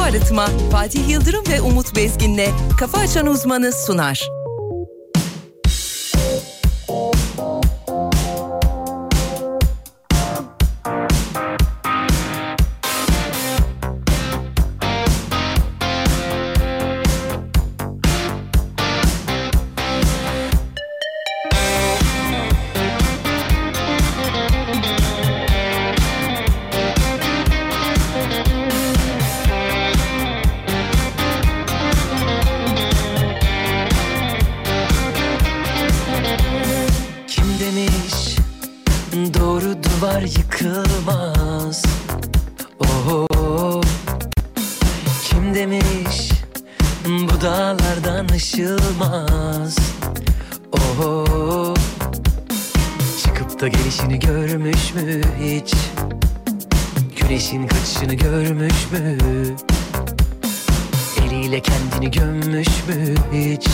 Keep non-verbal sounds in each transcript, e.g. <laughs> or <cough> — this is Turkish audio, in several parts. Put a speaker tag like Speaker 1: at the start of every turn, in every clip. Speaker 1: Arıtma Fatih Yıldırım ve Umut Bezgin'le Kafa Açan Uzmanı sunar.
Speaker 2: Kim demiş doğru duvar yıkılmaz Oho Kim demiş bu dağlardan aşılmaz Oho Çıkıp da gelişini görmüş mü hiç Güneşin kaçışını görmüş mü Eliyle kendini gömmüş mü hiç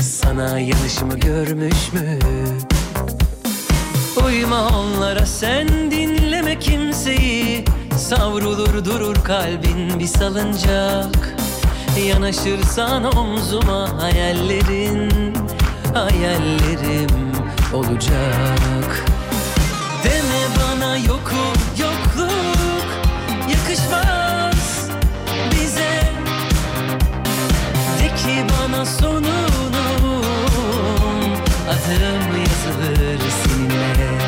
Speaker 2: sana yanlışımı görmüş mü? Uyma onlara sen dinleme kimseyi Savrulur durur kalbin bir salıncak Yanaşırsan omzuma hayallerin Hayallerim olacak Deme bana yoku yokluk Yakışmaz bize de ki bana sonunu Adım yazılır seninle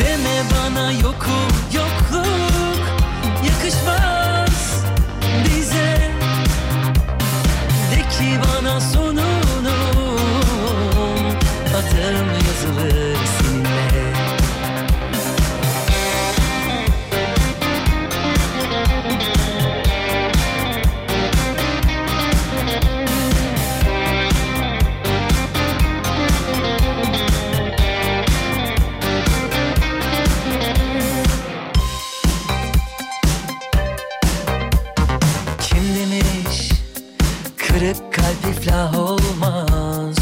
Speaker 2: Deme bana yokum yokluk Yakışmaz bize De ki bana sonunu Adım yazılır seninle Kim demiş kırık kalp iflah olmaz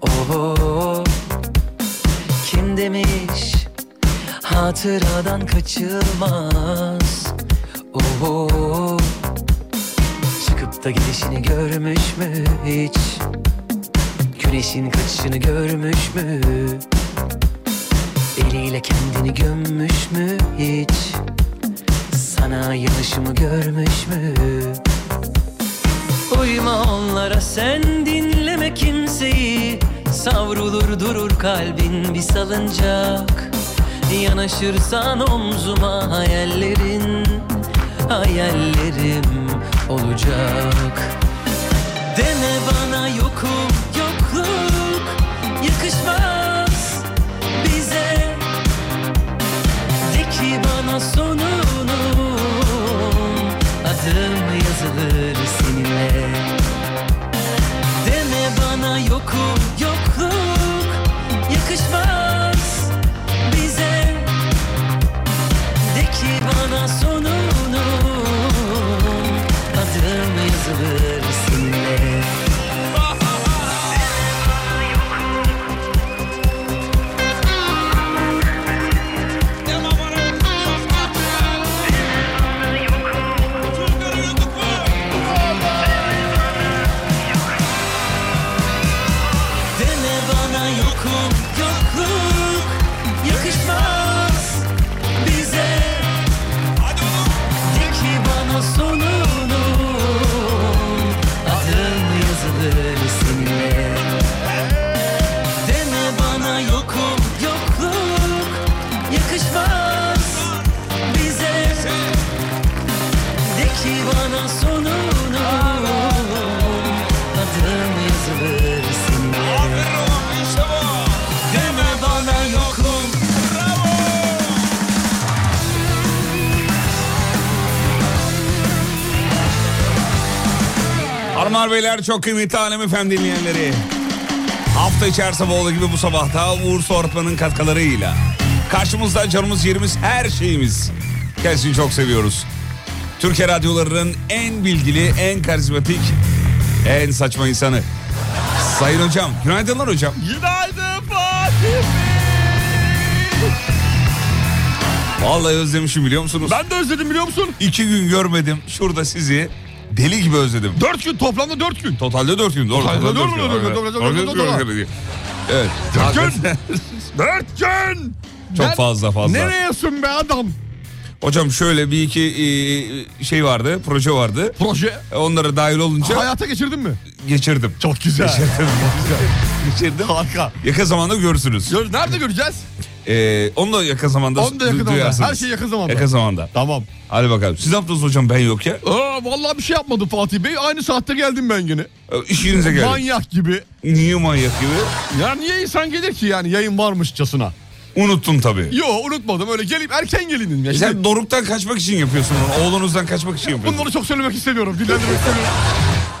Speaker 2: Oho Kim demiş hatıradan kaçılmaz Oho Çıkıp da gidişini görmüş mü hiç Güneşin kaçışını görmüş mü Eliyle kendini gömmüş mü hiç sana yanlışımı görmüş mü? Uyma onlara sen dinleme kimseyi Savrulur durur kalbin bir salıncak Yanaşırsan omzuma hayallerin Hayallerim olacak Deme bana yokum yokluk Yakışmaz bize de ki bana sonunu Adım yazılır seninle Deme bana yokum yokluk Yakışmaz bize De ki bana sonunu Adım yazılır seninle Deme bana yokum yokluk Yakışmaz bize De ki bana sonunu Adım yazılır seninle Deme bana yokum yokluk Yakışmaz bize De ki bana sonunu Adım yazılır seninle Deme bana yokum
Speaker 3: Hanımlar beyler çok kıymetli Alem Efem dinleyenleri. Hafta içi her sabah olduğu gibi bu sabah da Uğur Su Arıtma'nın katkılarıyla. Karşımızda canımız yerimiz her şeyimiz. Kendisini çok seviyoruz. Türkiye radyolarının en bilgili, en karizmatik, en saçma insanı. Sayın hocam, günaydınlar hocam.
Speaker 4: Günaydın Fatih Bey.
Speaker 3: Vallahi özlemişim biliyor musunuz?
Speaker 4: Ben de özledim biliyor musun?
Speaker 3: İki gün görmedim. Şurada sizi deli gibi özledim.
Speaker 4: Dört gün toplamda dört gün.
Speaker 3: Totalde dört gün. Doğru.
Speaker 4: Totalde
Speaker 3: totalde
Speaker 4: dört
Speaker 3: dört
Speaker 4: gün,
Speaker 3: gün.
Speaker 4: dört gün, dört
Speaker 3: Evet.
Speaker 4: gün,
Speaker 3: Dört
Speaker 4: dört gün, dört gün.
Speaker 3: gün. Evet.
Speaker 4: Dört gün. Dört gün.
Speaker 3: Çok
Speaker 4: Ben-
Speaker 3: fazla fazla.
Speaker 4: Nereyesin be adam?
Speaker 3: <laughs> Hocam şöyle bir iki e, şey vardı, proje vardı.
Speaker 4: Proje.
Speaker 3: Onlara dahil olunca
Speaker 4: Hayata geçirdin mi?
Speaker 3: geçirdim. <laughs>
Speaker 4: Çok güzel.
Speaker 3: Geçirdim.
Speaker 4: Harika.
Speaker 3: Yakın zamanda görürsünüz.
Speaker 4: Gör, nerede göreceğiz?
Speaker 3: Ee, onu da yakın zamanda
Speaker 4: Onu da yakın
Speaker 3: du-
Speaker 4: zamanda.
Speaker 3: duyarsınız.
Speaker 4: Her şey yakın zamanda.
Speaker 3: Yakın zamanda.
Speaker 4: Tamam.
Speaker 3: Hadi bakalım. Siz ne yaptınız hocam ben yok ya?
Speaker 4: Aa, vallahi bir şey yapmadım Fatih Bey. Aynı saatte geldim ben yine.
Speaker 3: Ee, İşinize gelin.
Speaker 4: Manyak gibi.
Speaker 3: Niye manyak gibi?
Speaker 4: Ya niye insan gelir ki yani yayın varmışçasına?
Speaker 3: Unuttun tabii.
Speaker 4: Yo unutmadım öyle gelip erken gelindim. Ya.
Speaker 3: E
Speaker 4: Şimdi
Speaker 3: Sen doruktan kaçmak için yapıyorsun bunu. Oğlunuzdan kaçmak için yapıyorsun.
Speaker 4: bunları çok söylemek istemiyorum. Dinlendirmek istemiyorum.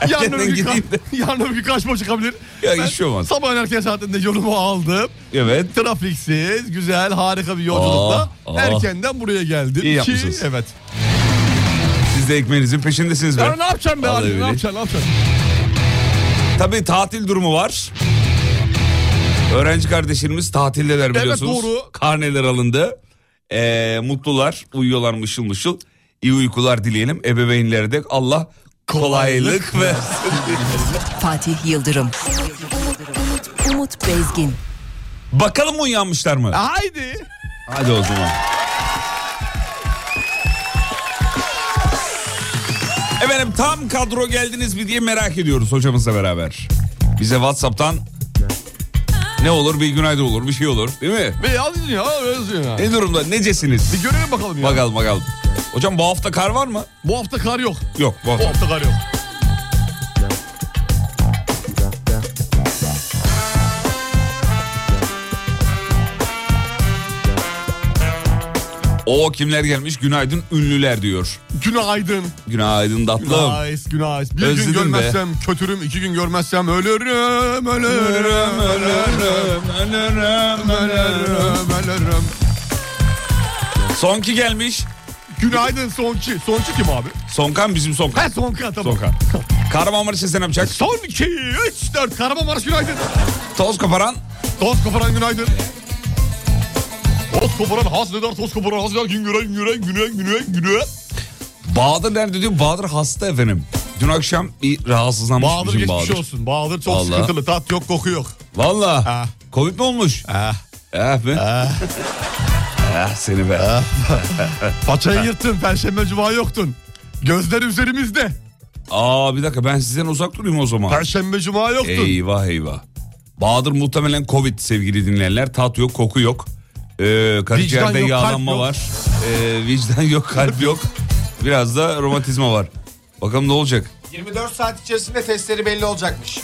Speaker 4: Yarın
Speaker 3: <laughs> Erkenden
Speaker 4: öbür, gün,
Speaker 3: gideyim de.
Speaker 4: ka- <laughs> yarın öbür gün karşıma çıkabilir.
Speaker 3: Ya
Speaker 4: Ben
Speaker 3: hiç şey olmaz.
Speaker 4: Sabahın erken saatinde yolumu aldım.
Speaker 3: Evet.
Speaker 4: Trafiksiz, güzel, harika bir yolculukla
Speaker 3: Aa, aa.
Speaker 4: erkenden buraya geldim.
Speaker 3: İyi
Speaker 4: Ki-
Speaker 3: yapmışsınız.
Speaker 4: Evet.
Speaker 3: Siz de ekmeğinizin peşindesiniz
Speaker 4: Ya
Speaker 3: be.
Speaker 4: ne yapacağım be
Speaker 3: Vallahi
Speaker 4: abi? Ne
Speaker 3: öyle.
Speaker 4: yapacaksın? Ne yapacaksın?
Speaker 3: Tabii tatil durumu var. Öğrenci kardeşlerimiz tatildeler biliyorsunuz.
Speaker 4: doğru.
Speaker 3: Karneler alındı. Ee, mutlular, uyuyorlar mışıl mışıl. İyi uykular dileyelim. Ebeveynlere de Allah kolaylık versin.
Speaker 1: Fatih Yıldırım. Umut Bezgin.
Speaker 3: Bakalım uyanmışlar mı?
Speaker 4: Haydi.
Speaker 3: Hadi o zaman. Efendim tam kadro geldiniz mi diye merak ediyoruz hocamızla beraber. Bize Whatsapp'tan ne olur bir günaydın olur bir şey olur değil mi?
Speaker 4: Be yazın ya, yazın ya.
Speaker 3: Ne durumda necesiniz?
Speaker 4: Bir görelim bakalım ya.
Speaker 3: Bakalım bakalım. Hocam bu hafta kar var mı?
Speaker 4: Bu hafta kar yok.
Speaker 3: Yok bu
Speaker 4: Bu
Speaker 3: hafta.
Speaker 4: hafta kar yok.
Speaker 3: O kimler gelmiş? Günaydın ünlüler diyor.
Speaker 4: Günaydın.
Speaker 3: Günaydın tatlım.
Speaker 4: Nice, nice. Bir
Speaker 3: Özledim
Speaker 4: gün
Speaker 3: be.
Speaker 4: görmezsem kötürüm, iki gün görmezsem ölürüm, ölürüm,
Speaker 3: Ölürüm,
Speaker 4: ölürüm,
Speaker 3: ölürüm, ölürüm, ölürüm.
Speaker 4: ölürüm, ölürüm.
Speaker 3: Son ki gelmiş.
Speaker 4: Günaydın Sonki. Sonki kim abi?
Speaker 3: Sonkan bizim Sonkan.
Speaker 4: Ha Sonka tamam.
Speaker 3: Sonkan. Kahramanmaraş'ta sen ne yapacak?
Speaker 4: Sonki 3 4 Kahramanmaraş günaydın.
Speaker 3: Toz koparan
Speaker 4: Toz koparan günaydın. Toz koparan hasnedar, toz koparan hasnedar. Gün güne, güne, güne, güne, güne.
Speaker 3: Bahadır nerede diyor? Bahadır hasta efendim. Dün akşam bir rahatsızlanmış
Speaker 4: Bahadır
Speaker 3: bizim
Speaker 4: geçmiş
Speaker 3: Bahadır.
Speaker 4: olsun. Bahadır çok
Speaker 3: Vallahi.
Speaker 4: sıkıntılı. Tat yok, koku yok.
Speaker 3: Valla.
Speaker 4: Ah.
Speaker 3: Covid mi olmuş?
Speaker 4: Ah.
Speaker 3: Eh be. Ah. seni be. <laughs>
Speaker 4: Paçayı yırttın, perşembe cuma yoktun. Gözler üzerimizde.
Speaker 3: Aa bir dakika ben sizden uzak durayım o zaman.
Speaker 4: Perşembe cuma yoktun.
Speaker 3: Eyvah eyvah. Bahadır muhtemelen Covid sevgili dinleyenler. Tat yok, koku yok. Ee, karaciğerde
Speaker 4: Vicdan yok,
Speaker 3: yağlanma
Speaker 4: kalp yok.
Speaker 3: var. Ee, vicdan yok, kalp yok. Biraz da romatizma var. Bakalım ne olacak?
Speaker 5: 24 saat içerisinde testleri belli olacakmış.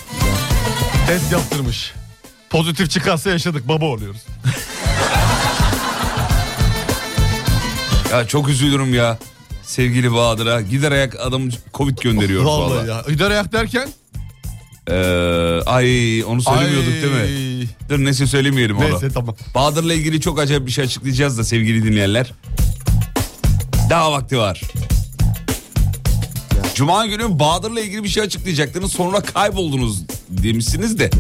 Speaker 4: Test yaptırmış. Pozitif çıkarsa yaşadık, baba oluyoruz.
Speaker 3: Ya çok üzülürüm ya. Sevgili Bahadır'a gider ayak adam Covid gönderiyor
Speaker 4: Vallahi,
Speaker 3: valla.
Speaker 4: ya. İdare ayak derken?
Speaker 3: Ee, ay onu söylemiyorduk
Speaker 4: Ay.
Speaker 3: değil mi? Dur neyse söylemeyelim onu.
Speaker 4: Neyse tamam.
Speaker 3: Bahadır'la ilgili çok acayip bir şey açıklayacağız da sevgili dinleyenler. Daha vakti var. Cuma günü Bahadır'la ilgili bir şey açıklayacaktınız sonra kayboldunuz demişsiniz de.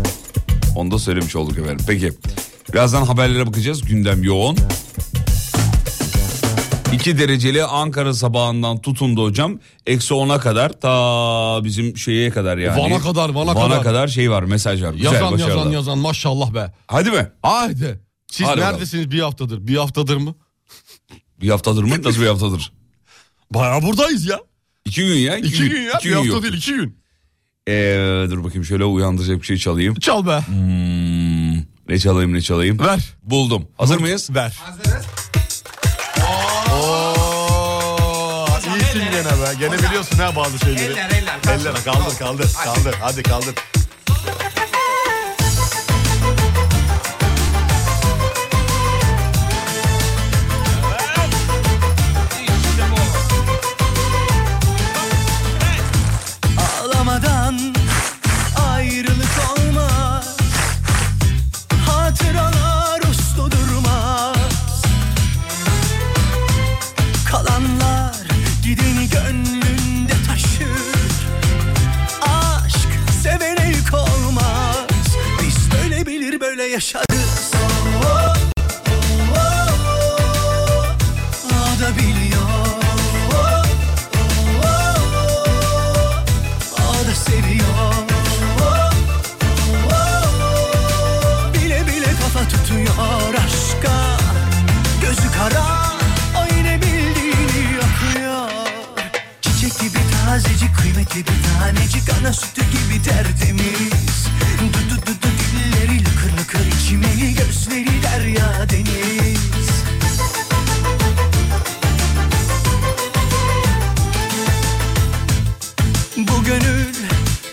Speaker 3: Onu da söylemiş olduk efendim. Peki birazdan haberlere bakacağız gündem yoğun. 2 dereceli Ankara sabahından tutundu hocam. Eksi 10'a kadar ta bizim şeye kadar yani.
Speaker 4: Van'a kadar, Van'a kadar.
Speaker 3: şey var mesaj var. Güzel
Speaker 4: Yazan
Speaker 3: başarılı.
Speaker 4: yazan yazan maşallah be.
Speaker 3: Hadi be.
Speaker 4: Haydi. Siz
Speaker 3: Hadi bakalım.
Speaker 4: neredesiniz bir haftadır? Bir haftadır mı?
Speaker 3: Bir haftadır mı? Nasıl
Speaker 4: <laughs>
Speaker 3: bir haftadır?
Speaker 4: Baya buradayız ya.
Speaker 3: İki gün ya. iki
Speaker 4: İki gün ya.
Speaker 3: iki
Speaker 4: bir hafta
Speaker 3: yok.
Speaker 4: değil iki gün.
Speaker 3: Ee, dur bakayım şöyle uyandıracak bir şey çalayım.
Speaker 4: Çal be.
Speaker 3: Hmm, ne çalayım ne çalayım.
Speaker 4: Ver.
Speaker 3: Buldum. Hazır mıyız?
Speaker 4: Ver.
Speaker 5: Hazırız.
Speaker 4: Oo, iyisin gene be. Gene biliyorsun ha bazı şeyleri.
Speaker 5: Eller, eller, kaldır.
Speaker 4: Eller, kaldır kaldır. Kaldır hadi kaldır.
Speaker 6: Ağlamadan ayrılık olmaz Hatıralar uslu durmaz Kalanlar gideni gönlünde taşır Aşk sevene yük olmaz Biz böyle bilir böyle yaşarız Oh, oh, oh, oh. Belki de tanecik ana sütü gibi tertemiz Du du du du dilleri lıkır lıkır içmeli Gözleri derya deniz Bu gönül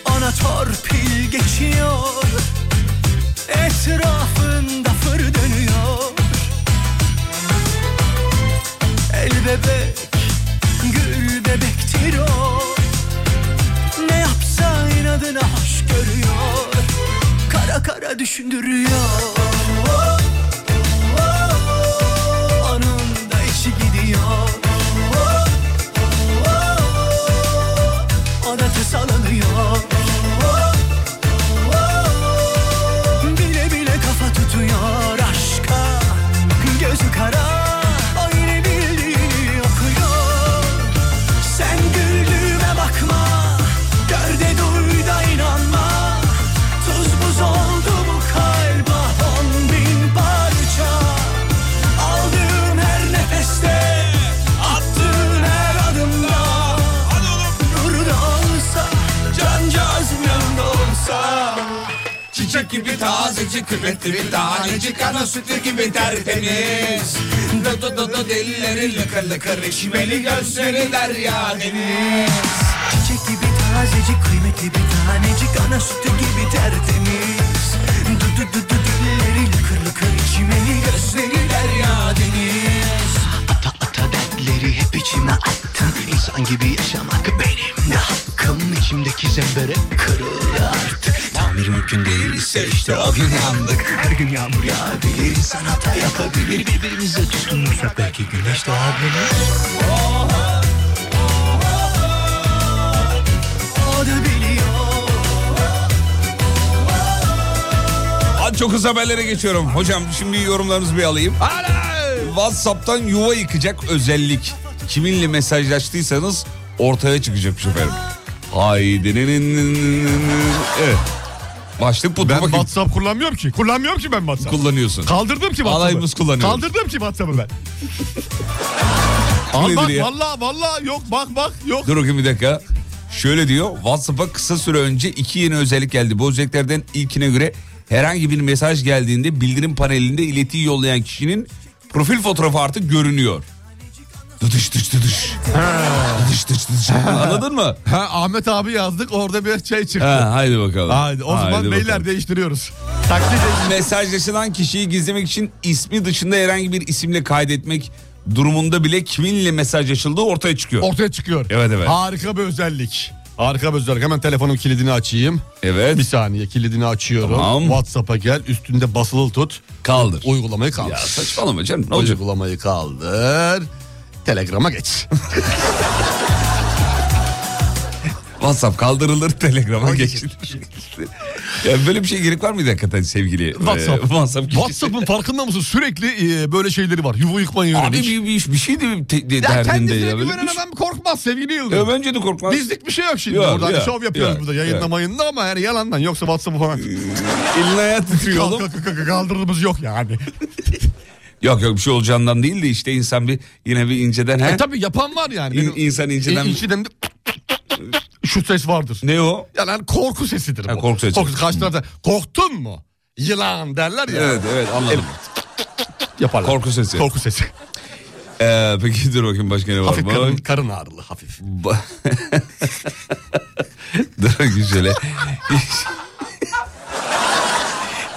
Speaker 6: ona torpil geçiyor Etrafında fır dönüyor El bebek, gül bebektir o Ne yapsa inadına hoş görüyor Kara kara düşündürüyor Anında içi gidiyor Anatı sallanıyor Bile bile kafa tutuyor aşka Gözü kara aynı bildiğini okuyor Sen güldüğüme bakma Gör de duy da inanma Tuz buz oldu bu kalp ah on bin parça Aldığım her nefeste Attığın her adımda Nur da olsa Can cazmem de olsa
Speaker 3: Çiçek gibi tazecik kıvetli bir tanecik ana sütü gibi tertemiz.
Speaker 6: Do do do do dilleri lıkır lıkır içmeli gözleri derya deniz Çiçek gibi tazecik kıymetli bir tanecik ana sütü gibi tertemiz Do do do do dilleri lıkır lıkır içmeli gözleri derya deniz Ata ata dertleri hep içime attım İnsan gibi yaşamak benim de hakkım İçimdeki zembere kırıldı artık Tamir mümkün değilse işte o gün yandık Her gün yağmur yağabilir insan hata yapabilir Birbirimize tutunursak belki güneş doğabilir O da biliyor
Speaker 3: Az çok hızlı haberlere geçiyorum. Hocam şimdi yorumlarınızı bir alayım. WhatsApp'tan yuva yıkacak özellik. Kiminle mesajlaştıysanız ortaya çıkacakmış efendim. Haydi. Evet. Başlık bu. Dur
Speaker 4: Ben
Speaker 3: bakayım.
Speaker 4: WhatsApp kullanmıyorum ki. Kullanmıyorum ki ben WhatsApp.
Speaker 3: kullanıyorsun.
Speaker 4: Kaldırdım ki WhatsApp'ı.
Speaker 3: Alayımız kullanıyor.
Speaker 4: Kaldırdım ki WhatsApp'ı ben. Al
Speaker 3: Nedir
Speaker 4: bak
Speaker 3: ya?
Speaker 4: valla valla yok bak bak yok.
Speaker 3: Dur bakayım bir dakika. Şöyle diyor WhatsApp'a kısa süre önce iki yeni özellik geldi. Bu özelliklerden ilkine göre herhangi bir mesaj geldiğinde bildirim panelinde iletiyi yollayan kişinin profil fotoğrafı artık görünüyor. Dıdış dış dıdış. Dıdış dış dıdış. Anladın mı?
Speaker 4: Ha, Ahmet abi yazdık orada bir şey çıktı.
Speaker 3: Ha, haydi bakalım.
Speaker 4: Haydi, o zaman
Speaker 3: Haydi
Speaker 4: beyler
Speaker 3: bakalım.
Speaker 4: değiştiriyoruz. Taktik değiştiriyoruz.
Speaker 3: Mesajlaşılan kişiyi gizlemek için ismi dışında herhangi bir isimle kaydetmek durumunda bile kiminle mesajlaşıldığı ortaya çıkıyor.
Speaker 4: Ortaya çıkıyor.
Speaker 3: Evet, evet.
Speaker 4: Harika bir özellik. Harika bir özellik. Hemen telefonun kilidini açayım.
Speaker 3: evet.
Speaker 4: Bir saniye kilidini açıyorum.
Speaker 3: Tamam.
Speaker 4: WhatsApp'a gel üstünde basılı tut.
Speaker 3: Kaldır.
Speaker 4: Uygulamayı kaldır.
Speaker 3: Ya saçmalama canım. Ne olacak?
Speaker 4: Uygulamayı kaldır. Telegram'a geç.
Speaker 3: <laughs> WhatsApp kaldırılır, Telegram'a geçilir. <laughs> ya böyle bir şey gerek var mıydı hakikaten sevgili?
Speaker 4: WhatsApp.
Speaker 3: e, WhatsApp kişisi?
Speaker 4: WhatsApp'ın farkında mısın? Sürekli e, böyle şeyleri var. Yuva yıkmaya
Speaker 3: Abi
Speaker 4: yönelik.
Speaker 3: bir, bir, bir şey de te- de-
Speaker 4: ya
Speaker 3: derdinde
Speaker 4: kendisine
Speaker 3: ya. Böyle
Speaker 4: güvenen
Speaker 3: bir şey-
Speaker 4: adam korkmaz sevgili Yıldırım.
Speaker 3: Ya bence de korkmaz.
Speaker 4: Bizlik bir şey yok şimdi.
Speaker 3: Yok,
Speaker 4: Buradan
Speaker 3: yok,
Speaker 4: şov yapıyoruz
Speaker 3: yok, Ee,
Speaker 4: burada. Yayınla
Speaker 3: yok.
Speaker 4: mayınla ama yani yalandan. Yoksa WhatsApp'ı falan
Speaker 3: Elini ayağı titriyor
Speaker 4: Kalk-
Speaker 3: oğlum.
Speaker 4: kalk- kalk- kaldırımız yok yani.
Speaker 3: Yok yok bir şey olacağından değil de işte insan bir yine bir inceden. He?
Speaker 4: e tabi yapan var yani.
Speaker 3: İn- insan inceden-
Speaker 4: İ- inceden de- şu ses vardır.
Speaker 3: Ne o?
Speaker 4: Ya lan korku sesidir bu.
Speaker 3: Ha, korku sesi.
Speaker 4: Karşı tarafta korktun mu? Yılan derler ya.
Speaker 3: Evet evet anladım.
Speaker 4: <laughs> Yaparlar.
Speaker 3: Korku sesi.
Speaker 4: Korku sesi.
Speaker 3: Ee, peki dur bakayım başka ne var
Speaker 4: Hafif karın,
Speaker 3: mı?
Speaker 4: karın ağrılı hafif.
Speaker 3: Ba- <laughs> Dur bakayım şöyle.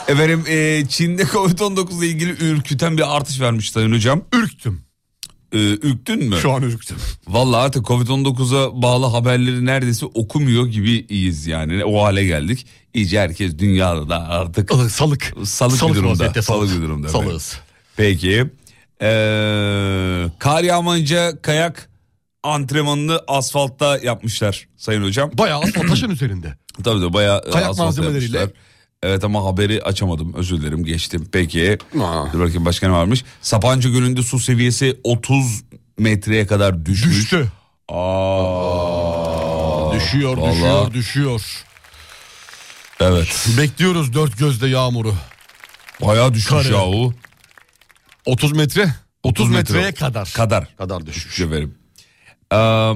Speaker 3: Efendim e, Çin'de Covid-19 ile ilgili ürküten bir artış vermiş Sayın Hocam.
Speaker 4: Ürktüm.
Speaker 3: E, ürktün mü?
Speaker 4: Şu an ürktüm.
Speaker 3: Vallahi artık Covid-19'a bağlı haberleri neredeyse okumuyor gibiyiz yani. O hale geldik. İyice herkes dünyada da artık
Speaker 4: Ilık, Salık.
Speaker 3: Salık bir durumda.
Speaker 4: vaziyette,
Speaker 3: Salık bir durumda, evet.
Speaker 4: Salığız.
Speaker 3: Peki. Ee, kar yağmayınca kayak antrenmanını asfaltta yapmışlar Sayın Hocam.
Speaker 4: Bayağı asfalt taşın <clears throat> üzerinde.
Speaker 3: Tabii de bayağı e,
Speaker 4: Kayak
Speaker 3: asfaltta
Speaker 4: malzemeleriyle.
Speaker 3: yapmışlar. Evet ama haberi açamadım özür dilerim geçtim. Peki dur bakayım başka ne varmış. Sapanca Gölü'nde su seviyesi 30 metreye kadar düşmüş.
Speaker 4: Düştü.
Speaker 3: Aa,
Speaker 4: E, düşüyor,
Speaker 3: vallahi.
Speaker 4: düşüyor, düşüyor.
Speaker 3: Evet
Speaker 4: Bekliyoruz dört gözle yağmuru.
Speaker 3: bayağı düşmüş
Speaker 4: Karı.
Speaker 3: yahu.
Speaker 4: 30 metre. 30,
Speaker 3: 30 metre.
Speaker 4: Eh, metreye kadar.
Speaker 3: Kadar.
Speaker 4: kadar düşmüş.
Speaker 3: Efendim. Ee,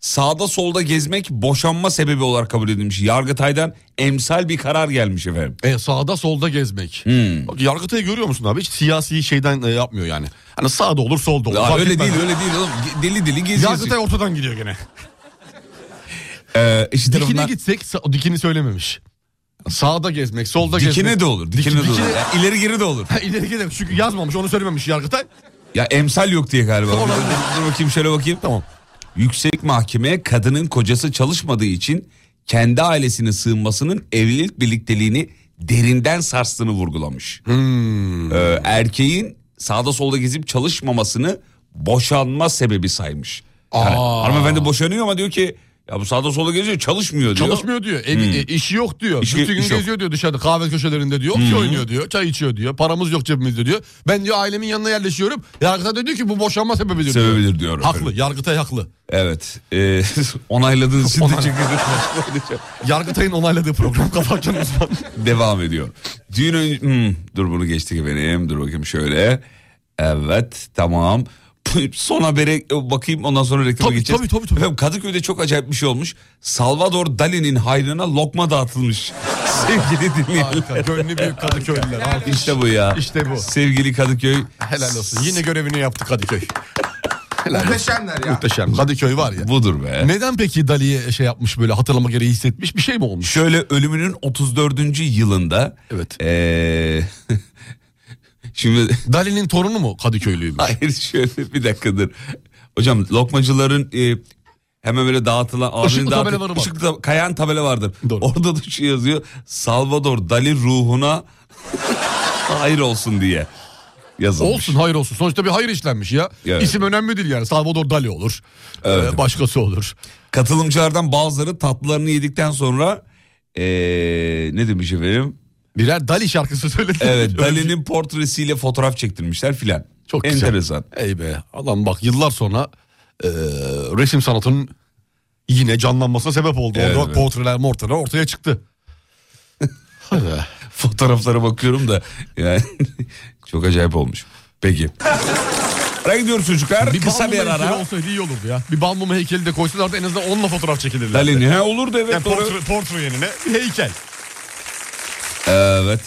Speaker 3: sağda solda gezmek boşanma sebebi olarak kabul edilmiş. Yargıtay'dan emsal bir karar gelmiş efendim.
Speaker 4: E, sağda solda gezmek.
Speaker 3: Hmm.
Speaker 4: Bak, Yargıtay'ı görüyor musun abi? Hiç siyasi şeyden e, yapmıyor yani. Hani sağda olur solda olur.
Speaker 3: Ya
Speaker 4: Fark
Speaker 3: öyle
Speaker 4: etmez.
Speaker 3: değil öyle değil oğlum. Ge- Deli deli geziyorsun.
Speaker 4: Yargıtay ortadan gidiyor gene.
Speaker 3: Ee, işte
Speaker 4: Dikine
Speaker 3: bunlar-
Speaker 4: gitsek sa- o dikini söylememiş. Sağda gezmek, solda gezmek.
Speaker 3: Dikine de olur. Dikine de
Speaker 4: Dikine-
Speaker 3: olur. Ya ileri geri de olur.
Speaker 4: Ha, İleri gidelim. Çünkü yazmamış onu söylememiş Yargıtay.
Speaker 3: Ya emsal yok diye galiba.
Speaker 4: Olabilir.
Speaker 3: Dur, dur bakayım şöyle bakayım.
Speaker 4: Tamam.
Speaker 3: Yüksek mahkemeye kadının kocası çalışmadığı için kendi ailesine sığınmasının evlilik birlikteliğini derinden sarstığını vurgulamış.
Speaker 4: Hmm.
Speaker 3: Ee, erkeğin sağda solda gezip çalışmamasını boşanma sebebi saymış. Yani
Speaker 4: Aa.
Speaker 3: hanımefendi boşanıyor ama diyor ki ya bu sağda solda geziyor çalışmıyor <laughs> diyor. Hmm.
Speaker 4: Çalışmıyor diyor. Evi, e, işi yok diyor.
Speaker 3: İşi-
Speaker 4: Bütün gün
Speaker 3: iş yok. Hmm.
Speaker 4: geziyor diyor dışarıda kahve köşelerinde diyor. Okey oynuyor diyor. Çay içiyor diyor. Paramız yok cebimizde diyor. Ben diyor ailemin yanına yerleşiyorum. Yargıtay da diyor ki bu boşanma sebebidir diyor.
Speaker 3: Sebebidir diyor.
Speaker 4: Haklı. Yargıtay haklı.
Speaker 3: Evet. Ee, <laughs>
Speaker 4: <laughs>
Speaker 3: onayladığınız için
Speaker 4: Onay-
Speaker 3: teşekkür ederim.
Speaker 4: Yargıtay'ın onayladığı program <laughs> Kafacan Uzman.
Speaker 3: devam ediyor. Düğün ön- Hmm, dur bunu geçtik benim. Dur bakayım şöyle. Evet tamam. Son habere e, bakayım ondan sonra reklama
Speaker 4: Tabii,
Speaker 3: geçeceğiz.
Speaker 4: tabii, tabii, tabii.
Speaker 3: Efendim Kadıköy'de çok acayip bir şey olmuş. Salvador Dali'nin hayrına lokma dağıtılmış. <laughs> Sevgili dinleyenler.
Speaker 4: Harika. Gönlü
Speaker 3: <laughs>
Speaker 4: büyük Kadıköylüler. Harika.
Speaker 3: İşte bu ya.
Speaker 4: İşte bu.
Speaker 3: Sevgili Kadıköy.
Speaker 4: Helal olsun. Yine görevini yaptı
Speaker 5: <laughs>
Speaker 4: Kadıköy.
Speaker 5: Muhteşemler ya.
Speaker 4: Muhteşem. Kadıköy var ya.
Speaker 3: Budur be.
Speaker 4: Neden peki Dali'ye şey yapmış böyle hatırlama gereği hissetmiş bir şey mi olmuş?
Speaker 3: Şöyle ölümünün 34. yılında.
Speaker 4: Evet.
Speaker 3: ee, <laughs> şimdi
Speaker 4: Dali'nin torunu mu Kadıköylüymüş?
Speaker 3: Hayır şöyle bir dakikadır. Hocam lokmacıların e, hemen böyle dağıtılan
Speaker 4: Işıklı
Speaker 3: dağıtı-
Speaker 4: tabelaları var.
Speaker 3: ışıklı tab- kayan tabela vardır.
Speaker 4: Doğru.
Speaker 3: Orada da şu yazıyor. Salvador Dali ruhuna <laughs> hayır olsun diye yazılmış.
Speaker 4: Olsun hayır olsun. Sonuçta bir hayır işlenmiş ya.
Speaker 3: Evet.
Speaker 4: İsim önemli değil yani. Salvador Dali olur.
Speaker 3: Evet.
Speaker 4: Ee, başkası olur.
Speaker 3: Katılımcılardan bazıları tatlılarını yedikten sonra e, ne demiş efendim?
Speaker 4: Birer Dali şarkısı söyledi. <laughs>
Speaker 3: Evet Dali'nin portresiyle fotoğraf çektirmişler filan.
Speaker 4: Çok güzel.
Speaker 3: Enteresan.
Speaker 4: Ey be. Adam bak yıllar sonra e, resim sanatının yine canlanmasına sebep oldu.
Speaker 3: Evet,
Speaker 4: Orada
Speaker 3: evet.
Speaker 4: portreler mortreler ortaya çıktı. Hay be.
Speaker 3: <laughs> Fotoğraflara bakıyorum da yani <laughs> çok acayip olmuş. Peki. Araya gidiyoruz çocuklar.
Speaker 4: bir
Speaker 3: Kısa
Speaker 4: Kısa
Speaker 3: bir ara.
Speaker 4: heykeli olsaydı iyi olurdu ya. Bir balmumu heykeli de koysalardı en azından onunla fotoğraf çekilirdi.
Speaker 3: Dalin he olur da evet
Speaker 4: Yani
Speaker 3: doğru.
Speaker 4: portre, portre yerine bir heykel.
Speaker 3: Evet.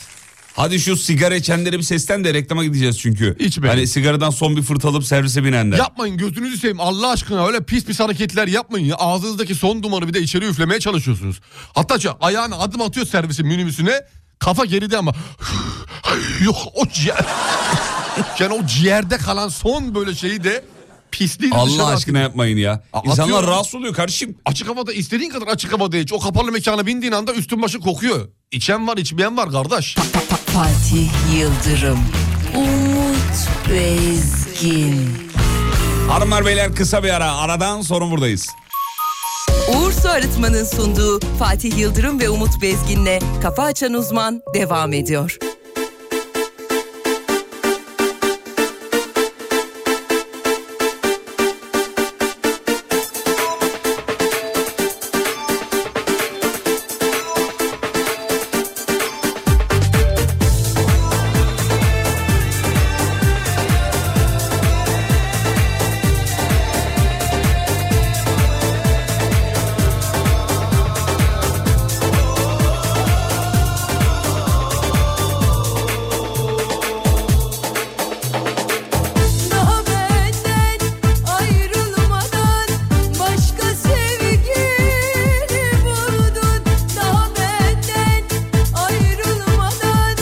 Speaker 3: Hadi şu sigara içenlere bir seslen de reklama gideceğiz çünkü.
Speaker 4: İçmeyin.
Speaker 3: Hani sigaradan son bir fırtalıp servise binenler.
Speaker 4: Yapmayın gözünüzü seveyim Allah aşkına öyle pis pis hareketler yapmayın ya. Ağzınızdaki son dumanı bir de içeri üflemeye çalışıyorsunuz. Hatta şu ayağını adım atıyor servisin minibüsüne. Kafa geride ama <sighs> yok o ciğer. <laughs> yani o ciğerde kalan son böyle şeyi de pisliği de dışarı
Speaker 3: Allah
Speaker 4: atıyor.
Speaker 3: aşkına yapmayın ya.
Speaker 4: A-
Speaker 3: İnsanlar
Speaker 4: atıyorum.
Speaker 3: rahatsız oluyor kardeşim.
Speaker 4: Açık havada istediğin kadar açık havada iç. O kapalı mekana bindiğin anda üstün başı kokuyor. İçen var içmeyen var kardeş.
Speaker 1: Fatih Yıldırım, Umut Bezgin.
Speaker 3: Hanımlar beyler kısa bir ara. Aradan sonra buradayız.
Speaker 1: Uğur Su Arıtma'nın sunduğu Fatih Yıldırım ve Umut Bezgin'le Kafa Açan Uzman devam ediyor.
Speaker 7: Daha benden ayrılmadan başka sevgili vurdun. Daha benden ayrılmadan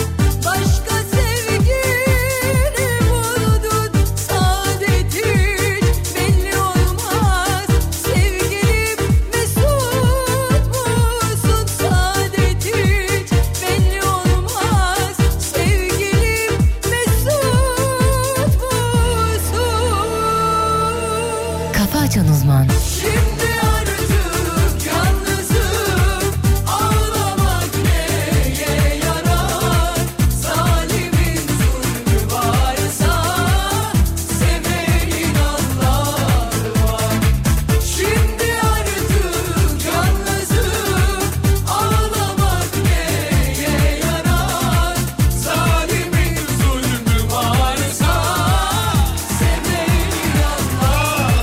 Speaker 7: başka sevgili vurdun. Saadetin belli olmaz sevgilim mesut musun? Saadetin belli olmaz sevgilim mesut musun?
Speaker 1: Kafa Açan Uzman.
Speaker 7: Şimdi artık yalnızım Ağlamak neye yarar Zalimin zulmü varsa Sevenin Allah'ı var Şimdi artık yalnızım Ağlamak neye yarar Zalimin zulmü varsa Sevenin Allah'ı var Altyazı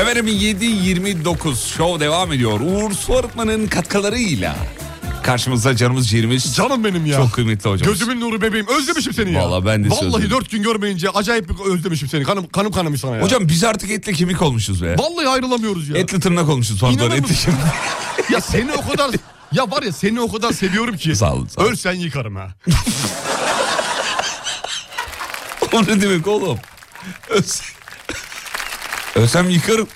Speaker 3: Efendim 7.29 şov devam ediyor. Uğur Su Arıtma'nın katkılarıyla karşımızda canımız ciğerimiz.
Speaker 4: Canım benim ya.
Speaker 3: Çok kıymetli hocamız.
Speaker 4: Gözümün nuru bebeğim özlemişim seni ya.
Speaker 3: Vallahi ben de sizi
Speaker 4: Vallahi
Speaker 3: özledim.
Speaker 4: dört gün görmeyince acayip bir özlemişim seni. Kanım kanım kanamış sana ya.
Speaker 3: Hocam biz artık etli kemik olmuşuz be.
Speaker 4: Vallahi ayrılamıyoruz ya.
Speaker 3: Etli tırnak olmuşuz pardon
Speaker 4: İnanır
Speaker 3: etli
Speaker 4: mısın?
Speaker 3: kemik.
Speaker 4: <laughs> Ya seni o kadar ya var ya seni o kadar seviyorum ki.
Speaker 3: Sağ ol, sağ ol.
Speaker 4: Ölsen yıkarım ha.
Speaker 3: <laughs> O ne demek oğlum? Ölsem, Ölsem yıkarım.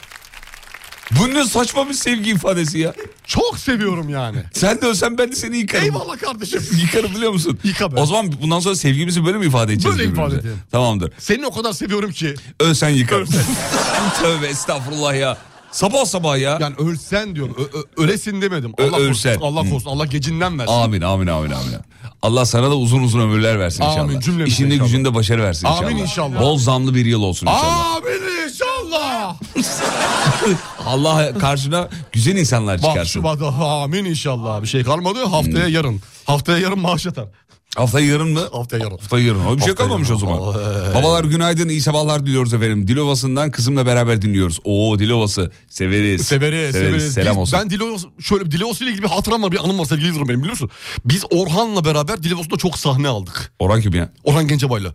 Speaker 3: Bu ne saçma bir sevgi ifadesi ya.
Speaker 4: Çok seviyorum yani.
Speaker 3: Sen de ölsen ben de seni yıkarım.
Speaker 4: Eyvallah kardeşim.
Speaker 3: <laughs> Yıkarım biliyor musun?
Speaker 4: Yıka be.
Speaker 3: O zaman bundan sonra sevgimizi böyle mi ifade edeceğiz?
Speaker 4: Böyle ifade
Speaker 3: birbirimize?
Speaker 4: edelim.
Speaker 3: Tamamdır.
Speaker 4: Seni o kadar seviyorum ki.
Speaker 3: Ölsen yıkarım. <laughs> Tövbe estağfurullah ya. Sabah sabah ya.
Speaker 4: Yani ölsen diyorum. Ö- ö- ölesin demedim.
Speaker 3: Ö-
Speaker 4: Allah
Speaker 3: ölsen.
Speaker 4: korusun. Allah korusun. Allah gecinden versin.
Speaker 3: Amin amin amin amin. Allah sana da uzun uzun ömürler versin
Speaker 4: Amin,
Speaker 3: inşallah.
Speaker 4: cümlemize
Speaker 3: İşinde
Speaker 4: inşallah.
Speaker 3: gücünde başarı versin inşallah.
Speaker 4: Amin inşallah.
Speaker 3: Bol zamlı bir yıl olsun inşallah.
Speaker 4: Amin inşallah.
Speaker 3: <laughs> Allah karşına güzel insanlar
Speaker 4: Bak
Speaker 3: çıkarsın.
Speaker 4: Şubat'a amin inşallah. Bir şey kalmadı. Haftaya yarın. Haftaya yarın maaş atar.
Speaker 3: Hmm. Haftaya yarın mı?
Speaker 4: Haftaya yarın.
Speaker 3: Haftaya yarın. Oğlum Bir şey
Speaker 4: Haftaya
Speaker 3: kalmamış o
Speaker 4: yarın.
Speaker 3: zaman.
Speaker 4: Ay.
Speaker 3: Babalar günaydın, iyi sabahlar diliyoruz efendim. Dilovası'ndan kızımla beraber dinliyoruz. Oo Dilovası severiz.
Speaker 4: Severiz, severiz.
Speaker 3: Selam
Speaker 4: Biz-
Speaker 3: olsun.
Speaker 4: Ben Dilovas, şöyle Dilovas'la ile ilgili bir hatıram var, bir anım var sevgili izlerim benim biliyor musun? Biz Orhan'la beraber Dilovas'ta çok sahne aldık.
Speaker 3: Orhan kim ya?
Speaker 4: Orhan Gencebay'la.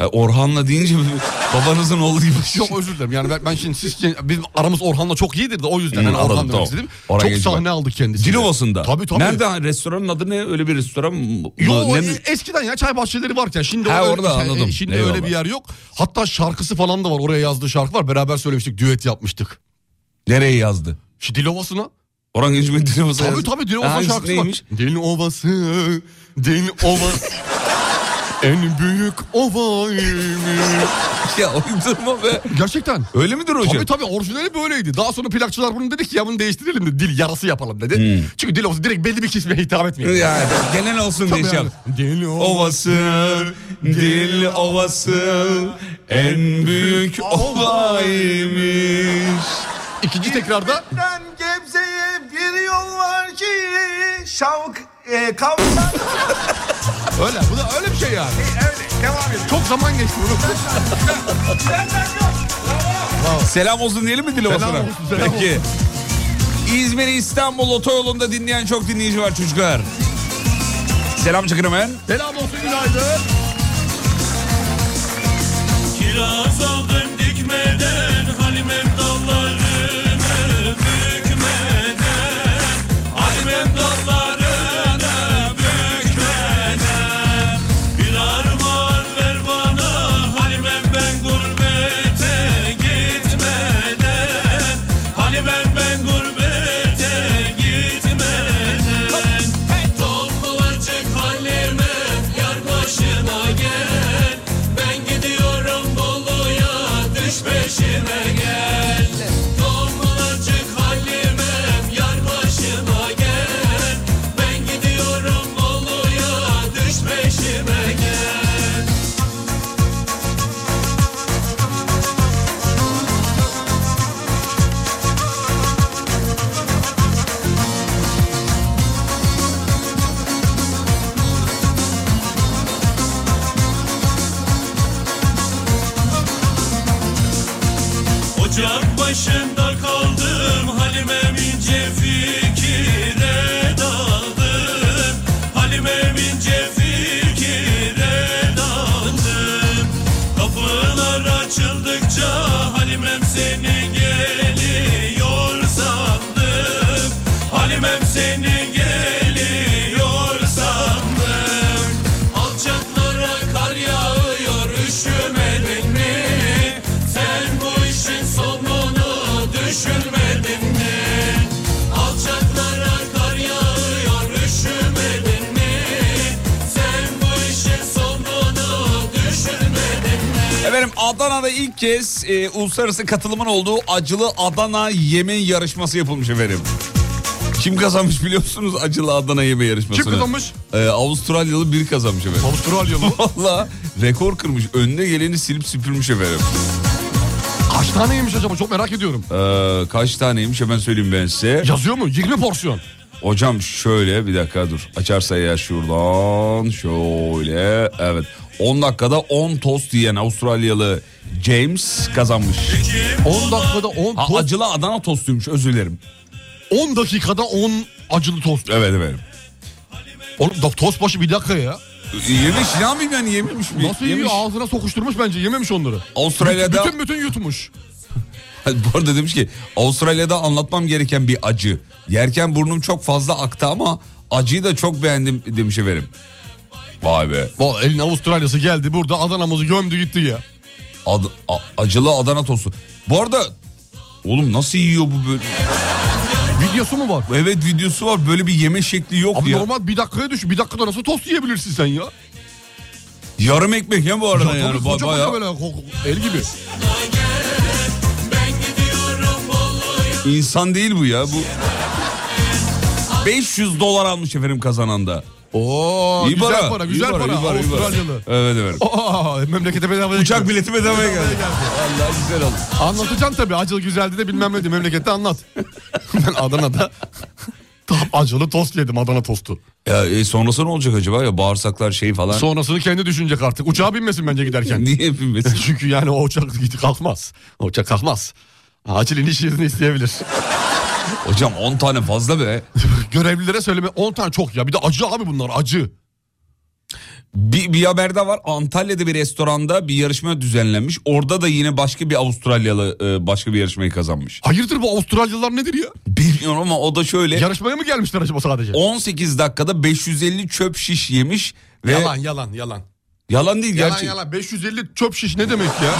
Speaker 3: Ha, Orhan'la deyince babanızın oğlu gibi. şey.
Speaker 4: Yok özür dilerim yani ben, ben şimdi siz bizim aramız Orhan'la çok iyidir de o yüzden
Speaker 3: Hmm,
Speaker 4: yani Orhan
Speaker 3: anladım,
Speaker 4: demek
Speaker 3: tamam.
Speaker 4: istedim.
Speaker 3: Orhan
Speaker 4: çok
Speaker 3: Gencebay.
Speaker 4: sahne aldık kendisiyle.
Speaker 3: Dilovası'nda.
Speaker 4: Tabii tabii.
Speaker 3: Nerede? ha? Restoranın adı ne? Öyle bir restoran mı?
Speaker 4: Yo,
Speaker 3: ne?
Speaker 4: e- eskiden ya çay bahçeleri varken şimdi
Speaker 3: Ha,
Speaker 4: öyle-
Speaker 3: orada
Speaker 4: yani,
Speaker 3: anladım.
Speaker 4: e, Şimdi
Speaker 3: Eyvallah.
Speaker 4: öyle bir yer yok. Hatta şarkısı falan da var. Oraya yazdığı şarkı var. Beraber söylemiştik. Düet yapmıştık.
Speaker 3: Nereye yazdı?
Speaker 4: Şu Dilovası'na.
Speaker 3: Orhan Gencebay Dilovası'na
Speaker 4: Tabii
Speaker 3: yazdı.
Speaker 4: tabii Dilovası'na
Speaker 3: Hangisi
Speaker 4: şarkısı
Speaker 3: neymiş?
Speaker 4: var. Dil ovası, dil ovası. en büyük ovaymış.
Speaker 3: <laughs> Ya uydurma be.
Speaker 4: Gerçekten.
Speaker 3: Öyle midir hocam?
Speaker 4: Tabii tabii orijinali böyleydi. Daha sonra plakçılar bunu dedi ki ya bunu değiştirelim de dil yarası yapalım dedi. Çünkü dil ovası direkt belli bir kesime hitap etmiyor.
Speaker 3: Hmm. Ya, genel olsun diye
Speaker 4: Tabii
Speaker 3: şey
Speaker 4: yani.
Speaker 3: yap.
Speaker 4: Dil ovası.
Speaker 3: Ovası, dil ovası, en büyük ovaymış.
Speaker 4: İkinci tekrarda
Speaker 6: Ben Gebze'ye bir yol var ki şavk e, kavşak.
Speaker 4: öyle. Bu da öyle bir şey yani.
Speaker 6: Ee, Öyle devam edin.
Speaker 4: Çok zaman geçti
Speaker 6: <laughs>
Speaker 4: bunu.
Speaker 6: Benden yok.
Speaker 3: Selam olsun diyelim mi Dilovası'na?
Speaker 4: Selam olsun, selam
Speaker 3: Peki. İzmir İstanbul otoyolunda dinleyen çok dinleyici var çocuklar. Selam çıkın hemen.
Speaker 4: Selam olsun günaydın.
Speaker 7: Kiraz aldım dikmeden Halimem dallarını bükmeden Halimem dallarını bükmeden Bir armağan ver bana Halimem ben gurbete gitmeden Halimem ben gurbete gitmeden Tombalacık halime yar başına gel Ben gidiyorum Bolu'ya düş peşime gel Tombalacık halime yar başına gel Ben gidiyorum Bolu'ya düş peşime gel Ocak başında kaldım Halimem ince fikire daldım Halimem ince fikire daldım Kapılar açıldıkça Halimem seni geliyor sandım Halimem seni geliyor sandım Alçaklara kar yağıyor üşümedin mi? Sen bu işin sonunu düşünmedin mi? Alçaklara kar yağıyor üşümedin mi? Sen bu işin sonunu düşünmedin mi?
Speaker 3: Efendim Adana'da ilk kez e, uluslararası katılımın olduğu acılı Adana yeme yarışması yapılmış efendim. Kim kazanmış biliyorsunuz acılı Adana yeme yarışmasını?
Speaker 4: Kim kazanmış?
Speaker 3: E, Avustralyalı biri kazanmış efendim. <laughs>
Speaker 4: Avustralyalı.
Speaker 3: Valla rekor kırmış. Önüne geleni silip süpürmüş efendim.
Speaker 4: Kaç taneymiş acaba çok merak ediyorum.
Speaker 3: Ee, kaç taneymiş hemen söyleyeyim ben size.
Speaker 4: Yazıyor mu? 20 porsiyon.
Speaker 3: Hocam şöyle bir dakika dur. Açarsa ya şuradan şöyle. Evet. 10 dakikada 10 tost yiyen Avustralyalı James kazanmış.
Speaker 4: 10 dakikada 10
Speaker 3: Ha,
Speaker 4: tost.
Speaker 3: acılı Adana tostuymuş özür dilerim.
Speaker 4: 10 dakikada 10 acılı tost.
Speaker 3: Evet evet.
Speaker 4: Oğlum da tost başı bir dakika ya.
Speaker 3: E, Yemiş ne yapayım yani yemiş mi?
Speaker 4: Nasıl
Speaker 3: yemiş.
Speaker 4: yiyor ağzına sokuşturmuş bence yememiş onları.
Speaker 3: Avustralya'da
Speaker 4: Bütün bütün yutmuş.
Speaker 3: <laughs> bu arada demiş ki Avustralya'da anlatmam gereken bir acı. Yerken burnum çok fazla aktı ama acıyı da çok beğendim demiş efendim. Vay be.
Speaker 4: Valla elin Avustralya'sı geldi burada Adana'mızı gömdü gitti ya.
Speaker 3: Ad- a- acılı Adana tostu. Bu arada oğlum nasıl yiyor bu böyle?
Speaker 4: Videosu mu var?
Speaker 3: Evet videosu var böyle bir yeme şekli yok
Speaker 4: Abi
Speaker 3: ya.
Speaker 4: normal bir dakikaya düş. Bir dakikada nasıl tost yiyebilirsin sen ya?
Speaker 3: Yarım ekmek ya bu
Speaker 4: Ya
Speaker 3: arada
Speaker 4: tabii
Speaker 3: yani. Ba-
Speaker 4: kocaman
Speaker 3: bayağı-
Speaker 4: böyle ko- el gibi.
Speaker 3: İnsan değil bu ya. Bu 500 dolar almış efendim kazanan da.
Speaker 4: Oo,
Speaker 3: İyi
Speaker 4: güzel para,
Speaker 3: iyi
Speaker 4: güzel para.
Speaker 3: iyi iyi
Speaker 4: Avustralyalı.
Speaker 3: Evet evet.
Speaker 4: Aa, memlekete bedava
Speaker 3: Uçak bileti bedavaya geldi. Allah güzel oldu.
Speaker 4: Anlatacaksın tabii. Acılı güzeldi de bilmem ne diye memlekette anlat. <laughs> ben Adana'da <laughs> tam acılı tost yedim Adana tostu.
Speaker 3: Ya, e, sonrası ne olacak acaba ya bağırsaklar şey falan.
Speaker 4: Sonrasını kendi düşünecek artık. Uçağa binmesin bence giderken.
Speaker 3: <laughs> Niye bilmesin?
Speaker 4: <laughs> Çünkü yani o uçak gitti kalkmaz. O uçak kalkmaz. Acil iniş izni isteyebilir.
Speaker 3: <laughs> Hocam 10 tane fazla be.
Speaker 4: <laughs> Görevlilere söyleme 10 tane çok ya. Bir de acı abi bunlar acı.
Speaker 3: Bir, bir haber daha var. Antalya'da bir restoranda bir yarışma düzenlenmiş. Orada da yine başka bir Avustralyalı e, başka bir yarışmayı kazanmış.
Speaker 4: Hayırdır bu Avustralyalılar nedir ya?
Speaker 3: Bilmiyorum ama o da şöyle.
Speaker 4: Yarışmaya mı gelmişler acaba sadece?
Speaker 3: 18 dakikada 550 çöp şiş yemiş ve
Speaker 4: Yalan yalan yalan.
Speaker 3: Yalan değil
Speaker 4: Yalan
Speaker 3: gerçek.
Speaker 4: yalan 550 çöp şiş ne demek ya?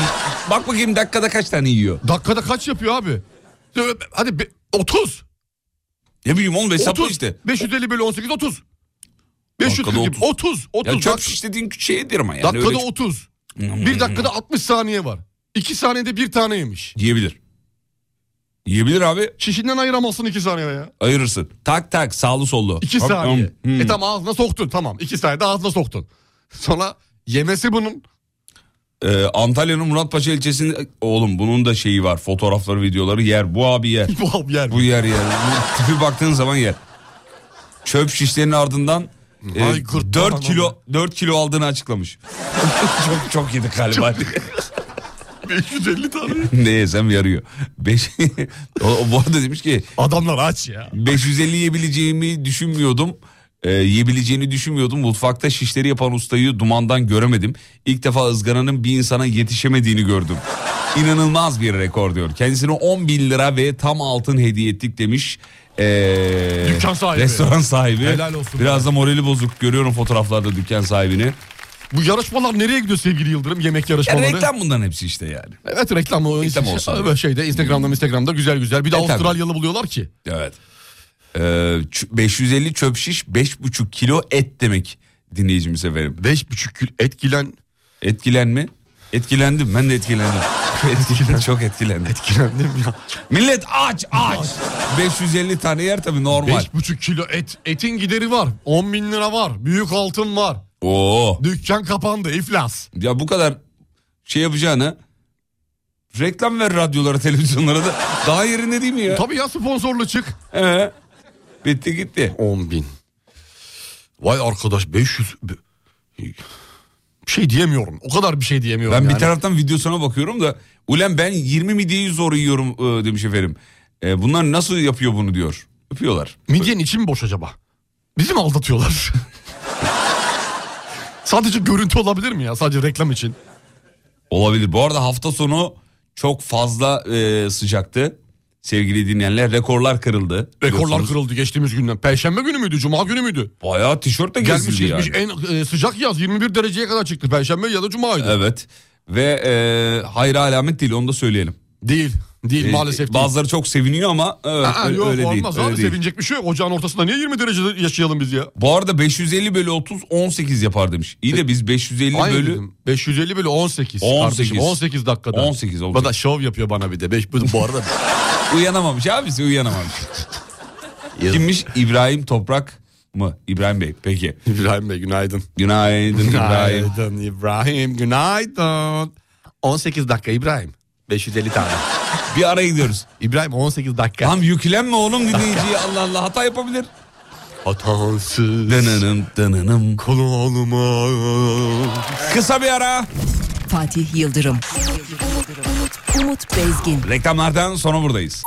Speaker 3: Bak bakayım dakikada kaç tane yiyor?
Speaker 4: Dakikada kaç yapıyor abi? Ee, Hadi be- 30.
Speaker 3: Ne bileyim oğlum hesapla
Speaker 4: 30
Speaker 3: işte.
Speaker 4: 550 bölü 18 30. 540
Speaker 3: 30.
Speaker 4: 30 30.
Speaker 3: Ya
Speaker 4: dak-
Speaker 3: çöp şiş dediğin şeydir ama yani.
Speaker 4: dakikada
Speaker 3: öyle
Speaker 4: 30. Bir dakikada 60 saniye var. 2 saniyede bir tane yemiş.
Speaker 3: Yiyebilir. Yiyebilir abi
Speaker 4: Şişinden ayıramazsın 2 saniye ya.
Speaker 3: ayırırsın. Tak tak sağlı sollu.
Speaker 4: 2
Speaker 3: Hop,
Speaker 4: saniye.
Speaker 3: hop, hmm.
Speaker 4: E tamam ağzına soktun tamam. 2 saniyede ağzına soktun. Sonra yemesi bunun.
Speaker 3: Ee, Antalya'nın Muratpaşa ilçesinde oğlum bunun da şeyi var fotoğrafları videoları yer bu abi yer.
Speaker 4: <laughs> Bu abi yer.
Speaker 3: bu yer yer. Bu Tipi baktığın zaman yer. Çöp şişlerinin ardından e,
Speaker 4: Ay, gırtlağın
Speaker 3: 4
Speaker 4: ama.
Speaker 3: kilo 4 kilo aldığını açıklamış. <laughs> çok çok yedi galiba.
Speaker 4: 550 tane.
Speaker 3: <laughs> ne yesem yarıyor. Beş... <laughs> o, o bu arada demiş ki
Speaker 4: Adamlar aç ya.
Speaker 3: 550 yiyebileceğimi düşünmüyordum. Ee, yiyebileceğini düşünmüyordum. Mutfakta şişleri yapan ustayı dumandan göremedim. İlk defa ızgaranın bir insana yetişemediğini gördüm. İnanılmaz bir rekor diyor. Kendisine 10 bin lira ve tam altın hediye ettik demiş. Ee,
Speaker 4: Dükkan sahibi.
Speaker 3: Restoran sahibi.
Speaker 4: Helal olsun
Speaker 3: Biraz da morali bozuk. Görüyorum fotoğraflarda dükkan sahibini.
Speaker 4: Bu yarışmalar nereye gidiyor sevgili Yıldırım? Yemek
Speaker 3: Ya
Speaker 4: yarışmaları.
Speaker 3: reklam bunların hepsi işte yani.
Speaker 4: Evet reklam. o-
Speaker 3: Reklam olsun. Hmm.
Speaker 4: Böyle şeyde Instagram'da Instagram'da güzel güzel. Bir de
Speaker 3: E, tabii.
Speaker 4: Avustralyalı buluyorlar ki.
Speaker 3: Evet. Ee, ç- 550 çöp şiş 5,5 kilo et demek dinleyicimiz efendim.
Speaker 4: 5,5 kilo etkilen
Speaker 3: Etkilen mi? Etkilendim ben
Speaker 4: <laughs>
Speaker 3: de etkilendim. etkilendim çok etkilendim.
Speaker 4: etkilendim ya.
Speaker 3: Millet aç aç. 550 tane yer tabii normal.
Speaker 4: 5,5 kilo et. Etin gideri var. 10 bin lira var. Büyük altın var.
Speaker 3: Oo.
Speaker 4: Dükkan kapandı. iflas.
Speaker 3: Ya bu kadar şey yapacağını reklam ver radyolara televizyonlara da daha yerinde değil mi ya?
Speaker 4: Tabii ya sponsorlu çık.
Speaker 3: Ee, bitti gitti.
Speaker 4: 10 bin. Vay arkadaş 500. Bir şey diyemiyorum. O kadar bir şey
Speaker 3: Ben
Speaker 4: diyemiyorum yani.
Speaker 3: bir taraftan videosuna bakıyorum da ulan ben 20 midyeyi zor yiyorum e, demiş efendim. E, bunlar nasıl yapıyor bunu diyor. Yapıyorlar.
Speaker 4: Midyenin içi mi boş acaba? Bizi mi
Speaker 3: <laughs>
Speaker 4: aldatıyorlar? Sadece görüntü olabilir mi ya? Sadece reklam için.
Speaker 3: Olabilir. Bu arada hafta sonu çok fazla e, sıcaktı. Sevgili dinleyenler rekorlar kırıldı.
Speaker 4: Rekorlar
Speaker 3: Biliyorsunuz.
Speaker 4: kırıldı geçtiğimiz günden. Perşembe günü müydü? Cuma günü müydü?
Speaker 3: Bayağı tişörtle
Speaker 4: Gelmiş
Speaker 3: gezildi yani.
Speaker 4: geçmiş en e, sıcak yaz 21 dereceye kadar çıktı. Perşembe ya da Cuma'ydı.
Speaker 3: Evet. Ve e, hayra alamet değil onu da söyleyelim.
Speaker 4: Değil. Değil
Speaker 3: E,
Speaker 4: maalesef değil.
Speaker 3: Bazıları çok seviniyor ama evet,
Speaker 4: Aa,
Speaker 3: öyle,
Speaker 4: yok,
Speaker 3: öyle değil.
Speaker 4: olmaz
Speaker 3: öyle
Speaker 4: abi
Speaker 3: değil.
Speaker 4: sevinecek bir şey yok. Ocağın ortasında niye 20 derecede yaşayalım biz ya?
Speaker 3: Bu arada 550 bölü 30 18 yapar demiş. İyi de biz 550
Speaker 4: Aynı
Speaker 3: bölü
Speaker 4: dedim. 550 bölü 18.
Speaker 3: 18.
Speaker 4: Kardeşim 18 dakikada.
Speaker 3: 18 olacak.
Speaker 4: Bana şov yapıyor bana bir de. Beş, bu bu arada
Speaker 3: <laughs> uyanamamış abisi uyanamamış. Kimmiş İbrahim Toprak mı? İbrahim Bey peki.
Speaker 4: İbrahim Bey günaydın.
Speaker 3: Günaydın İbrahim.
Speaker 4: Günaydın İbrahim. Günaydın. 18 dakika İbrahim. 550 tane.
Speaker 3: Bir ara gidiyoruz.
Speaker 4: İbrahim 18 dakika.
Speaker 3: Tam yüklenme oğlum dinleyiciye
Speaker 4: <laughs>
Speaker 3: Allah Allah hata yapabilir.
Speaker 4: Hatansız
Speaker 3: Dınınım dınınım.
Speaker 4: kulağıma.
Speaker 3: Kısa bir ara.
Speaker 1: Fatih Yıldırım. Umut Bezgin.
Speaker 3: Reklamlardan sonra buradayız.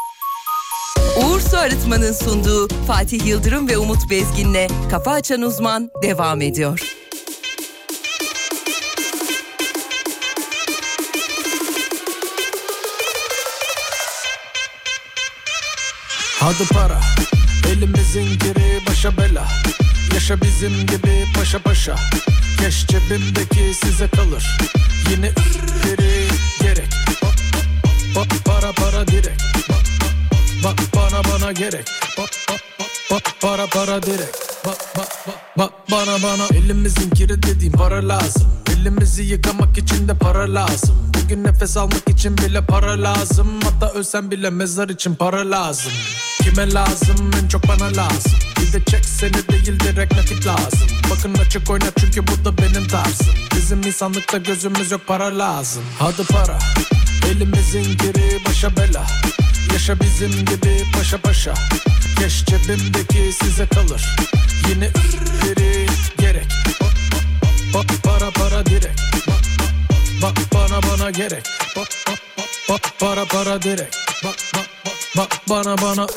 Speaker 1: Uğur Su Arıtma'nın sunduğu Fatih Yıldırım ve Umut Bezgin'le Kafa Açan Uzman devam ediyor.
Speaker 8: Adı para Elimizin giri başa bela Yaşa bizim gibi paşa paşa Keş cebimdeki size kalır Yine biri gerek Bak, bak, bak, Para para direkt Bak, bak, bak, bana bana gerek Bak, bak, bak, bak, Para para direkt Bak bak bak bak bana bana Elimizin kiri dediğim para lazım Elimizi yıkamak için de para lazım Bugün nefes almak için bile para lazım Hatta ölsem bile mezar için para lazım Kime lazım en çok bana lazım Bir de çek seni değil direkt nakit lazım Bakın açık oyna çünkü bu da benim tarzım Bizim insanlıkta gözümüz yok para lazım Hadi para Elimizin giri başa bela Yaşa bizim gibi paşa paşa Keş cebimdeki size kalır Yine biri gerek Bak, bak, bak, Para para direkt Bak, bak, bak, Bana bana gerek Bak, bak, bak, bak, Para para direkt Bak bak bak, bak bana bana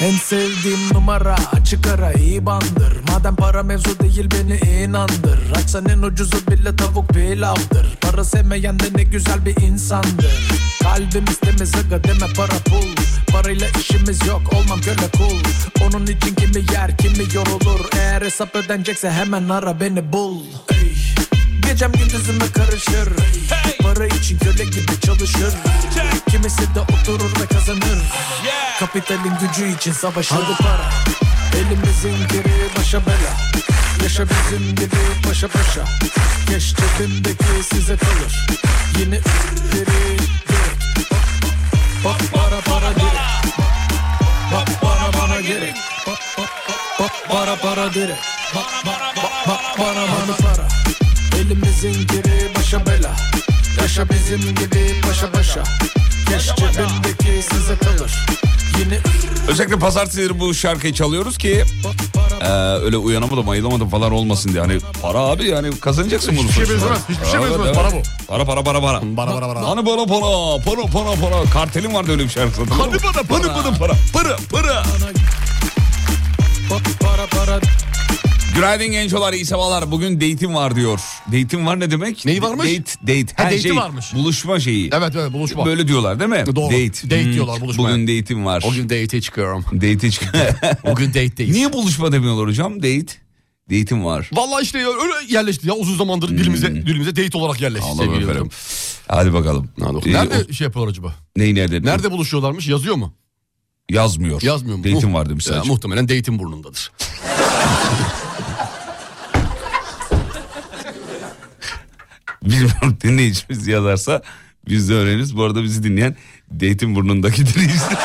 Speaker 8: en sevdiğim numara açık ara ibandır Madem para mevzu değil beni inandır Açsan en ucuzu bile tavuk pilavdır Para sevmeyen de ne güzel bir insandır Kalbim istemiz aga deme para pul Parayla işimiz yok olmam köle kul Onun için kimi yer kimi yorulur Eğer hesap ödenecekse hemen ara beni bul Ey. Gecem gündüzüme karışır Para için köle gibi çalışır Kimisi de oturur ve kazanır Kapitalin gücü için savaşır Hadi para Elimizin geri başa bela Yaşa bizim gibi paşa paşa Geç cebimdeki size kalır Yine biri gerek Bak para para direkt Bak para bana gerek Bak bak bak bak para para direkt Bak bak bak bak para bana para Elimizin geri başa bela Yaşa bizim gibi paşa paşa Keş cebimdeki size kalır Yine
Speaker 3: Özellikle pazartesileri bu şarkıyı çalıyoruz ki eee, öyle uyanamadım ayılamadım falan olmasın diye. Hani para abi yani kazanacaksın bunu.
Speaker 4: Hiçbir şey
Speaker 3: sonuçta.
Speaker 4: benzemez, hiçbir şey
Speaker 3: Evet,
Speaker 4: benzemez.
Speaker 3: evet.
Speaker 4: Para bu.
Speaker 3: Para para para para.
Speaker 4: Para para para.
Speaker 3: Hani para para para para para. Kartelin vardı öyle bir şarkısı. Hani para para para para para para.
Speaker 8: bak para para
Speaker 3: Günaydın gençolar, iyi sabahlar. Bugün date'im var diyor. Date'im var ne demek?
Speaker 4: Neyi varmış?
Speaker 3: Date, date. Her
Speaker 4: date'i
Speaker 3: şey,
Speaker 4: varmış.
Speaker 3: Buluşma şeyi.
Speaker 4: Evet evet buluşma.
Speaker 3: Böyle diyorlar değil mi?
Speaker 4: Doğru.
Speaker 3: Date. Hmm.
Speaker 4: Date diyorlar, buluşma.
Speaker 3: Bugün date'im var.
Speaker 4: O gün date'e çıkıyorum.
Speaker 3: Date'e çık.
Speaker 4: <laughs> O gün date'deyiz.
Speaker 3: Niye buluşma demiyorlar hocam? Date. Date'im var.
Speaker 4: Vallahi işte ya, öyle yerleşti ya uzun zamandır dilimize
Speaker 3: Hmm.
Speaker 4: dilimize date olarak yerleşti
Speaker 3: Allah
Speaker 4: sevgili
Speaker 3: efendim.
Speaker 4: Yıldırım.
Speaker 3: Hadi bakalım. Ee,
Speaker 4: Nerede
Speaker 3: o-
Speaker 4: şey yapıyorlar acaba?
Speaker 3: neyi nerede?
Speaker 4: Nerede buluşuyorlarmış? Yazıyor mu?
Speaker 3: Yazmıyor.
Speaker 4: Yazmıyor mu?
Speaker 3: Date'im
Speaker 4: Muht-
Speaker 3: var demiş
Speaker 4: Ya,
Speaker 3: sadece.
Speaker 4: muhtemelen date'in burnundadır.
Speaker 3: <laughs> Bilmiyorum dinleyicimiz yazarsa biz de öğreniriz. Bu arada bizi dinleyen date'in burnundaki <laughs> dinleyiciler.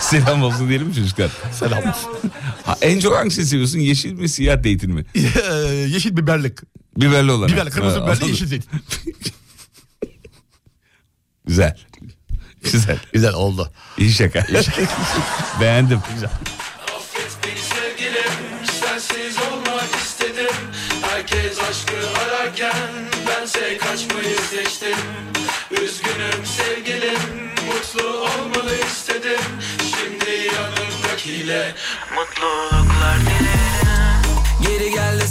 Speaker 3: Selam olsun diyelim mi çocuklar? Selam ha, en çok hangisini seviyorsun? Yeşil mi siyah date'in mi?
Speaker 4: Ee, <laughs> yeşil biberlik.
Speaker 3: Biberli olan.
Speaker 4: Biberli, kırmızı
Speaker 3: Ha,
Speaker 4: biberli,
Speaker 3: anladım.
Speaker 4: yeşil zeytin.
Speaker 3: Güzel. Güzel.
Speaker 4: Güzel oldu.
Speaker 3: İyi şaka. <laughs> Beğendim.
Speaker 9: Beni sevgilim sensiz olmak istedim Herkes aşkı ararken bense kaçmayı seçtim Üzgünüm sevgilim mutlu olmanı istedim Şimdi yanımdakiyle mutluluklar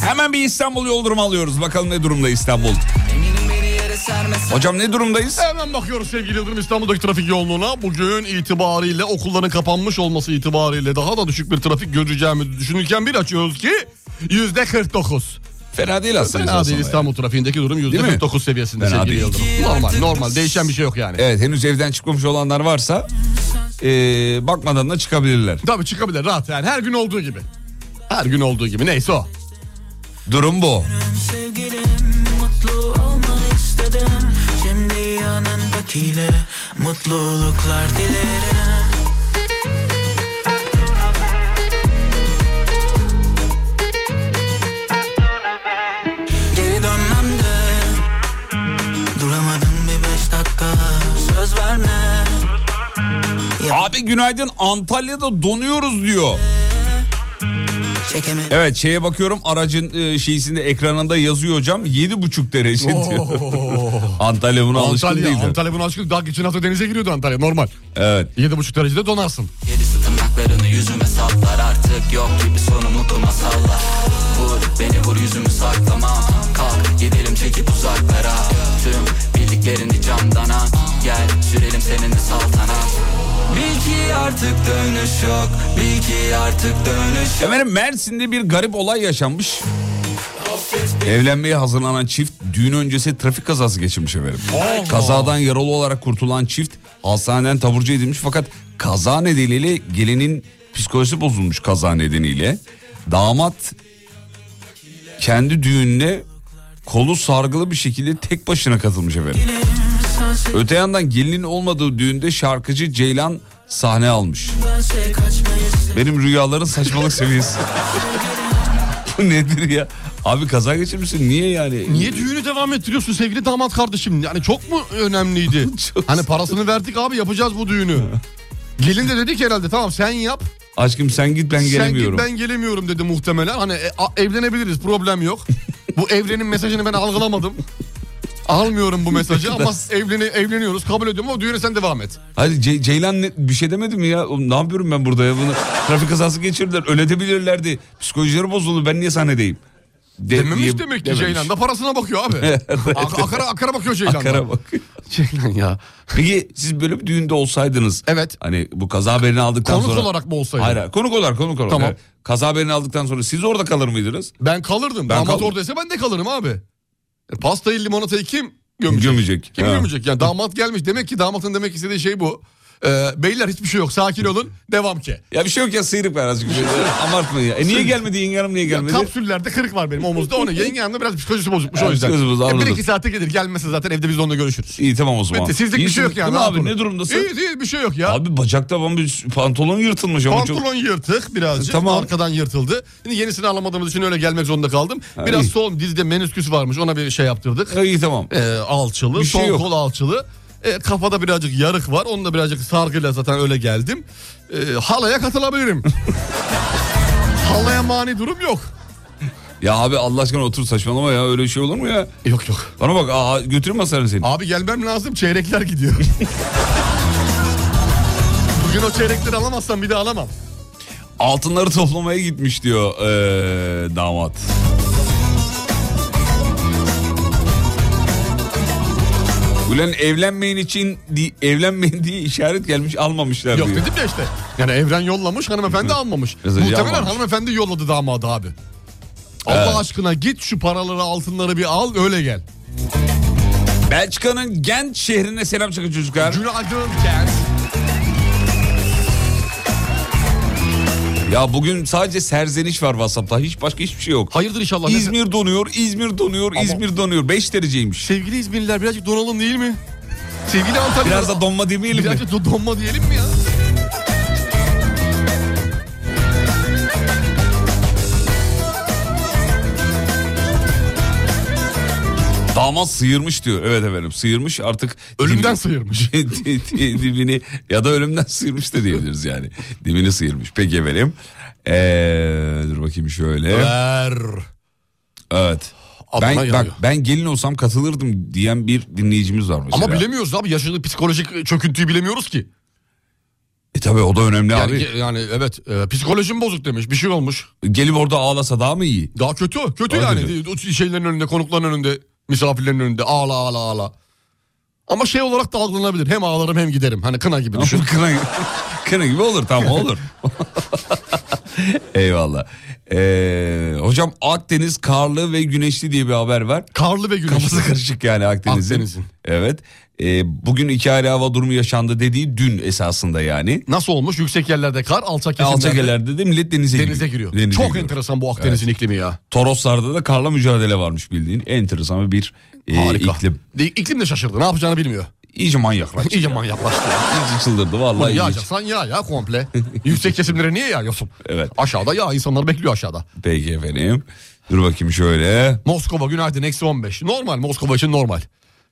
Speaker 3: Hemen bir İstanbul yol durumu alıyoruz. Bakalım ne durumda İstanbul. <laughs> Hocam ne durumdayız?
Speaker 4: Hemen bakıyoruz sevgili Yıldırım İstanbul'daki trafik yoğunluğuna. Bugün itibariyle okulların kapanmış olması itibariyle daha da düşük bir trafik göreceğimizi düşünürken bir açıyoruz ki yüzde 49.
Speaker 3: Fena değil aslında.
Speaker 4: Fena değil
Speaker 3: aslında.
Speaker 4: İstanbul trafiğindeki durum yüzde
Speaker 3: Değil mi?
Speaker 4: 49 seviyesinde
Speaker 3: Fena
Speaker 4: sevgili
Speaker 3: değil.
Speaker 4: Yıldırım. Normal normal değişen bir şey yok yani.
Speaker 3: Evet henüz evden çıkmamış olanlar varsa eee, bakmadan da çıkabilirler.
Speaker 4: Tabii çıkabilir rahat yani her gün olduğu gibi. Her gün olduğu gibi neyse o.
Speaker 3: Durum bu.
Speaker 6: Sevgilim mutlu olmanı istedim Şimdi yanındakiyle mutluluklar dilerim Geri dönmem de Duramadım bir beş dakika Söz verme
Speaker 3: Abi günaydın Antalya'da donuyoruz diyor. Evet şeye bakıyorum aracın e, şeysinde ekranında yazıyor hocam 7,5 derece diyor. <laughs> Antalya buna alışkın
Speaker 4: Antalya,
Speaker 3: değildir.
Speaker 4: Antalya buna alışkın. Daha geçen hafta denize giriyordu Antalya normal.
Speaker 3: Evet.
Speaker 4: 7,5 derecede donarsın.
Speaker 10: Tırnaklarını yüzüme saplar artık yok gibi sonumu kuma salla Vur beni vur yüzümü saklama Kalk gidelim çekip uzaklara Tüm bildiklerini camdana Gel sürelim seninle saltana Bil ki artık dönüş yok Bil ki artık dönüş yok
Speaker 3: Efendim Mersin'de bir garip olay yaşanmış. Evlenmeye hazırlanan çift düğün öncesi trafik kazası geçirmiş efendim. Kazadan yaralı olarak kurtulan çift hastaneden taburcu edilmiş fakat kaza nedeniyle gelinin psikolojisi bozulmuş kaza nedeniyle. Damat kendi düğününe kolu sargılı bir şekilde tek başına katılmış efendim. Öte yandan gelinin olmadığı düğünde şarkıcı Ceylan sahne almış. Benim rüyaların
Speaker 4: <laughs>
Speaker 3: saçmalık seviyesi. Bu nedir ya? Abi kaza geçirmişsin niye yani?
Speaker 4: Niye düğünü devam ettiriyorsun sevgili damat kardeşim? Yani çok mu
Speaker 3: <laughs>
Speaker 4: önemliydi? hani parasını verdik abi yapacağız bu düğünü. Gelin de dedi ki herhalde tamam sen yap.
Speaker 3: Aşkım sen git ben gelemiyorum.
Speaker 4: Sen git ben gelemiyorum dedi muhtemelen. Hani e, a- evlenebiliriz problem
Speaker 3: <laughs>
Speaker 4: yok. bu evrenin mesajını ben algılamadım. Almıyorum bu
Speaker 3: <laughs>
Speaker 4: mesajı ama evleni, evleniyoruz kabul ediyorum ama düğüne sen devam et.
Speaker 3: Hadi Ce- Ceylan ne- bir şey demedi mi ya? Oğlum ne yapıyorum ben burada ya? Bunu trafik kazası geçirdiler. Öyle de bilirlerdi. Psikolojileri bozuldu. Ben niye sahnedeyim? De-
Speaker 4: Dememiş
Speaker 3: diye-
Speaker 4: demek ki
Speaker 3: dememiş.
Speaker 4: Ceylan da parasına bakıyor
Speaker 3: <laughs>
Speaker 4: abi. Ak- akara, akara bakıyor Ceylan da.
Speaker 3: Akara bak.
Speaker 4: <laughs> Ceylan ya.
Speaker 3: Peki siz böyle bir düğünde olsaydınız.
Speaker 4: Evet.
Speaker 3: Hani bu kaza haberini aldıktan
Speaker 4: Konuk
Speaker 3: sonra.
Speaker 4: olarak mı olsaydı?
Speaker 3: Hayır hayır, konuk olarak konuk olarak.
Speaker 4: Tamam.
Speaker 3: Evet. Kaza haberini aldıktan sonra siz orada kalır mıydınız?
Speaker 4: Ben kalırdım.
Speaker 3: Ben
Speaker 4: Damat
Speaker 3: kalırım.
Speaker 4: oradaysa ben de kalırım abi. E, Pastayı limonatayı kim gömecek?
Speaker 3: Gömecek.
Speaker 4: Kim
Speaker 3: Ha.
Speaker 4: gömecek? Yani damat gelmiş. Demek ki damatın demek istediği şey bu. Ee, beyler hiçbir şey yok. Sakin olun. Devam ki.
Speaker 3: Ya bir şey yok ya sıyrık ver azıcık. Abartmayın ya. E niye gelmedi yengarım niye
Speaker 4: Ya
Speaker 3: gelmedi?
Speaker 4: kapsüllerde kırık var benim omuzda. Onu yengemde biraz psikolojisi bozukmuş o
Speaker 3: Evet,
Speaker 4: yüzden.
Speaker 3: psikolojisi bozuk,
Speaker 4: E, bir
Speaker 3: anladım.
Speaker 4: iki saate gelir. Gelmezse zaten evde biz de onunla görüşürüz.
Speaker 3: İyi tamam o zaman.
Speaker 4: Bitti. Sizlik bir şey
Speaker 3: İyisiniz.
Speaker 4: yok yani.
Speaker 3: Değil mi
Speaker 4: rahat
Speaker 3: abi
Speaker 4: olun.
Speaker 3: ne durumdasın?
Speaker 4: İyi değil bir şey yok ya.
Speaker 3: Abi bacakta falan bir pantolon yırtılmış ama çok...
Speaker 4: Pantolon yırtık birazcık.
Speaker 3: Tamam.
Speaker 4: Arkadan yırtıldı. Şimdi yenisini alamadığımız için öyle gelmek zorunda kaldım. Biraz
Speaker 3: iyi.
Speaker 4: sol dizde menisküs varmış. Ona bir şey yaptırdık.
Speaker 3: E, İyi tamam.
Speaker 4: e, alçılı.
Speaker 3: Bir şey
Speaker 4: sol
Speaker 3: yok.
Speaker 4: kol alçılı. E, kafada birazcık yarık var. Onunla birazcık sargıyla zaten öyle geldim. E, halaya
Speaker 3: <laughs>
Speaker 4: katılabilirim. halaya mani durum yok.
Speaker 3: Ya abi Allah aşkına otur saçmalama ya öyle şey olur mu ya?
Speaker 4: Yok yok.
Speaker 3: Bana bak aa, götüreyim hastaneye seni.
Speaker 4: Abi gelmem lazım. Çeyrekler
Speaker 3: <laughs>
Speaker 4: gidiyor. Bugün o çeyrekleri alamazsam bir de alamam.
Speaker 3: Altınları toplamaya gitmiş diyor ee, damat. Ulan evlenmeyin için di- evlenmeyin diye işaret gelmiş almamışlar
Speaker 4: Yok
Speaker 3: diyor.
Speaker 4: dedim ya işte. Yani evren yollamış hanımefendi almamış.
Speaker 3: Mesajı
Speaker 4: Muhtemelen
Speaker 3: almamış.
Speaker 4: hanımefendi yolladı damadı abi. Allah aşkına git şu paraları altınları bir al öyle gel.
Speaker 3: Belçika'nın Gent şehrine selam çakın çocuklar.
Speaker 4: Günaydın gel.
Speaker 3: Ya bugün sadece serzeniş var WhatsApp'ta. Hiç başka hiçbir şey yok.
Speaker 4: Hayırdır inşallah. Ne-
Speaker 3: İzmir donuyor, İzmir donuyor, İzmir donuyor. 5 dereceymiş.
Speaker 4: Sevgili İzmirliler birazcık donalım değil mi? Sevgili Antalya.
Speaker 3: Biraz da donma demeyelim mi?
Speaker 4: birazcık do- donma diyelim mi ya?
Speaker 3: Damat sıyırmış diyor. Evet efendim sıyırmış artık.
Speaker 4: Ölümden sıyırmış.
Speaker 3: <laughs> dibini ya da ölümden sıyırmış da diyebiliriz yani. Dibini sıyırmış. Peki efendim. Ee, dur bakayım şöyle.
Speaker 4: Ver.
Speaker 3: Evet.
Speaker 4: Adına
Speaker 3: Ben,
Speaker 4: yanıyor.
Speaker 3: bak, ben gelin olsam katılırdım diyen bir dinleyicimiz var mesela.
Speaker 4: Ama bilemiyoruz abi yaşadığı psikolojik çöküntüyü bilemiyoruz ki.
Speaker 3: E tabi o da önemli
Speaker 4: Yani,
Speaker 3: abi.
Speaker 4: ge- yani evet e, psikolojim bozuk demiş bir şey olmuş.
Speaker 3: Gelip orada ağlasa daha mı iyi?
Speaker 4: Daha kötü o, kötü
Speaker 3: Daha
Speaker 4: yani.
Speaker 3: kötü.
Speaker 4: O Şeylerin önünde konukların önünde misafirlerin önünde ağla ağla ağla. Ama şey olarak da algılanabilir. Hem ağlarım hem giderim. Hani kına gibi düşün.
Speaker 3: Ama kına, gibi- kına gibi olur <laughs> tamam olur. Eyvallah. Ee, hocam Akdeniz karlı ve güneşli diye bir haber var.
Speaker 4: Karlı ve güneşli.
Speaker 3: Kafası karışık yani Akdeniz'in.
Speaker 4: Akdeniz'in.
Speaker 3: Evet. Ee, bugün iki ayrı hava durumu yaşandı dediği dün esasında yani. Ee,
Speaker 4: Nasıl olmuş? Yüksek yerlerde kar, alçak kesimlerde
Speaker 3: Alçak yerlerde de millet denize,
Speaker 4: <laughs> denize giriyor.
Speaker 3: Denize
Speaker 4: Çok
Speaker 3: giriyor.
Speaker 4: enteresan bu <laughs> Akdeniz'in iklimi ya.
Speaker 3: Toroslarda da karla mücadele varmış bildiğin. Enteresan bir e,
Speaker 4: Harika.
Speaker 3: iklim.
Speaker 4: De- İklim de şaşırdı. Ne yapacağını bilmiyor.
Speaker 3: İyice manyaklaştı.
Speaker 4: <laughs> İyice manyaklaştı.
Speaker 3: İyice çıldırdı vallahi. iyice.
Speaker 4: Yağacaksan yağ ya komple. <laughs> Yüksek kesimlere niye yağıyorsun?
Speaker 3: Evet.
Speaker 4: Aşağıda yağ insanlar bekliyor aşağıda.
Speaker 3: Peki efendim. Dur bakayım şöyle.
Speaker 4: Moskova günaydın eksi 15. Normal Moskova için normal.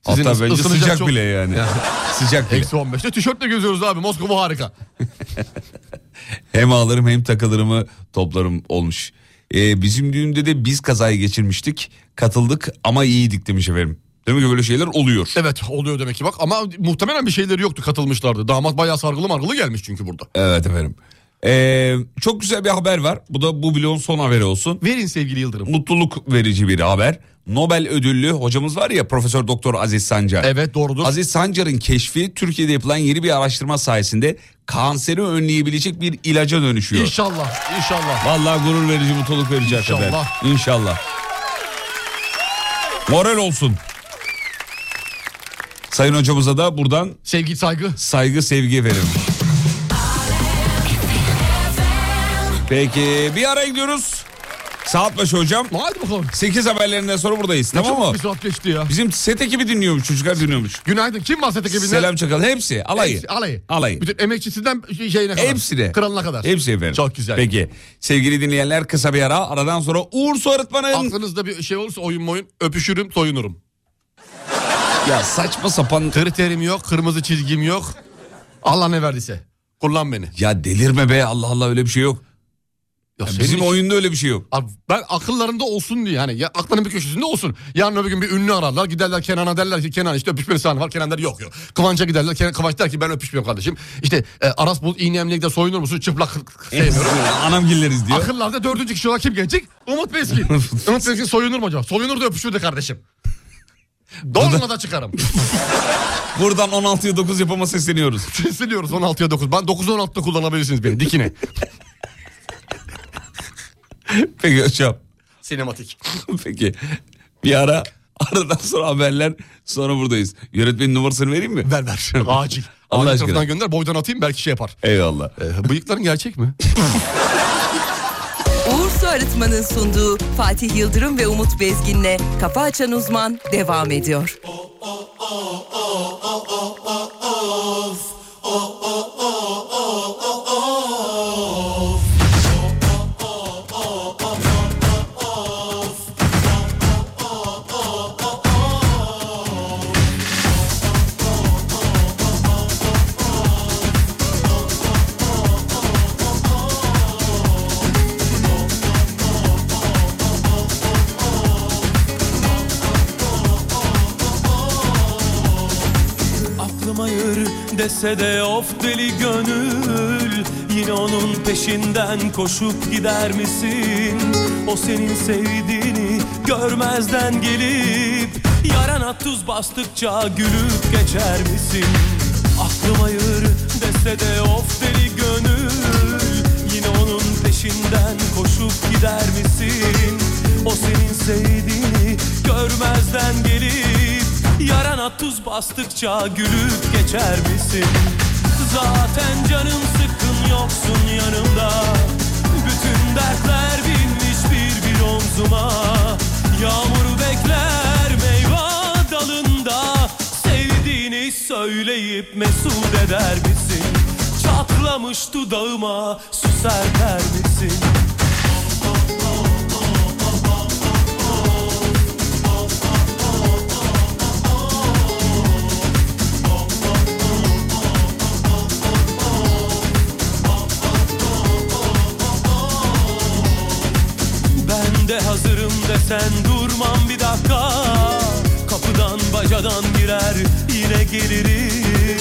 Speaker 4: Sizin
Speaker 3: Hatta
Speaker 4: ıs-
Speaker 3: bence
Speaker 4: ısınacak
Speaker 3: sıcak
Speaker 4: çok-
Speaker 3: bile yani. <laughs> sıcak bile.
Speaker 4: Eksi 15'te tişörtle geziyoruz abi Moskova harika.
Speaker 3: Hem ağlarım hem takılarımı toplarım olmuş. Ee, bizim düğünde de biz kazayı geçirmiştik. Katıldık ama iyiydik demiş efendim. Demek ki böyle şeyler oluyor.
Speaker 4: Evet oluyor demek ki bak ama muhtemelen bir şeyleri yoktu katılmışlardı. Damat bayağı sargılı margılı gelmiş çünkü burada.
Speaker 3: Evet efendim. Ee, çok güzel bir haber var. Bu da bu bloğun son haberi olsun.
Speaker 4: Verin sevgili Yıldırım.
Speaker 3: Mutluluk verici bir haber. Nobel ödüllü hocamız var ya Profesör Doktor Aziz Sancar.
Speaker 4: Evet doğrudur.
Speaker 3: Aziz Sancar'ın keşfi Türkiye'de yapılan yeni bir araştırma sayesinde kanseri önleyebilecek bir ilaca dönüşüyor.
Speaker 4: İnşallah inşallah.
Speaker 3: Vallahi gurur verici, mutluluk verici
Speaker 4: İnşallah.
Speaker 3: hakikaten. İnşallah. Moral olsun. Sayın hocamıza da buradan
Speaker 4: Sevgi saygı.
Speaker 3: saygı sevgi verelim. Peki bir ara gidiyoruz. Saat başı hocam.
Speaker 4: Hadi bakalım.
Speaker 3: 8 haberlerinden sonra buradayız
Speaker 4: Ne
Speaker 3: tamam
Speaker 4: çabuk bir
Speaker 3: mı?
Speaker 4: saat geçti ya.
Speaker 3: Bizim set ekibi dinliyormuş çocuklar dinliyormuş.
Speaker 4: Günaydın. Kim bahset ekibinden?
Speaker 3: Selam Çakal hepsi alayı.
Speaker 4: Hepsi, alayı.
Speaker 3: Alayı.
Speaker 4: Bütün emekçisinden şey- şeyine kadar.
Speaker 3: Hepsine.
Speaker 4: Kralına kadar.
Speaker 3: Hepsi efendim.
Speaker 4: Çok güzel.
Speaker 3: Peki sevgili dinleyenler kısa bir ara aradan sonra Uğur Su Arıtman'ın...
Speaker 4: Aklınızda bir şey olursa oyun moyun öpüşürüm soyunurum.
Speaker 3: Ya saçma sapan...
Speaker 4: Kriterim yok, kırmızı çizgim yok. Allah ne verdiyse. Kullan beni.
Speaker 3: Ya delirme be Allah Allah öyle bir şey yok.
Speaker 4: Ya
Speaker 3: Ya
Speaker 4: senin
Speaker 3: bizim
Speaker 4: için-
Speaker 3: oyunda öyle bir şey yok.
Speaker 4: Abi ben akıllarında olsun diye yani ya aklının bir köşesinde olsun. Yarın öbür gün bir ünlü ararlar giderler Kenan'a derler ki Kenan işte öpüşme sahnesi var Kenan der yok yok. Kıvanç'a giderler Kenan, Kıvanç der ki ben öpüşmüyorum kardeşim. İşte e, Aras Bulut iğnemliğe de soyunur musun çıplak sevmiyorum.
Speaker 3: <laughs> Anam gilleriz diyor.
Speaker 4: Akıllarda dördüncü kişi olarak kim gelecek? Umut
Speaker 3: <laughs>
Speaker 4: Bezgin. Umut Bezgin soyunur mu acaba? Soyunur da öpüşür de kardeşim. Donla da çıkarım.
Speaker 3: <laughs> Buradan 16'ya 9 yapama sesleniyoruz.
Speaker 4: Sesleniyoruz 16'ya 9. Ben 9'a 16'da kullanabilirsiniz beni dikine.
Speaker 3: <laughs> Peki hocam.
Speaker 4: Sinematik.
Speaker 3: <laughs> Peki. Bir ara aradan sonra haberler sonra buradayız. Yönetmenin numarasını vereyim mi? <laughs>
Speaker 4: Ver ver. Acil.
Speaker 3: Allah
Speaker 4: Acil
Speaker 3: aşkına.
Speaker 4: tarafından gönder boydan atayım belki şey yapar.
Speaker 3: Eyvallah.
Speaker 4: Ee, bıyıkların gerçek
Speaker 3: <laughs>
Speaker 4: mi?
Speaker 1: Uğur Su Arıtman'ın sunduğu Fatih Yıldırım ve Umut Bezgin'le Kafa Açan Uzman devam ediyor.
Speaker 9: Aklıma yürü dese de of deli gönül Yine onun peşinden koşup gider misin? O senin sevdiğini görmezden gelip Yarana tuz bastıkça gülüp geçer misin? Aklıma yürü dese de of deli gönül Yine onun peşinden koşup gider misin? O senin sevdiğini görmezden gelip Yarana tuz bastıkça gülüp geçer misin? Zaten canım sıkkın yoksun yanımda Bütün dertler binmiş bir bir omzuma Yağmur bekler meyve dalında Sevdiğini söyleyip mesut eder misin? Çatlamış dudağıma su serper misin? Ben de hazırım desen durmam bir dakika Kapıdan bacadan girer yine gelirim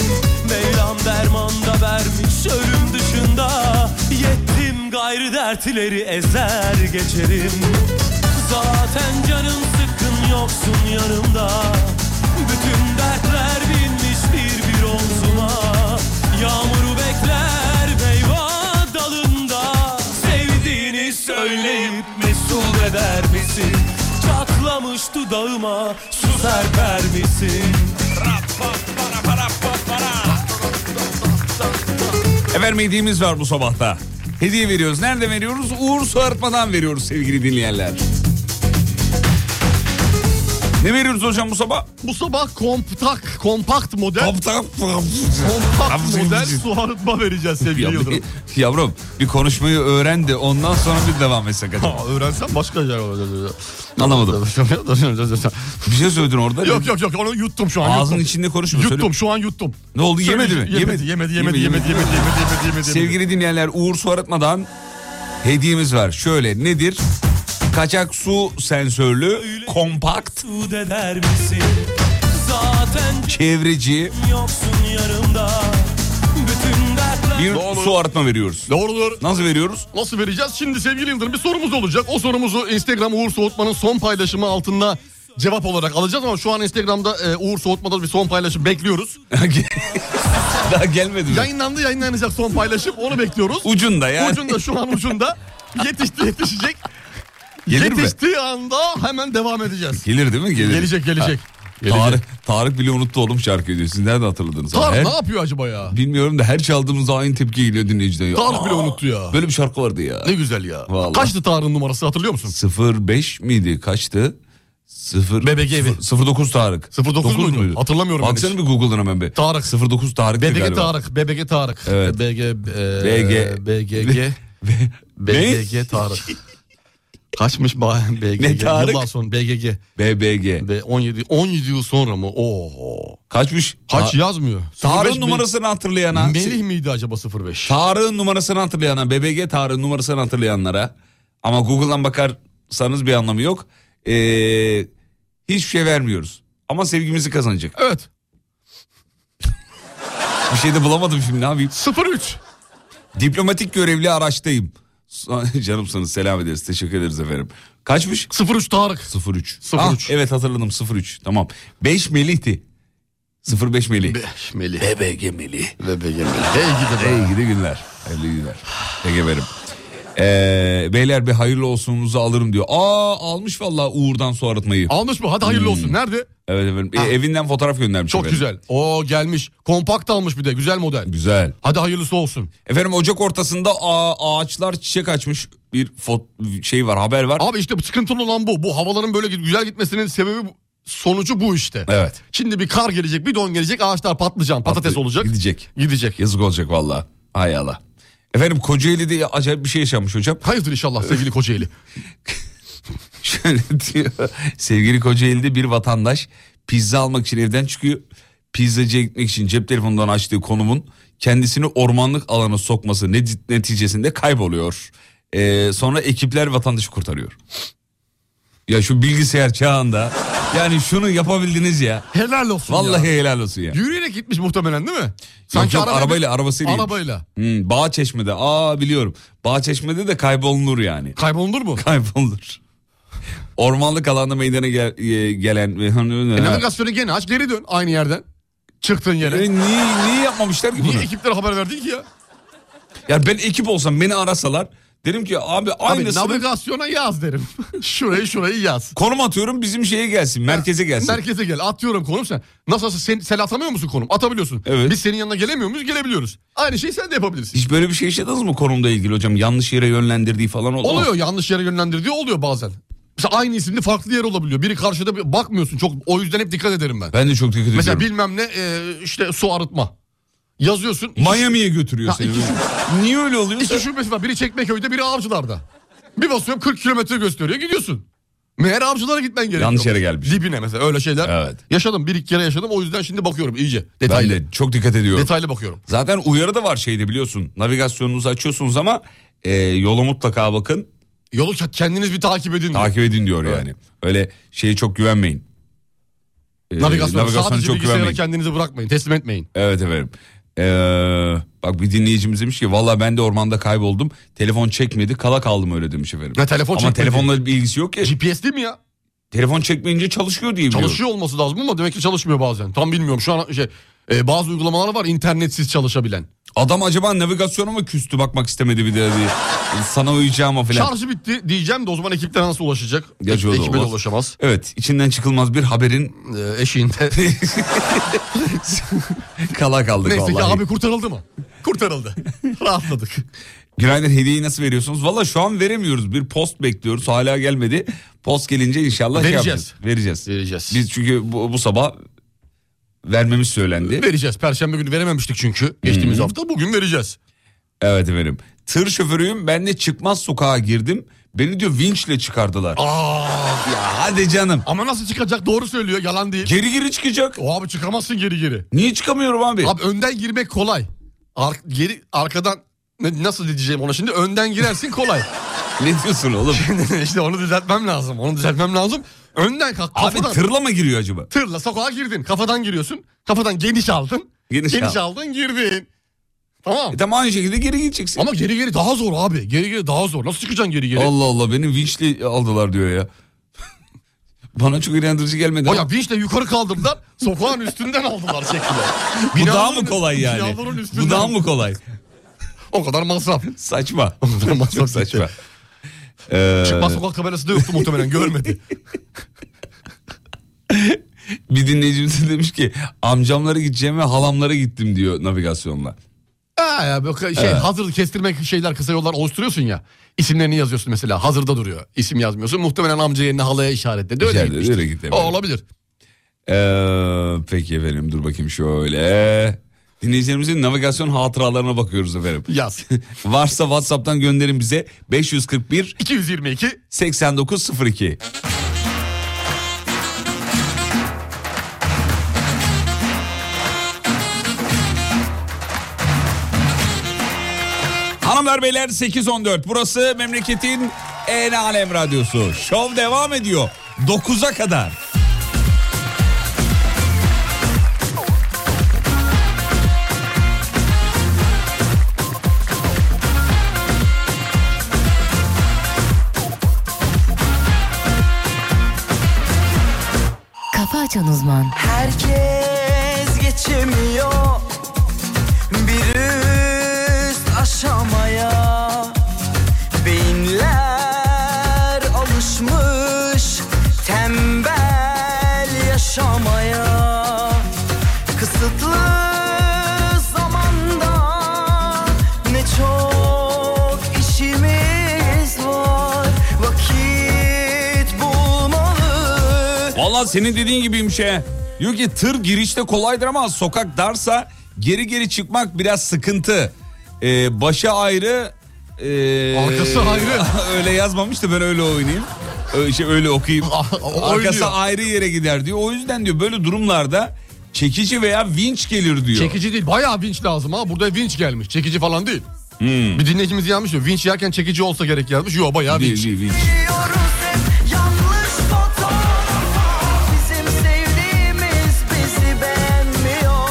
Speaker 9: Mevlam derman da vermiş ölüm dışında Yettim gayrı dertleri ezer geçerim Zaten canım sıkkın yoksun yanımda Bütün dertler binmiş bir bir omzuma Yağmuru bekler meyve dalında Sevdiğini söyleyip mesul eder misin? Çatlamış dudağıma su serper misin?
Speaker 3: Efendim hediyemiz var bu sabahta. Hediye veriyoruz. Nerede veriyoruz? Uğur Su Arıtma'dan veriyoruz sevgili dinleyenler. Ne veriyoruz hocam bu sabah?
Speaker 4: Bu sabah kompakt, kompakt model, kompakt model su arıtma vereceğiz sevgili
Speaker 3: Yavrum,
Speaker 4: Yıldırım.
Speaker 3: <laughs> yavrum bir konuşmayı öğren de ondan sonra bir devam etsek hadi.
Speaker 4: Ha, öğrensen başka şey olacak.
Speaker 3: Anlamadım. Bir şey söyledin orada.
Speaker 4: yok yok yok onu yuttum şu an.
Speaker 3: Ağzının
Speaker 4: yuttum.
Speaker 3: içinde konuşma.
Speaker 4: Yuttum
Speaker 3: Söyle.
Speaker 4: şu an yuttum.
Speaker 3: Ne oldu yemedi mi?
Speaker 4: Yemedi yemedi yemedi yemedi yemedi yemedi yemedi. yemedi.
Speaker 3: Sevgili dinleyenler Uğur Su Arıtma'dan hediyemiz var. Şöyle nedir? Kaçak su sensörlü, kompakt,
Speaker 9: Tut eder misin? Zaten
Speaker 3: çevreci
Speaker 9: yoksun yanımda Bütün dertler
Speaker 3: bir su arıtma veriyoruz.
Speaker 4: Doğrudur.
Speaker 3: Nasıl veriyoruz?
Speaker 4: Nasıl vereceğiz? Şimdi sevgili Yıldırım bir sorumuz olacak. O sorumuzu Instagram Uğur Soğutman'ın son paylaşımı altında cevap olarak alacağız ama şu an Instagram'da e, Uğur Soğutman'da bir son paylaşım bekliyoruz.
Speaker 3: <laughs> Daha gelmedi mi?
Speaker 4: Yayınlandı yayınlanacak son paylaşım onu bekliyoruz.
Speaker 3: Ucunda yani.
Speaker 4: Ucunda şu an ucunda yetişti yetişecek.
Speaker 3: Gelir mi?
Speaker 4: Yetiştiği anda hemen devam edeceğiz.
Speaker 3: Gelir değil mi? Gelir.
Speaker 4: Gelecek gelecek. Gelecek.
Speaker 3: Tarık, Tarık bile unuttu oğlum şarkıyı diyor. Siz nereden hatırladınız?
Speaker 4: Tarık
Speaker 3: Her-
Speaker 4: ne yapıyor acaba ya?
Speaker 3: Bilmiyorum da her çaldığımızda aynı tepki geliyor dinleyiciden. ya.
Speaker 4: Tarık
Speaker 3: Aa,
Speaker 4: bile unuttu ya.
Speaker 3: Böyle bir şarkı vardı ya.
Speaker 4: Ne güzel ya.
Speaker 3: Vallahi.
Speaker 4: Kaçtı Tarık'ın numarası hatırlıyor musun?
Speaker 3: 05 miydi? Kaçtı? 0
Speaker 4: BBG evi.
Speaker 3: 09 Tarık.
Speaker 4: 09
Speaker 3: Dokuz
Speaker 4: muydu? Hatırlamıyorum ben
Speaker 3: Baksana
Speaker 4: hiç.
Speaker 3: bir Google'dan hemen be.
Speaker 4: Tarık.
Speaker 3: 09 Tarık.
Speaker 4: BBG Tarık, BBG Tarık.
Speaker 3: Evet.
Speaker 4: BG, e,
Speaker 3: BG.
Speaker 4: BGG, BGG Tarık. Kaçmış ba- BGG?
Speaker 3: <laughs> Ne Tarık?
Speaker 4: Yıllar sonra BGG.
Speaker 3: BBG.
Speaker 4: Ve 17, 17 yıl sonra mı? Oo.
Speaker 3: Kaçmış?
Speaker 4: Kaç
Speaker 3: Ta-
Speaker 4: yazmıyor. 05
Speaker 3: Tarık'ın
Speaker 4: mi-
Speaker 3: numarasını hatırlayana. Şey,
Speaker 4: Melih miydi acaba 05?
Speaker 3: Tarık'ın numarasını hatırlayana. BBG Tarık'ın numarasını hatırlayanlara. Ama Google'dan bakarsanız bir anlamı yok. Ee, hiçbir şey vermiyoruz. Ama sevgimizi kazanacak.
Speaker 4: Evet.
Speaker 3: Bir şey de bulamadım şimdi ne yapayım?
Speaker 4: 03.
Speaker 3: Diplomatik görevli araçtayım. <laughs> Canımsınız selam ederiz teşekkür ederiz efendim. Kaçmış?
Speaker 4: 03 Tarık.
Speaker 3: 03.
Speaker 4: 03.
Speaker 3: Ah, evet hatırladım 03 tamam. 5 Melih'ti. 05 Melih.
Speaker 4: Melih.
Speaker 3: BBG Melih.
Speaker 4: BBG Melih. Hey gidi be.
Speaker 3: İyi gidi günler. Hayırlı günler. Peki efendim. Ee, beyler bir hayırlı olsununuzu alırım diyor. Aa almış vallahi Uğur'dan su arıtmayı. Hmm.
Speaker 4: Almış mı? Hadi hayırlı olsun. Nerede? Ah.
Speaker 3: Evet efendim. E, evinden fotoğraf göndermiş.
Speaker 4: Çok
Speaker 3: efendim.
Speaker 4: güzel. Oo gelmiş. Kompakt almış bir de. Güzel model.
Speaker 3: Güzel.
Speaker 4: Hadi hayırlısı olsun.
Speaker 3: Efendim Ocak ortasında aa, ağaçlar çiçek açmış. Bir fot- şey var haber var.
Speaker 4: Abi işte bu sıkıntılı olan bu. Bu havaların böyle güzel gitmesinin sebebi bu- sonucu bu işte.
Speaker 3: Evet.
Speaker 4: Şimdi bir kar gelecek, bir don gelecek, ağaçlar patlıcan, patates
Speaker 3: Patlı-
Speaker 4: olacak.
Speaker 3: Gidecek.
Speaker 4: Gidecek.
Speaker 3: Yazık olacak valla. Hay Allah. Efendim Kocaeli'de acayip bir şey yaşanmış hocam.
Speaker 4: Hayırdır inşallah sevgili Kocaeli.
Speaker 3: <laughs> Şöyle diyor. Sevgili Kocaeli'de bir vatandaş pizza almak için evden çıkıyor. Pizzacıya gitmek için cep telefonundan açtığı konumun kendisini ormanlık alana sokması ne- neticesinde kayboluyor. Ee, sonra ekipler vatandaşı kurtarıyor. Ya şu bilgisayar çağında yani şunu yapabildiniz ya.
Speaker 4: Helal olsun
Speaker 3: Vallahi
Speaker 4: ya.
Speaker 3: helal olsun ya.
Speaker 4: Yürüyerek gitmiş muhtemelen değil mi?
Speaker 3: yok, arabayla, arabasıyla gitmiş.
Speaker 4: Arabayla.
Speaker 3: Hmm, Bağçeşme'de aa biliyorum. Bağçeşme'de de kaybolunur yani.
Speaker 4: Kaybolunur mu?
Speaker 3: <laughs> Kaybolunur. Ormanlık alanda meydana gel- e, gelen...
Speaker 4: E, navigasyonu gene aç geri dön aynı yerden. Çıktığın yere.
Speaker 3: E, niye, niye yapmamışlar ki bunu?
Speaker 4: Niye ekiplere haber verdin ki ya?
Speaker 3: Ya ben ekip olsam beni arasalar derim ki abi
Speaker 4: Abi
Speaker 3: aynısını
Speaker 4: navigasyona yaz derim. <laughs> şurayı şurayı yaz.
Speaker 3: konum atıyorum bizim şeye gelsin merkeze gelsin.
Speaker 4: Merkeze gel atıyorum konum sen. Nasıl olsa sen, sen atamıyor musun konum? Atabiliyorsun.
Speaker 3: Evet.
Speaker 4: Biz senin yanına gelemiyor muyuz? Gelebiliyoruz. Aynı şeyi sen de yapabilirsin.
Speaker 3: <laughs> Hiç böyle bir şey yaşadınız mı konumla ilgili hocam? Yanlış yere yönlendirdiği falan oldu mu?
Speaker 4: Oluyor yanlış yere yönlendirdiği oluyor bazen. Mesela aynı isimli farklı yer olabiliyor. Biri karşıda bir- bakmıyorsun çok o yüzden hep dikkat ederim ben.
Speaker 3: Ben de çok dikkat ediyorum.
Speaker 4: Mesela bilmem ne e, işte su arıtma. Yazıyorsun. iki-
Speaker 3: Miami'ye götürüyor
Speaker 4: Ha,
Speaker 3: seni.
Speaker 4: iki-
Speaker 3: Niye öyle oluyor?
Speaker 4: İki şubesi var. Biri Çekmeköy'de biri Avcılar'da. Bir basıyorum 40 kilometre gösteriyor gidiyorsun. Meğer Avcılar'a gitmen gerekiyor.
Speaker 3: Yanlış yere gelmiş.
Speaker 4: Dibine mesela <laughs> öyle şeyler.
Speaker 3: Evet.
Speaker 4: Yaşadım bir iki kere yaşadım o yüzden şimdi bakıyorum iyice.
Speaker 3: Ben
Speaker 4: Detaylı.
Speaker 3: de çok dikkat ediyorum.
Speaker 4: Detaylı bakıyorum.
Speaker 3: Zaten uyarı da var şeyde biliyorsun. Navigasyonunuzu açıyorsunuz ama e, yola mutlaka bakın.
Speaker 4: Yolu ke- kendiniz bir takip edin. diyor.
Speaker 3: Takip edin diyor yani. Öyle şeye çok güvenmeyin. E,
Speaker 4: Navigasyonu
Speaker 3: navigasyona
Speaker 4: sadece bilgisayara kendinizi bırakmayın. Teslim etmeyin.
Speaker 3: Evet efendim. Ee, bak bir dinleyicimiz demiş ki valla ben de ormanda kayboldum. Telefon çekmedi kala kaldım öyle demiş efendim.
Speaker 4: Ya telefon
Speaker 3: Ama
Speaker 4: çekmedi.
Speaker 3: telefonla bir ilgisi yok ya.
Speaker 4: GPS değil mi ya?
Speaker 3: Telefon çekmeyince çalışıyor diye biliyorum.
Speaker 4: Çalışıyor olması lazım ama demek ki çalışmıyor bazen. Tam bilmiyorum şu an şey e, bazı uygulamalar var internetsiz çalışabilen.
Speaker 3: Adam acaba navigasyona mı küstü bakmak istemedi bir de diye. Sana uyuyacağıma falan.
Speaker 4: Şarjı bitti diyeceğim de o zaman ekipten nasıl ulaşacak?
Speaker 3: Gerçi o da
Speaker 4: Ekibe de
Speaker 3: olmaz.
Speaker 4: ulaşamaz.
Speaker 3: Evet içinden çıkılmaz bir haberin
Speaker 4: E, eşiğinde.
Speaker 3: <laughs> kala kaldık
Speaker 4: Neyse ki
Speaker 3: vallahi.
Speaker 4: abi kurtarıldı mı? Kurtarıldı. Rahatladık.
Speaker 3: Günaydın hediyeyi nasıl veriyorsunuz? Valla şu an veremiyoruz. Bir post bekliyoruz. Hala gelmedi. Post gelince inşallah şey
Speaker 4: Vereceğiz.
Speaker 3: yapacağız. Vereceğiz.
Speaker 4: Vereceğiz.
Speaker 3: Biz çünkü bu, bu sabah vermemiz söylendi.
Speaker 4: Vereceğiz. Perşembe günü verememiştik çünkü. Geçtiğimiz hafta bugün vereceğiz.
Speaker 3: Evet efendim. Tır şoförüyüm ben de çıkmaz sokağa girdim. Beni diyor vinçle çıkardılar.
Speaker 4: Aa,
Speaker 3: Ya hadi canım.
Speaker 4: ama nasıl çıkacak doğru söylüyor yalan değil.
Speaker 3: Geri geri çıkacak.
Speaker 4: O abi çıkamazsın geri geri.
Speaker 3: Niye çıkamıyorum abi?
Speaker 4: Abi önden girmek kolay. Ar- geri arkadan Ne- Nasıl diyeceğim ona şimdi? Önden girersin
Speaker 3: <laughs>
Speaker 4: kolay. ne diyorsun oğlum? Şimdi <laughs> işte onu düzeltmem lazım. Onu düzeltmem lazım. Önden kalk.
Speaker 3: Abi tırla mı giriyor acaba?
Speaker 4: Tırla sokağa girdin. Kafadan giriyorsun. Kafadan geniş aldın.
Speaker 3: Geniş al. E
Speaker 4: aldın girdin. Tamam.
Speaker 3: tamam aynı şekilde geri gideceksin.
Speaker 4: Ama geri geri daha zor abi. Geri geri daha zor. Nasıl çıkacaksın geri geri?
Speaker 3: Allah Allah benim vinçli aldılar diyor ya. <laughs> Bana çok inandırıcı gelmedi.
Speaker 4: Baya vinçle yukarı kaldırdılar. Sokağın üstünden aldılar şekilde.
Speaker 3: <laughs> Bu daha
Speaker 4: Binaların-
Speaker 3: mı kolay yani?
Speaker 4: binaların
Speaker 3: Bu
Speaker 4: üstünden.
Speaker 3: daha mı kolay?
Speaker 4: O kadar masraf.
Speaker 3: Saçma. Çok saçma. Ee,
Speaker 4: Çıkmaz sokak tabelası da yoktu muhtemelen
Speaker 3: <laughs>
Speaker 4: görmedi.
Speaker 3: Bir dinleyicimiz de demiş ki amcamlara gideceğime halamlara gittim diyor navigasyonla.
Speaker 4: Ha ya böyle şey
Speaker 3: Evet.
Speaker 4: hazır kestirmek şeyler kısa yollar oluşturuyorsun ya. İsimlerini yazıyorsun mesela hazırda duruyor. İsim yazmıyorsun muhtemelen amca yerine halaya işaretledi. Öyle
Speaker 3: İçeride,
Speaker 4: gitmiştir.
Speaker 3: öyle gitti
Speaker 4: O
Speaker 3: efendim.
Speaker 4: olabilir.
Speaker 3: Ee, peki efendim dur bakayım şöyle. Dinleyicilerimizin navigasyon hatıralarına bakıyoruz efendim.
Speaker 4: Yaz.
Speaker 3: <laughs> Varsa Whatsapp'tan gönderin bize 541
Speaker 4: 222
Speaker 3: 8902. Hanımlar beyler 8.14 burası memleketin en alem radyosu. Şov devam ediyor 9'a kadar.
Speaker 11: Kafa Açan Uzman
Speaker 6: Herkes geçemiyor bir üst aşamaya Beyinler alışmış tembel yaşamaya Kısıtlı zamanda ne çok işimiz var Vakit bulmalı
Speaker 3: Valla senin dediğin gibiymiş he. Diyor ki tır girişte kolaydır ama sokak darsa geri geri çıkmak biraz sıkıntı. Ee, başı ayrı. ee,
Speaker 4: Arkası ayrı.
Speaker 3: <laughs> öyle yazmamış da ben öyle oynayayım. Ö- şey, öyle okuyayım.
Speaker 4: <laughs> o
Speaker 3: Arkası
Speaker 4: oynuyor.
Speaker 3: ayrı yere gider diyor. O yüzden diyor böyle durumlarda çekici veya vinç gelir diyor.
Speaker 4: Çekici değil bayağı vinç lazım ha. Burada vinç gelmiş. Çekici falan değil. Bir dinleyicimiz yazmış ya vinç yerken çekici olsa gerek yazmış. Yok bayağı
Speaker 3: Hmm. Değil,
Speaker 4: vinç.
Speaker 3: değil, vinç.
Speaker 6: Yanlış fotoğrafa Bizim sevdiğimiz bizi beğenmiyor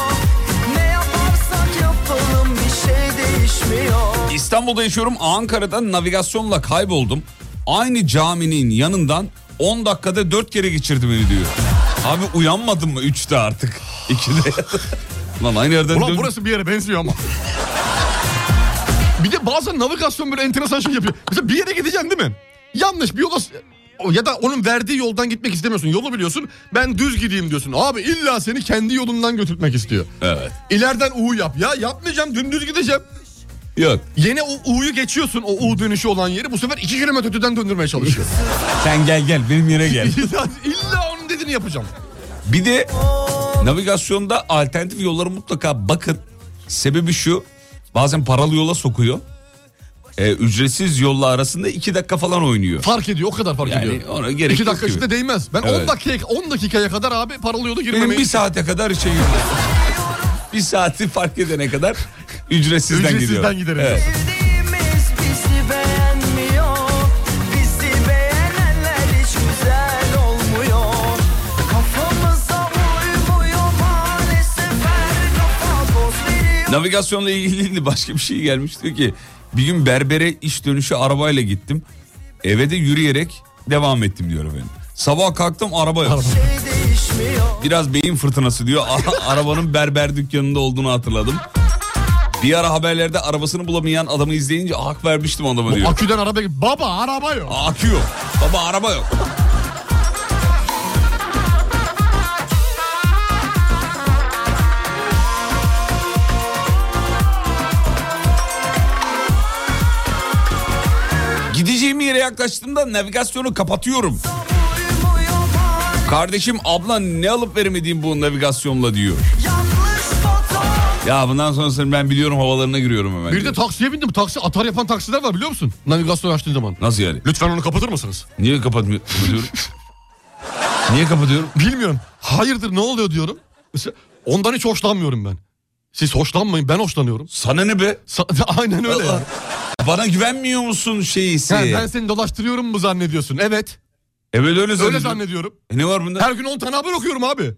Speaker 6: Ne yaparsak yapalım bir şey değişmiyor
Speaker 3: İstanbul'da yaşıyorum. Ankara'dan navigasyonla kayboldum. Aynı caminin yanından 10 dakikada 4 kere geçirdi beni diyor. Abi uyanmadın mı 3'te artık? <laughs> 2'de. Lan aynı yerden
Speaker 4: Ulan
Speaker 3: dön-
Speaker 4: burası bir yere benziyor ama. bir de bazen navigasyon böyle enteresan şey yapıyor. Mesela bir yere gideceksin değil mi? Yanlış bir yola o ya da onun verdiği yoldan gitmek istemiyorsun. Yolu biliyorsun. Ben düz gideyim diyorsun. Abi illa seni kendi yolundan götürtmek istiyor.
Speaker 3: Evet.
Speaker 4: İleriden U yap. Ya yapmayacağım dümdüz gideceğim.
Speaker 3: Yok.
Speaker 4: Yine o U'yu geçiyorsun o U dönüşü olan yeri. Bu sefer iki kilometre öteden döndürmeye çalışıyor.
Speaker 3: Sen gel gel benim yere
Speaker 4: <laughs>
Speaker 3: gel.
Speaker 4: illa, illa onun dediğini yapacağım.
Speaker 3: Bir de navigasyonda alternatif yollara mutlaka bakın. Sebebi şu. Bazen paralı yola sokuyor. Ee, ücretsiz yolla arasında 2 dakika falan oynuyor.
Speaker 4: Fark ediyor o kadar fark
Speaker 3: Yani
Speaker 4: ediyor.
Speaker 3: ona gerek
Speaker 4: İki
Speaker 3: yok
Speaker 4: dakika
Speaker 3: gibi.
Speaker 4: içinde değmez. Ben 10
Speaker 3: Evet.
Speaker 4: dakikaya, 10 dakikaya kadar abi paralıyordu
Speaker 3: Benim
Speaker 4: girmemeyi.
Speaker 3: bir saate kadar şey gidiyor. bir saati fark edene kadar ücretsizden,
Speaker 4: Ücretsizden
Speaker 3: gidiyorum.
Speaker 4: giderim.
Speaker 3: Evet.
Speaker 6: Sevdiğimiz bizi beğenmiyor Bizi beğenenler hiç güzel olmuyor Kafamıza uymuyor maalesef her kafa boz veriyor
Speaker 3: Navigasyonla ilgili <laughs> değil de başka bir şey gelmiş. Diyor ki bir gün berbere iş dönüşü arabayla gittim. Eve de yürüyerek devam ettim diyor efendim. Sabah kalktım araba yok.
Speaker 6: şey değişmiyor
Speaker 3: Biraz beyin fırtınası diyor. <laughs> A- Arabanın berber dükkanında olduğunu hatırladım. Bir ara haberlerde arabasını bulamayan adamı izleyince hak vermiştim adama
Speaker 4: Bu
Speaker 3: diyor.
Speaker 4: aküden araba Baba araba yok.
Speaker 3: Aa, Akü yok. Baba araba yok. Gideceğim yere yaklaştığımda navigasyonu kapatıyorum. Kardeşim abla ne alıp veremediğim bu navigasyonla diyor. Ya bundan sonrasını ben biliyorum havalarına giriyorum hemen.
Speaker 4: Bir de
Speaker 3: diyor.
Speaker 4: taksiye bindim. Taksi atar yapan taksiler var biliyor musun? Navigasyon açtığın zaman.
Speaker 3: Nasıl yani?
Speaker 4: Lütfen onu kapatır mısınız?
Speaker 3: Niye kapatmıyor- kapatıyorum? Niye kapatıyorum?
Speaker 4: Bilmiyorum. Hayırdır ne oluyor diyorum. Mesela ondan hiç hoşlanmıyorum ben. Siz hoşlanmayın ben hoşlanıyorum.
Speaker 3: Sana ne be?
Speaker 4: <laughs> Aynen öyle. ya.
Speaker 3: Bana güvenmiyor musun şeyisi?
Speaker 4: Yani ben seni dolaştırıyorum mu zannediyorsun? Evet.
Speaker 3: Evet öyle
Speaker 4: Öyle
Speaker 3: zannediyorum. E,
Speaker 4: zannediyorum.
Speaker 3: ne var bunda?
Speaker 4: Her gün 10 tane haber okuyorum abi.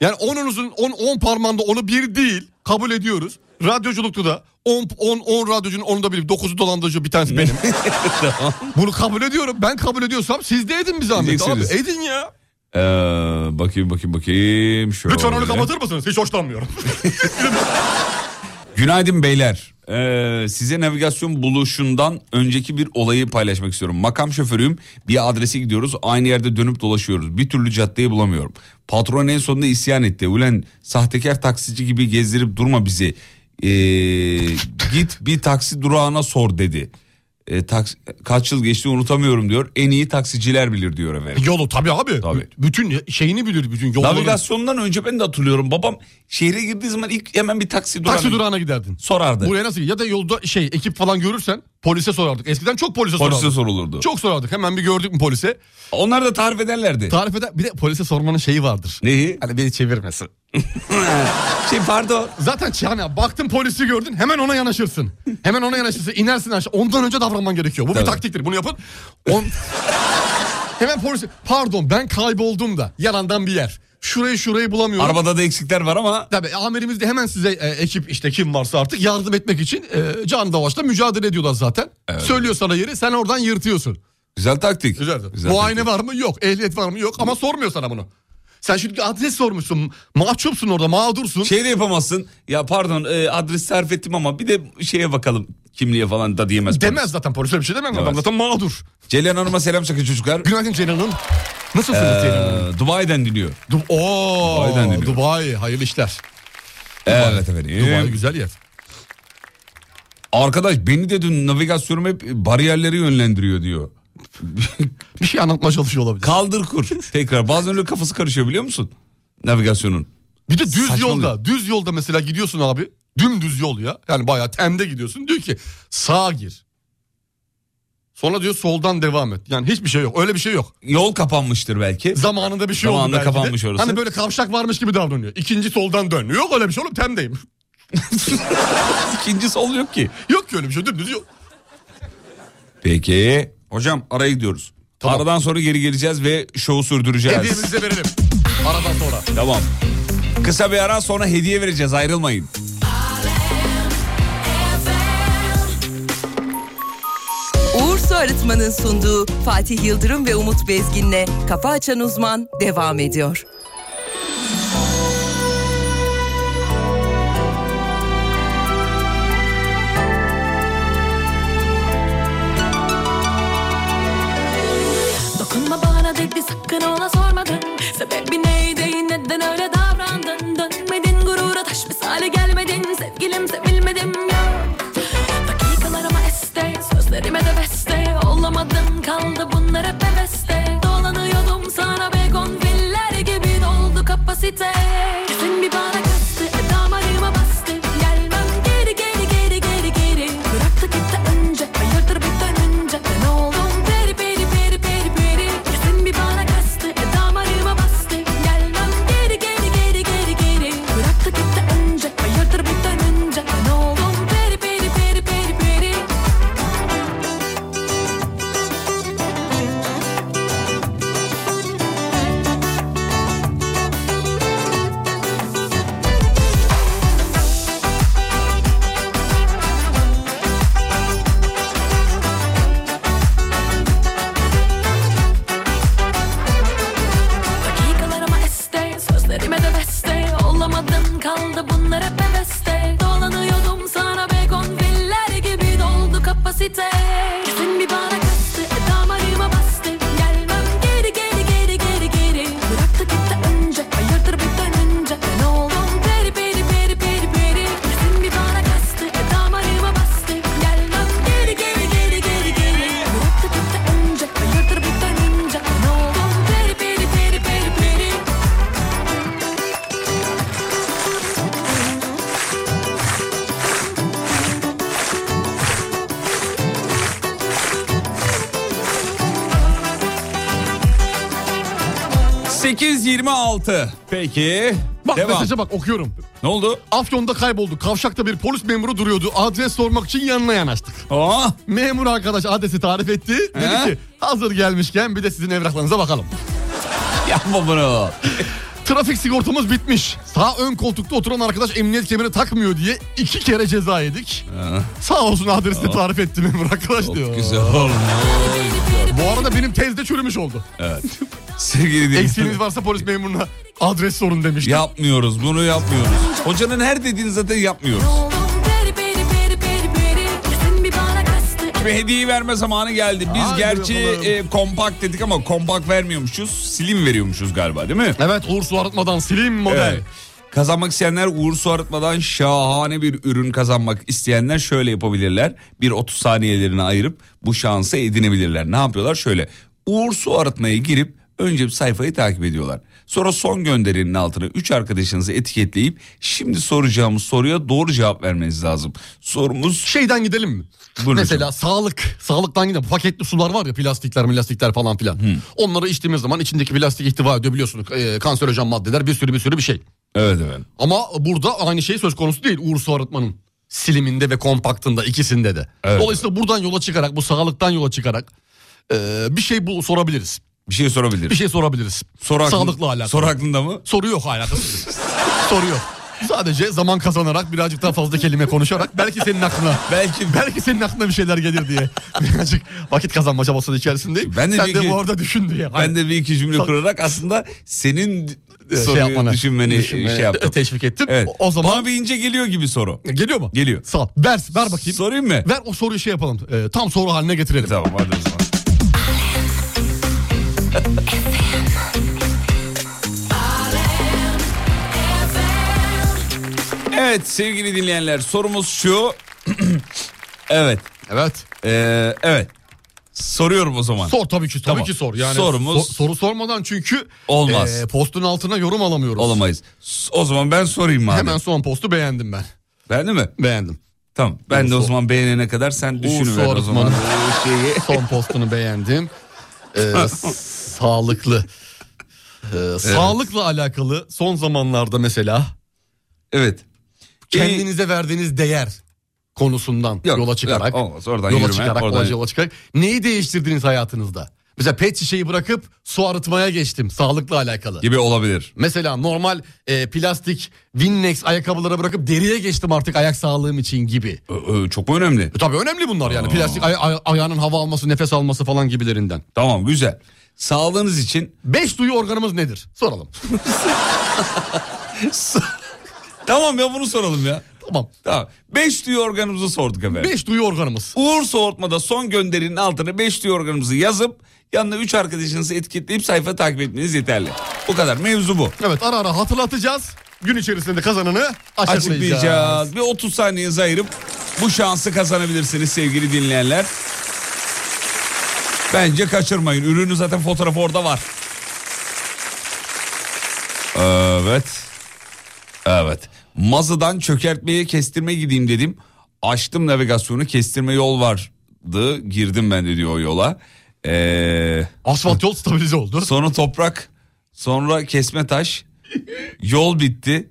Speaker 4: Yani onunuzun 10 10 parmağında onu bir değil kabul ediyoruz. Radyoculukta da 10 10 10 radyocunun onu da bir 9'u dolandırıcı bir tanesi
Speaker 3: <laughs>
Speaker 4: benim. Bunu kabul ediyorum. Ben kabul ediyorsam siz de edin bir zahmet abi.
Speaker 3: Edeceksiniz.
Speaker 4: Edin ya.
Speaker 3: Ee, bakayım bakayım bakayım. Şöyle.
Speaker 4: Lütfen onu kapatır mısınız? Hiç hoşlanmıyorum.
Speaker 3: Günaydın beyler. Ee, size navigasyon buluşundan önceki bir olayı paylaşmak istiyorum. Makam şoförüyüm. Bir adrese gidiyoruz. Aynı yerde dönüp dolaşıyoruz. Bir türlü caddeyi bulamıyorum. Patron en sonunda isyan etti. Ulan sahtekar taksici gibi gezdirip durma bizi. Ee, git bir taksi durağına sor dedi. Ee, taks- kaç yıl geçti unutamıyorum diyor. En iyi taksiciler bilir diyor efendim.
Speaker 4: Yolu tabii abi. <laughs> Bütün şeyini bilir bütün yolları.
Speaker 3: Navigasyondan önce ben de hatırlıyorum. Babam şehre girdiği zaman ilk hemen bir taksi durağına
Speaker 4: Taksi durağına giderdin.
Speaker 3: Sorardı.
Speaker 4: Buraya nasıl ya da yolda şey ekip falan görürsen polise sorardık. Eskiden çok polise,
Speaker 3: Polise
Speaker 4: sorardık.
Speaker 3: sorulurdu.
Speaker 4: Çok sorardık. Hemen bir gördük mü polise?
Speaker 3: Onlar da tarif ederlerdi.
Speaker 4: Tarif eder. Bir de polise sormanın şeyi vardır.
Speaker 3: Neyi?
Speaker 4: Hani beni çevirmesin.
Speaker 3: <laughs> şey pardon.
Speaker 4: Zaten yani baktın polisi gördün hemen ona yanaşırsın. Hemen ona yanaşırsın. inersin aşağı. Ondan önce davranman gerekiyor. Bu
Speaker 3: Tabii.
Speaker 4: bir taktiktir. Bunu yapın. On... hemen polisi pardon ben kayboldum da yalandan bir yer. Şurayı şurayı bulamıyorum.
Speaker 3: Arabada da eksikler var ama.
Speaker 4: Tabii amirimiz de hemen size e, ekip işte kim varsa artık yardım etmek için e, can davaşla mücadele ediyorlar zaten. Söylüyor sana yeri sen oradan yırtıyorsun.
Speaker 3: Güzel taktik.
Speaker 4: Güzel.
Speaker 3: Güzel
Speaker 4: Muayene var mı? Yok. Ehliyet var mı? Yok ama sormuyor sana bunu. Sen şimdi adres sormuşsun. Mahcupsun orada mağdursun.
Speaker 3: Şey de yapamazsın. Ya pardon e, adres sarf ettim ama bir de şeye bakalım kimliğe falan da diyemez.
Speaker 4: Demez zaten polis öyle bir şey demez. Adam zaten mağdur.
Speaker 3: Ceylan Hanım'a selam sakın çocuklar.
Speaker 4: Günaydın Ceylan Hanım. Nasılsınız
Speaker 3: Ee,
Speaker 4: Ceylan Hanım?
Speaker 3: Dubai'den diliyor.
Speaker 4: Du- Oo,
Speaker 3: Dubai'den
Speaker 4: Dubai,
Speaker 3: dinliyorum.
Speaker 4: hayırlı işler.
Speaker 3: Evet efendim. Ee,
Speaker 4: Dubai güzel yer.
Speaker 3: Arkadaş beni de dün navigasyonum hep bariyerleri yönlendiriyor diyor.
Speaker 4: <laughs> Bir şey anlatmaya çalışıyor olabilir.
Speaker 3: Kaldır kur. Tekrar bazen öyle kafası karışıyor biliyor musun? Navigasyonun.
Speaker 4: Bir de düz
Speaker 3: Saçmalıyor.
Speaker 4: yolda, düz yolda mesela gidiyorsun abi. Dümdüz yol ya. Yani bayağı temde gidiyorsun. Diyor ki sağa gir. Sonra diyor soldan devam et. Yani hiçbir şey yok. Öyle bir şey yok.
Speaker 3: Yol kapanmıştır belki.
Speaker 4: Zamanında bir şey oldu
Speaker 3: Zamanında
Speaker 4: belki de.
Speaker 3: kapanmış orası.
Speaker 4: Hani böyle kavşak varmış gibi davranıyor. İkinci soldan dön. Yok öyle bir şey oğlum temdeyim.
Speaker 3: <laughs> İkinci sol yok ki.
Speaker 4: Yok ki öyle bir şey dümdüz yok.
Speaker 3: Peki. Hocam araya gidiyoruz. Aradan sonra geri geleceğiz ve şovu sürdüreceğiz.
Speaker 4: Hediyemizi de verelim. Aradan sonra.
Speaker 3: Tamam. Kısa bir ara sonra hediye vereceğiz ayrılmayın.
Speaker 1: Uğur Su Arıtma'nın sunduğu Fatih Yıldırım ve Umut Bezgin'le Kafa Açan Uzman devam ediyor.
Speaker 12: Dokunma bana dedi sakın ona sormadın Sebebi neydi neden öyle davrandın Dönmedin gurura taş misali gelmedin Sevgilim sevilmedim ya Dakikalarıma este sözlerime de beste Olamadın kaldı bunlar hep heveste Dolanıyordum sana begon filler gibi Doldu kapasite Sen bir bana kastı damarıma bastı Gelmem geri geri geri geri geri Bıraktı gitti önce hayırdır bir dönünce Ben oldum peri peri peri peri peri Sen bir bana kastı damarıma bastı Gelmem geri geri geri geri geri Bıraktı gitti önce hayırdır bir dönünce Ben oldum peri peri peri peri peri Dakikalarıma este Sözlerime de beste Olamadın kaldı bunlar hep heveste Dolanıyordum sana begon filler gibi Doldu kapasite Kesin bir bana kastı Damarıma bastı Gelmem geri geri geri geri geri Bıraktı gitti önce Hayırdır bir dönünce Ben oldum peri peri peri peri peri Kesin bir bana kastı e Damarıma bastı Gelmem geri geri geri geri geri Bıraktı gitti önce Hayırdır bir dönünce Ben oldum peri peri peri peri peri
Speaker 3: 48-26. Peki.
Speaker 4: Bak
Speaker 3: Devam.
Speaker 4: mesaja bak okuyorum.
Speaker 3: Ne oldu?
Speaker 4: Ee, Afyon'da kayboldu. Kavşakta bir polis memuru duruyordu. Adres sormak için yanına yanaştık.
Speaker 3: Aa.
Speaker 4: Memur arkadaş adresi tarif etti. Dedi ki hazır gelmişken bir de sizin evraklarınıza bakalım.
Speaker 3: <laughs> Yapma bunu.
Speaker 4: Trafik sigortamız bitmiş. Sağ ön koltukta oturan arkadaş emniyet kemeri takmıyor diye iki kere ceza yedik. Sağ olsun adresi de tarif etti memur arkadaş diyor.
Speaker 3: Güzel olmuş.
Speaker 4: Bu arada benim tez de çürümüş oldu.
Speaker 3: Evet. Sevgili dinleyiciler.
Speaker 4: Eksiğiniz varsa polis memuruna adres sorun demiştim.
Speaker 3: Yapmıyoruz bunu yapmıyoruz. Hocanın her dediğini zaten yapmıyoruz.
Speaker 12: Beri beri beri beri beri Kesin bir bana kastı e
Speaker 3: Şimdi hediyeyi verme zamanı geldi. Biz
Speaker 4: Haydi
Speaker 3: gerçi
Speaker 4: bakalım.
Speaker 3: e, kompakt dedik ama kompakt vermiyormuşuz. Slim veriyormuşuz galiba değil mi?
Speaker 4: Evet Uğur Su Arıtma'dan Slim model.
Speaker 3: Evet. Kazanmak isteyenler Uğur Su Arıtma'dan şahane bir ürün kazanmak isteyenler şöyle yapabilirler. Bir 30 saniyelerini ayırıp bu şansı edinebilirler. Ne yapıyorlar? Şöyle Uğur Su Arıtma'ya girip önce bir sayfayı takip ediyorlar. Sonra son gönderinin altına 3 arkadaşınızı etiketleyip şimdi soracağımız soruya doğru cevap vermeniz lazım. Sorumuz...
Speaker 4: Şeyden gidelim mi?
Speaker 3: Buyurun
Speaker 4: Mesela sağlık, sağlıktan yine paketli sular var ya plastikler, plastikler falan filan. Onları içtiğimiz zaman içindeki plastik ihtiva ediyor biliyorsunuz. e, kanserojen maddeler bir sürü bir sürü bir şey.
Speaker 3: Evet efendim.
Speaker 4: Ama burada aynı şey söz konusu değil Uğur Su Arıtma'nın siliminde ve kompaktında ikisinde de.
Speaker 3: Evet.
Speaker 4: Dolayısıyla buradan yola çıkarak, bu sağlıktan yola çıkarak e, bir şey bu sorabiliriz.
Speaker 3: Bir şey sorabiliriz.
Speaker 4: Bir şey sorabiliriz.
Speaker 3: Soru aklın-
Speaker 4: Sağlıkla alakalı.
Speaker 3: Soru aklında mı?
Speaker 4: Soru yok
Speaker 3: <laughs>
Speaker 4: alakası. yok. Soru yok. Sadece zaman kazanarak birazcık daha fazla kelime konuşarak belki senin aklına belki belki senin aklına bir şeyler gelir diye birazcık vakit kazanma çabası içerisindeyim.
Speaker 3: Ben de
Speaker 4: Sen
Speaker 3: bir
Speaker 4: de
Speaker 3: iki-
Speaker 4: bu arada düşün diye.
Speaker 3: Ben de bir iki cümle
Speaker 4: Sa-
Speaker 3: kurarak aslında senin
Speaker 4: Ee, şey
Speaker 3: soruyu
Speaker 4: yapmana,
Speaker 3: düşünmeni,
Speaker 4: düşünmene
Speaker 3: şey yaptım.
Speaker 4: teşvik ettim.
Speaker 3: Evet.
Speaker 4: O- o zaman-
Speaker 3: Bana bir ince geliyor gibi soru.
Speaker 4: Geliyor mu?
Speaker 3: Geliyor.
Speaker 4: Sağ ol. Ver, ver bakayım.
Speaker 3: Sorayım mı?
Speaker 4: Ver o soruyu şey yapalım. e, tam soru haline getirelim.
Speaker 3: Tamam hadi o zaman. Evet sevgili dinleyenler sorumuz şu. <clears throat> evet.
Speaker 4: Evet.
Speaker 3: Ee, evet. Soruyorum o zaman.
Speaker 4: Sor tabii ki tabii
Speaker 3: Tamam.
Speaker 4: ki sor. Yani
Speaker 3: Sorumuz-
Speaker 4: so- soru sormadan çünkü
Speaker 3: Olmaz.
Speaker 4: e, postun altına yorum alamıyoruz.
Speaker 3: Olamayız. S- O zaman ben sorayım madem.
Speaker 4: Hemen son postu beğendim ben.
Speaker 3: Beğendin mi?
Speaker 4: Beğendim.
Speaker 3: Tamam. Ben
Speaker 4: Uğur
Speaker 3: de o
Speaker 4: Su-
Speaker 3: zaman beğenene kadar sen
Speaker 4: Uğur Su
Speaker 3: düşünüver o zaman.
Speaker 4: Arıtma'nın son postunu beğendim.
Speaker 3: <laughs>
Speaker 4: Ee, s- sağlıklı. Ee, Sağlıkla alakalı son zamanlarda mesela
Speaker 3: Evet. Ee,
Speaker 4: kendinize verdiğiniz değer konusundan
Speaker 3: Yok,
Speaker 4: yola çıkarak
Speaker 3: yok, olmaz. Oradan
Speaker 4: yola
Speaker 3: yürüme,
Speaker 4: çıkarak
Speaker 3: oradan-
Speaker 4: yola çıkarak neyi değiştirdiniz hayatınızda? Mesela pet şişeyi bırakıp su arıtmaya geçtim sağlıkla alakalı.
Speaker 3: gibi olabilir.
Speaker 4: Mesela normal e, plastik Winnex ayakkabılara bırakıp deriye geçtim artık ayak sağlığım için gibi.
Speaker 3: Ö- ö, Çok mu önemli?
Speaker 4: E, tabii önemli bunlar yani plastik ay- ay- ayağının hava alması nefes alması falan gibilerinden.
Speaker 3: Tamam güzel. Sağlığınız için
Speaker 4: Beş duyu organımız nedir? Soralım.
Speaker 3: <laughs> Tamam ya bunu soralım ya.
Speaker 4: Tamam.
Speaker 3: Tamam. Beş duyu organımızı sorduk efendim.
Speaker 4: Beş duyu organımız.
Speaker 3: Uğur Soğutma'da son gönderinin altına beş duyu organımızı yazıp yanına üç arkadaşınızı etiketleyip sayfa takip etmeniz yeterli. Bu kadar mevzu bu.
Speaker 4: Evet ara ara hatırlatacağız. Gün içerisinde kazananı açıklayacağız.
Speaker 3: Açıklayacağız. Bir 30 saniyenizi ayırıp bu şansı kazanabilirsiniz sevgili dinleyenler. Bence kaçırmayın. Ürünün zaten fotoğrafı orada var. Evet. Evet. Mazı'dan çökertmeye kestirme gideyim dedim. Açtım navigasyonu kestirme yol vardı. Girdim ben de diyor o yola. Ee,
Speaker 4: Asfalt yol stabilize oldu.
Speaker 3: sonra toprak. Sonra kesme taş. Yol bitti.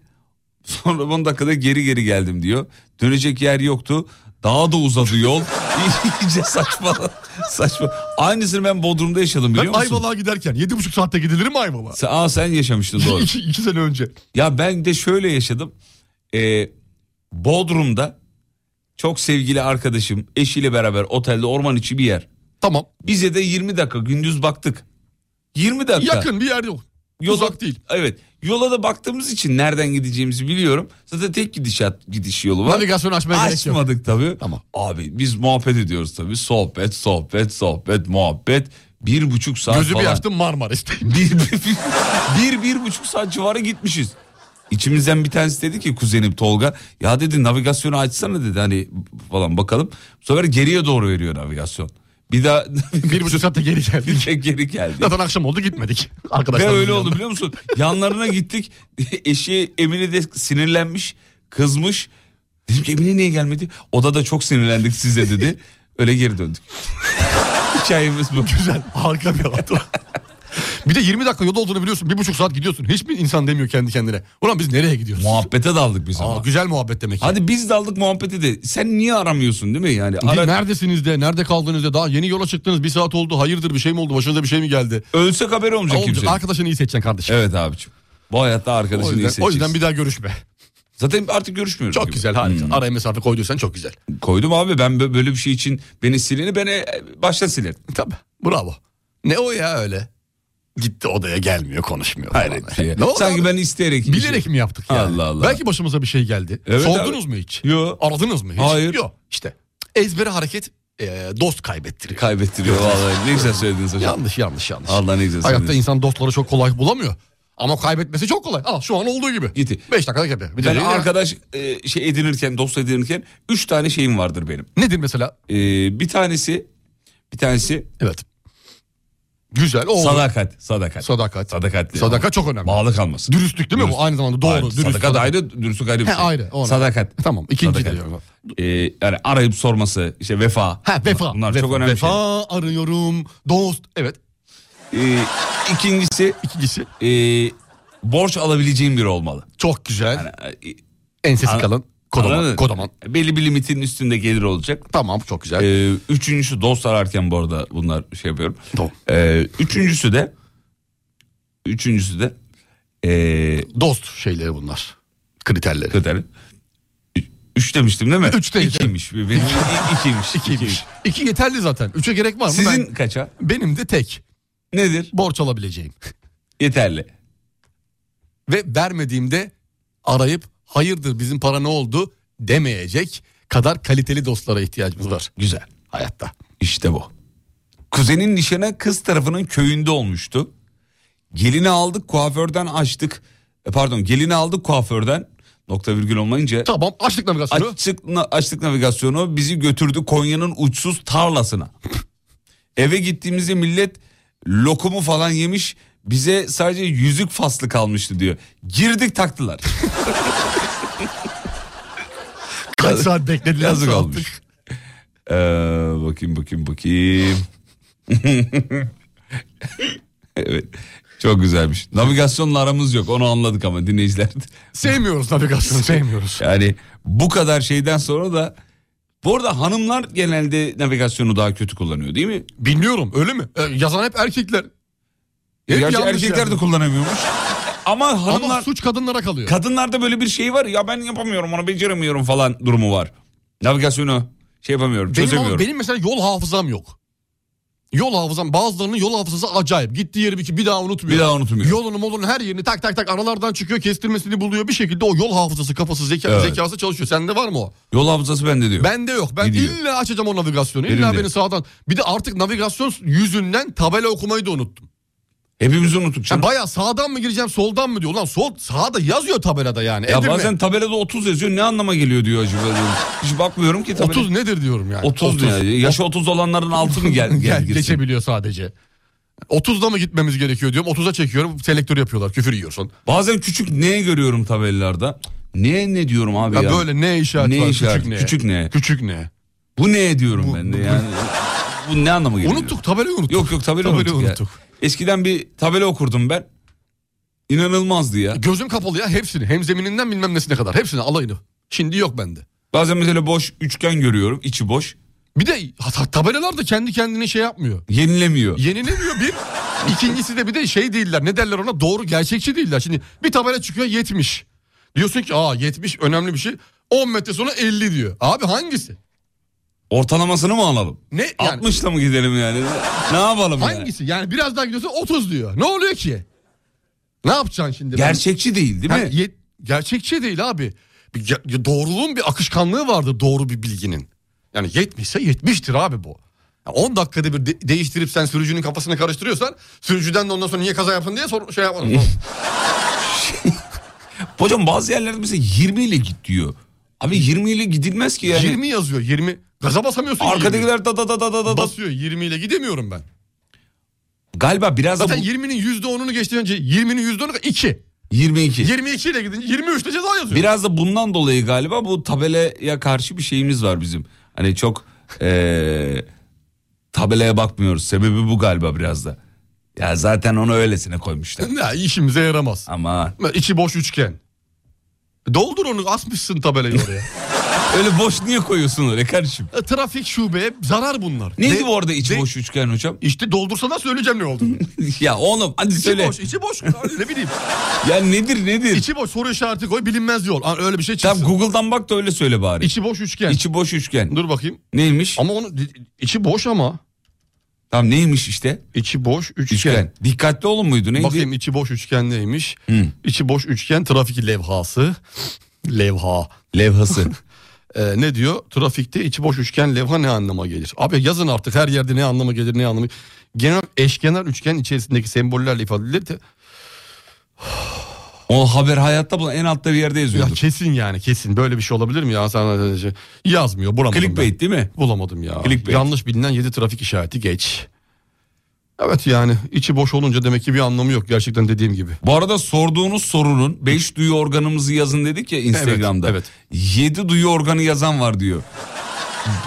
Speaker 3: Sonra 10 dakikada geri geri geldim diyor. Dönecek yer yoktu. Daha da uzadı yol. <laughs> İyice saçma. Saçma. Aynısını ben Bodrum'da yaşadım biliyor
Speaker 4: Ben
Speaker 3: musun?
Speaker 4: Ayvalık'a giderken yedi buçuk saatte gidilir mi Ayvalık'a?
Speaker 3: Sen- Aa sen yaşamıştın
Speaker 4: <laughs>
Speaker 3: doğru.
Speaker 4: iki, iki sene önce.
Speaker 3: Ya ben de şöyle yaşadım. Ee, Bodrum'da çok sevgili arkadaşım eşiyle beraber otelde orman içi bir yer.
Speaker 4: Tamam.
Speaker 3: Bize de 20 dakika gündüz baktık. 20 dakika.
Speaker 4: Yakın bir yer yok.
Speaker 3: Yola-
Speaker 4: Uzak değil.
Speaker 3: Evet. Yola da baktığımız için nereden gideceğimizi biliyorum. Zaten tek gidişat gidiş yolu var.
Speaker 4: Navigasyonu açmaya gerek yok.
Speaker 3: Açmadık tabii.
Speaker 4: Tamam.
Speaker 3: Abi biz muhabbet ediyoruz tabii. Sohbet, sohbet, sohbet, muhabbet. Bir buçuk saat
Speaker 4: Gözü
Speaker 3: falan.
Speaker 4: bir açtım Marmaris'te.
Speaker 3: Bir, bir, bir, bir buçuk saat civarı gitmişiz. İçimizden bir tanesi dedi ki kuzenim Tolga ya dedi navigasyonu açsana dedi hani falan bakalım. Bu sefer geriye doğru veriyor navigasyon. Bir daha <laughs>
Speaker 4: bir buçuk saatte geri geldik.
Speaker 3: bir geri geldi.
Speaker 4: Zaten akşam oldu gitmedik. <laughs>
Speaker 3: Ve
Speaker 4: Arkadaşlar
Speaker 3: öyle oldu
Speaker 4: <laughs>
Speaker 3: biliyor musun? Yanlarına gittik. <laughs> Eşi Emine de sinirlenmiş, kızmış. Dedim ki Emine niye gelmedi? Odada çok sinirlendik size dedi. Öyle geri döndük. <laughs> Hikayemiz bu.
Speaker 4: Güzel. Harika bir hatıra. Bir de 20 dakika yolda olduğunu biliyorsun. Bir buçuk saat gidiyorsun. Hiçbir insan demiyor kendi kendine. Ulan biz nereye gidiyoruz?
Speaker 3: Muhabbete daldık biz ama.
Speaker 4: güzel muhabbet demek
Speaker 3: Hadi biz daldık muhabbeti de. Sen niye aramıyorsun değil mi yani?
Speaker 4: Bir
Speaker 3: Ara-
Speaker 4: Neredesiniz de, nerede kaldınız de, daha yeni yola çıktınız, bir saat oldu, hayırdır bir şey mi oldu, başınıza bir şey mi geldi?
Speaker 3: Ölsek haberi olmayacak kimsenin.
Speaker 4: Arkadaşını iyi seçeceksin kardeşim.
Speaker 3: Evet abiciğim. Bu hayatta
Speaker 4: O
Speaker 3: arkadaşını iyi
Speaker 4: yüzden, o
Speaker 3: seçeceksin.
Speaker 4: yüzden bir daha görüşme.
Speaker 3: Zaten artık görüşmüyoruz. Hmm.
Speaker 4: Çok güzel harika. Araya mesafe koyduysan çok güzel.
Speaker 3: Koydum abi ben bö- böyle bir şey için beni sileni ben e, baştan silerim.
Speaker 4: <laughs> Tabii. Bravo. Ne o ya öyle? Gitti odaya gelmiyor konuşmuyor.
Speaker 3: Hayret şey ya.
Speaker 4: Ne oldu
Speaker 3: Sanki
Speaker 4: abi?
Speaker 3: ben isteyerek.
Speaker 4: Bilerek mi yaptık yani?
Speaker 3: Allah Allah.
Speaker 4: Belki başımıza bir şey geldi.
Speaker 3: Evet
Speaker 4: Sordunuz
Speaker 3: abi.
Speaker 4: mu hiç?
Speaker 3: Yok.
Speaker 4: Aradınız mı hiç?
Speaker 3: Hayır.
Speaker 4: Yok. İşte ezbere hareket e, dost kaybettiriyor.
Speaker 3: Kaybettiriyor vallahi ne güzel söylediniz hocam.
Speaker 4: Yanlış yanlış yanlış.
Speaker 3: Allah ne güzel
Speaker 4: Hayatta
Speaker 3: söylediniz.
Speaker 4: insan dostları çok kolay bulamıyor. Ama kaybetmesi çok kolay. Al şu an olduğu gibi.
Speaker 3: Gitti.
Speaker 4: 5 dakikada yapıyor. Bir de
Speaker 3: Ben
Speaker 4: değil ya.
Speaker 3: arkadaş e, şey edinirken dost edinirken üç tane şeyim vardır benim.
Speaker 4: Nedir mesela?
Speaker 3: E, bir tanesi bir tanesi
Speaker 4: Evet. Güzel. O olur.
Speaker 3: sadakat sadakat.
Speaker 4: Sadakat.
Speaker 3: Sadakatli.
Speaker 4: Sadakat çok önemli.
Speaker 3: Bağlı kalması.
Speaker 4: Dürüstlük değil mi bu? Aynı zamanda doğru.
Speaker 3: Ayrı.
Speaker 4: dürüst.
Speaker 3: sadakat
Speaker 4: sadakat.
Speaker 3: ayrı, dürüstlük ayrı bir
Speaker 4: He,
Speaker 3: şey.
Speaker 4: ayrı, o ne?
Speaker 3: Sadakat.
Speaker 4: E, Tamam ikinci
Speaker 3: Sadakat.
Speaker 4: de diyorum.
Speaker 3: E, yani arayıp sorması, işte vefa.
Speaker 4: Ha vefa.
Speaker 3: Bunlar
Speaker 4: vefa.
Speaker 3: çok önemli şeyler.
Speaker 4: Vefa arıyorum. Dost. Evet.
Speaker 3: E, ikincisi
Speaker 4: İkincisi.
Speaker 3: e, borç alabileceğim biri olmalı.
Speaker 4: Çok güzel.
Speaker 3: E,
Speaker 4: Ensesi
Speaker 3: An-
Speaker 4: kalın.
Speaker 3: Anladın
Speaker 4: Kodaman.
Speaker 3: mı? E,
Speaker 4: Kodaman.
Speaker 3: Belli bir limitin üstünde gelir olacak.
Speaker 4: Tamam çok güzel.
Speaker 3: Ee, üçüncüsü dost ararken bu arada bunlar şey yapıyorum.
Speaker 4: Tamam.
Speaker 3: Ee, üçüncüsü de üçüncüsü de ee,
Speaker 4: Dost şeyleri bunlar. Kriterleri.
Speaker 3: kriteri. Ü- Üç demiştim değil mi?
Speaker 4: Üçteydi.
Speaker 3: İkiymiş. Benim, ikiymiş.
Speaker 4: İkiymiş. İki yeterli zaten. Üçe gerek var mı?
Speaker 3: Sizin
Speaker 4: Ben-
Speaker 3: kaça?
Speaker 4: benim de tek.
Speaker 3: Nedir?
Speaker 4: Borç alabileceğim.
Speaker 3: Yeterli.
Speaker 4: Ve vermediğimde arayıp hayırdır bizim para ne oldu demeyecek kadar kaliteli dostlara ihtiyacımız var. Güzel. Hayatta.
Speaker 3: İşte bu. Kuzenin nişanı kız tarafının köyünde olmuştu. Gelini aldık kuaförden açtık. E, pardon gelini aldık kuaförden. Nokta virgül olmayınca
Speaker 4: Tamam açtık navigasyonu.
Speaker 3: Açtık, na- açtık navigasyonu bizi götürdü Konya'nın uçsuz tarlasına. Eve gittiğimizde millet lokumu falan yemiş bize sadece yüzük faslı kalmıştı diyor. Girdik taktılar.
Speaker 4: Kaç saat beklediler.
Speaker 3: Yazık
Speaker 4: sonra.
Speaker 3: olmuş. Ee, bakayım bakayım bakayım. <laughs> evet. Çok güzelmiş. Navigasyonla aramız yok onu anladık ama dinleyiciler.
Speaker 4: Sevmiyoruz
Speaker 3: <laughs>
Speaker 4: navigasyonu sevmiyoruz.
Speaker 3: Yani bu kadar şeyden sonra da bu arada hanımlar genelde navigasyonu daha kötü kullanıyor değil mi?
Speaker 4: Bilmiyorum öyle mi? Ee, yazan hep erkekler. Hep
Speaker 3: E, Gerçi
Speaker 4: yanlış
Speaker 3: erkekler
Speaker 4: yani.
Speaker 3: de kullanamıyormuş. Ama
Speaker 4: Ama
Speaker 3: hanımlar
Speaker 4: suç kadınlara kalıyor.
Speaker 3: kadınlarda böyle bir şey var ya ben yapamıyorum onu beceremiyorum falan durumu var. Navigasyonu şey yapamıyorum
Speaker 4: benim, ama-
Speaker 3: çözemiyorum.
Speaker 4: benim mesela yol hafızam yok. Yol hafızam bazılarının yol hafızası acayip. Gittiği yeri bir, bir daha unutmuyor.
Speaker 3: Bir daha unutmuyor.
Speaker 4: Yolunu molunu her yerini tak tak tak aralardan çıkıyor kestirmesini buluyor. Bir şekilde o yol hafızası kafası zeka,
Speaker 3: Evet.
Speaker 4: zekası çalışıyor. Sende var mı o?
Speaker 3: Yol hafızası bende diyor.
Speaker 4: Bende yok. Ben
Speaker 3: Gidiyor.
Speaker 4: illa açacağım o navigasyonu.
Speaker 3: Benim
Speaker 4: illa
Speaker 3: de.
Speaker 4: beni sağdan. Bir de artık navigasyon yüzünden tabela okumayı da unuttum.
Speaker 3: Hepimiz unuttuk
Speaker 4: Yani
Speaker 3: canım.
Speaker 4: bayağı sağdan mı gireceğim soldan mı diyor. Lan sol sağda yazıyor tabelada yani.
Speaker 3: ya
Speaker 4: Edirne.
Speaker 3: bazen tabelada 30 yazıyor ne anlama geliyor diyor acaba. diyorum. Hiç bakmıyorum ki tabelada.
Speaker 4: 30 nedir diyorum yani.
Speaker 3: 30, ne ya? Yaşı 30 olanların altı
Speaker 4: <laughs>
Speaker 3: mı gel, gel girsin?
Speaker 4: geçebiliyor sadece. 30'da mı gitmemiz gerekiyor diyorum. 30'a çekiyorum. Selektör yapıyorlar. Küfür yiyorsun.
Speaker 3: Bazen küçük ne görüyorum tabelalarda. Ne ne diyorum abi
Speaker 4: Ya
Speaker 3: ya.
Speaker 4: böyle ne işareti
Speaker 3: Ne
Speaker 4: var?
Speaker 3: işareti?
Speaker 4: Küçük ne?
Speaker 3: Küçük ne?
Speaker 4: Küçük ne?
Speaker 3: Bu ne diyorum ben de yani. Bu ne anlama geliyor?
Speaker 4: Unuttuk tabelayı unuttuk.
Speaker 3: Yok yok tabela,
Speaker 4: Tabelayı
Speaker 3: unuttuk. ya. Eskiden bir tabela okurdum ben. İnanılmazdı ya.
Speaker 4: E, Gözüm kapalı ya hepsini. Hem zemininden bilmem nesine kadar. Hepsini alayını. Şimdi yok bende.
Speaker 3: Bazen mesela boş üçgen görüyorum. içi boş.
Speaker 4: Bir de ha- tabelalar da kendi kendine şey yapmıyor.
Speaker 3: Yenilemiyor.
Speaker 4: Yenilemiyor bir. İkincisi de bir de şey değiller. Ne derler ona? Doğru gerçekçi değiller. Şimdi bir tabela çıkıyor 70. Diyorsun ki aa 70 önemli bir şey. 10 metre sonra 50 diyor. Abi hangisi?
Speaker 3: Ortalamasını mı alalım?
Speaker 4: Ne yani?
Speaker 3: 60'la mı gidelim yani? ne yapalım yani?
Speaker 4: Hangisi? Yani biraz daha gidiyorsa 30 diyor. Ne oluyor ki? Ne yapacaksın şimdi? Ben-
Speaker 3: Gerçekçi değil değil
Speaker 4: Ha,
Speaker 3: mi?
Speaker 4: ye- gerçekçi değil abi. Bir ge- doğruluğun bir akışkanlığı vardı doğru bir bilginin. Yani 70 ise 70'tir abi bu. Ya 10 dakikada bir de- değiştirip sen sürücünün kafasını karıştırıyorsan sürücüden de ondan sonra niye kaza yaptın diye sor şey yapma.
Speaker 3: <laughs> Hocam bazı yerlerde mesela 20 ile git diyor. Abi 20 ile gidilmez ki yani.
Speaker 4: 20 yazıyor 20. Gaza basamıyorsun. yirmiyi.
Speaker 3: Arkadakiler da da da da da da. da.
Speaker 4: basıyor 20 ile gidemiyorum ben.
Speaker 3: Galiba biraz da
Speaker 4: Zaten
Speaker 3: bu-
Speaker 4: 20'nin %10'unu geçti önce 20'nin %10'u 2.
Speaker 3: 22.
Speaker 4: 22 ile gidince 23 ile ceza yazıyor.
Speaker 3: Biraz da bundan dolayı galiba bu tabelaya karşı bir şeyimiz var bizim. Hani çok eee, tabelaya bakmıyoruz. Sebebi bu galiba biraz da. Ya zaten onu öylesine koymuşlar.
Speaker 4: Ya işimize yaramaz.
Speaker 3: Ama.
Speaker 4: İçi boş üçgen. Doldur onu asmışsın tabelayı oraya.
Speaker 3: <laughs> Öyle boş niye koyuyorsun öyle kardeşim?
Speaker 4: E, Trafik şubeye zarar bunlar.
Speaker 3: Neydi
Speaker 4: Ne-
Speaker 3: bu arada içi
Speaker 4: ne-
Speaker 3: boş üçgen hocam?
Speaker 4: İşte doldursa da söyleyeceğim ne oldu.
Speaker 3: <laughs> ya oğlum hadi
Speaker 4: içi
Speaker 3: söyle.
Speaker 4: boş, içi boş. ne bileyim.
Speaker 3: Ya nedir nedir?
Speaker 4: İçi boş soru işareti koy bilinmez yol. Aa, Öyle bir şey çıksın.
Speaker 3: Tamam Google'dan bak da öyle söyle bari.
Speaker 4: İçi boş üçgen.
Speaker 3: İçi boş üçgen.
Speaker 4: Dur bakayım.
Speaker 3: Neymiş?
Speaker 4: Ama onu içi boş ama.
Speaker 3: Tamam neymiş işte?
Speaker 4: İçi boş üçgen.
Speaker 3: Üçgen. Dikkatli olun muydu neydi?
Speaker 4: Bakayım içi boş üçgen neymiş?
Speaker 3: Hı.
Speaker 4: İçi boş üçgen trafik levhası. Levha.
Speaker 3: Levhası.
Speaker 4: <laughs> Ee, ne diyor? Trafikte içi boş üçgen levha ne anlama gelir? Abi yazın artık her yerde ne anlama gelir ne anlamı. Genel eşkenar üçgen içerisindeki sembollerle ifade edilir. de-
Speaker 3: O haber hayatta bu en altta bir yerde
Speaker 4: Ya
Speaker 3: yazıyordu.
Speaker 4: kesin yani kesin böyle bir şey olabilir mi ya? Sana şey- yazmıyor bulamadım.
Speaker 3: Clickbait
Speaker 4: ben.
Speaker 3: değil mi?
Speaker 4: Bulamadım ya.
Speaker 3: Clickbait.
Speaker 4: Yanlış bilinen 7 trafik işareti geç. Evet yani içi boş olunca demek ki bir anlamı yok gerçekten dediğim gibi.
Speaker 3: Bu arada sorduğunuz sorunun 5 duyu organımızı yazın dedik ya Instagram'da.
Speaker 4: Evet,
Speaker 3: 7 duyu organı yazan var diyor.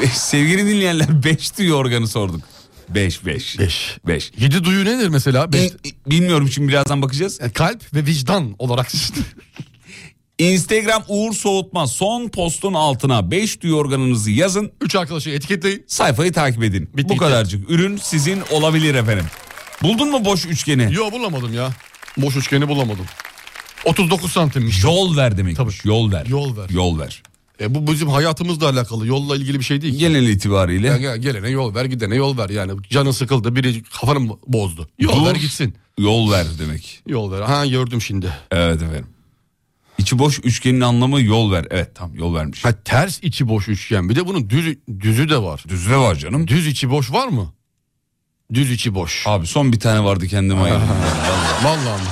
Speaker 3: Be- Sevgili dinleyenler 5 duyu organı sorduk. 5 5.
Speaker 4: 5.
Speaker 3: 5.
Speaker 4: 7 duyu nedir mesela? Beş-
Speaker 3: Bilmiyorum şimdi birazdan bakacağız.
Speaker 4: E, kalp ve vicdan olarak
Speaker 3: <laughs> Instagram Uğur Soğutma son postun altına 5 duyu organınızı yazın.
Speaker 4: 3 arkadaşı etiketleyin.
Speaker 3: Sayfayı takip edin. Bu kadarcık. Ürün sizin olabilir efendim. Buldun mu boş üçgeni?
Speaker 4: Yo bulamadım ya. Boş üçgeni bulamadım. 39 santimmiş.
Speaker 3: Yol ver demekmiş. Yol ver.
Speaker 4: Yol ver.
Speaker 3: Yol ver.
Speaker 4: E, bu bizim hayatımızla alakalı. Yolla ilgili bir şey değil. ki.
Speaker 3: Genel itibariyle.
Speaker 4: Ya, gel- gelene yol ver gidene yol ver yani. Canın sıkıldı biri kafanı mı bozdu. Yol
Speaker 3: Dur.
Speaker 4: ver gitsin.
Speaker 3: Yol ver demek.
Speaker 4: Yol ver. Ha gördüm şimdi.
Speaker 3: Evet efendim. İçi boş üçgenin anlamı yol ver. Evet tam yol vermiş.
Speaker 4: Ha, ters içi boş üçgen. Bir de bunun düz, düzü de var.
Speaker 3: Düzle var canım.
Speaker 4: Düz içi boş var mı? Düz içi boş.
Speaker 3: Abi son bir tane vardı
Speaker 4: <laughs>
Speaker 3: kendime ayırdım. Vallahi.
Speaker 4: Vallahi mı?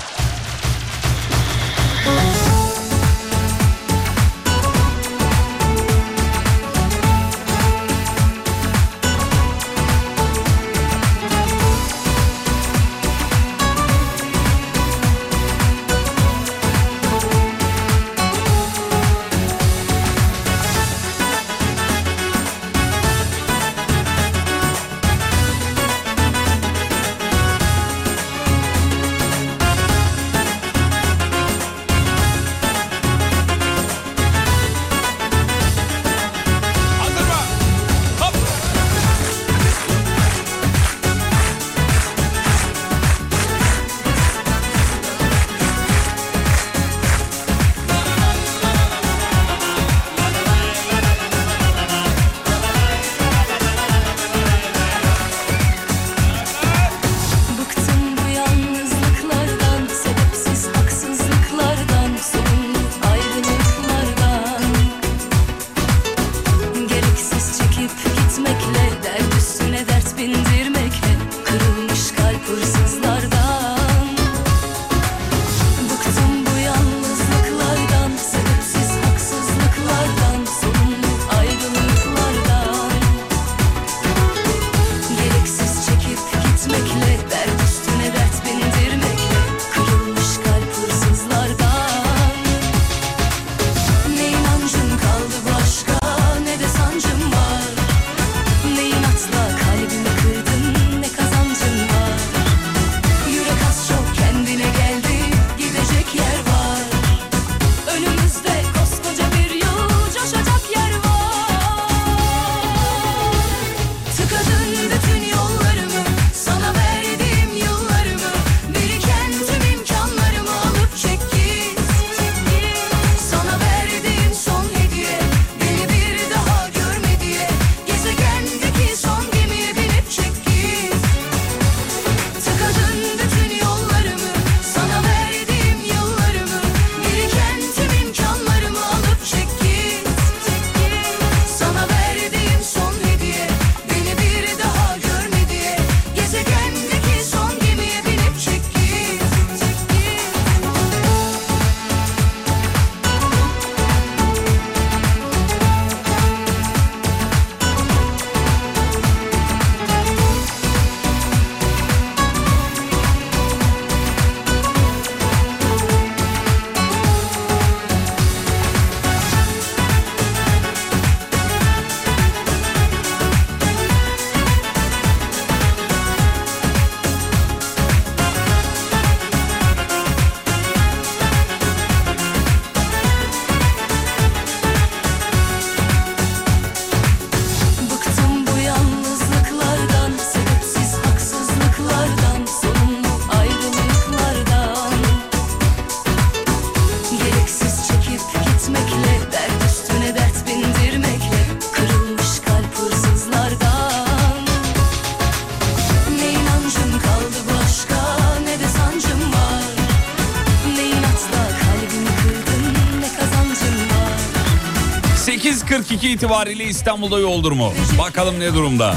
Speaker 3: 7.42 itibariyle İstanbul'da yol durumu. Bakalım ne durumda.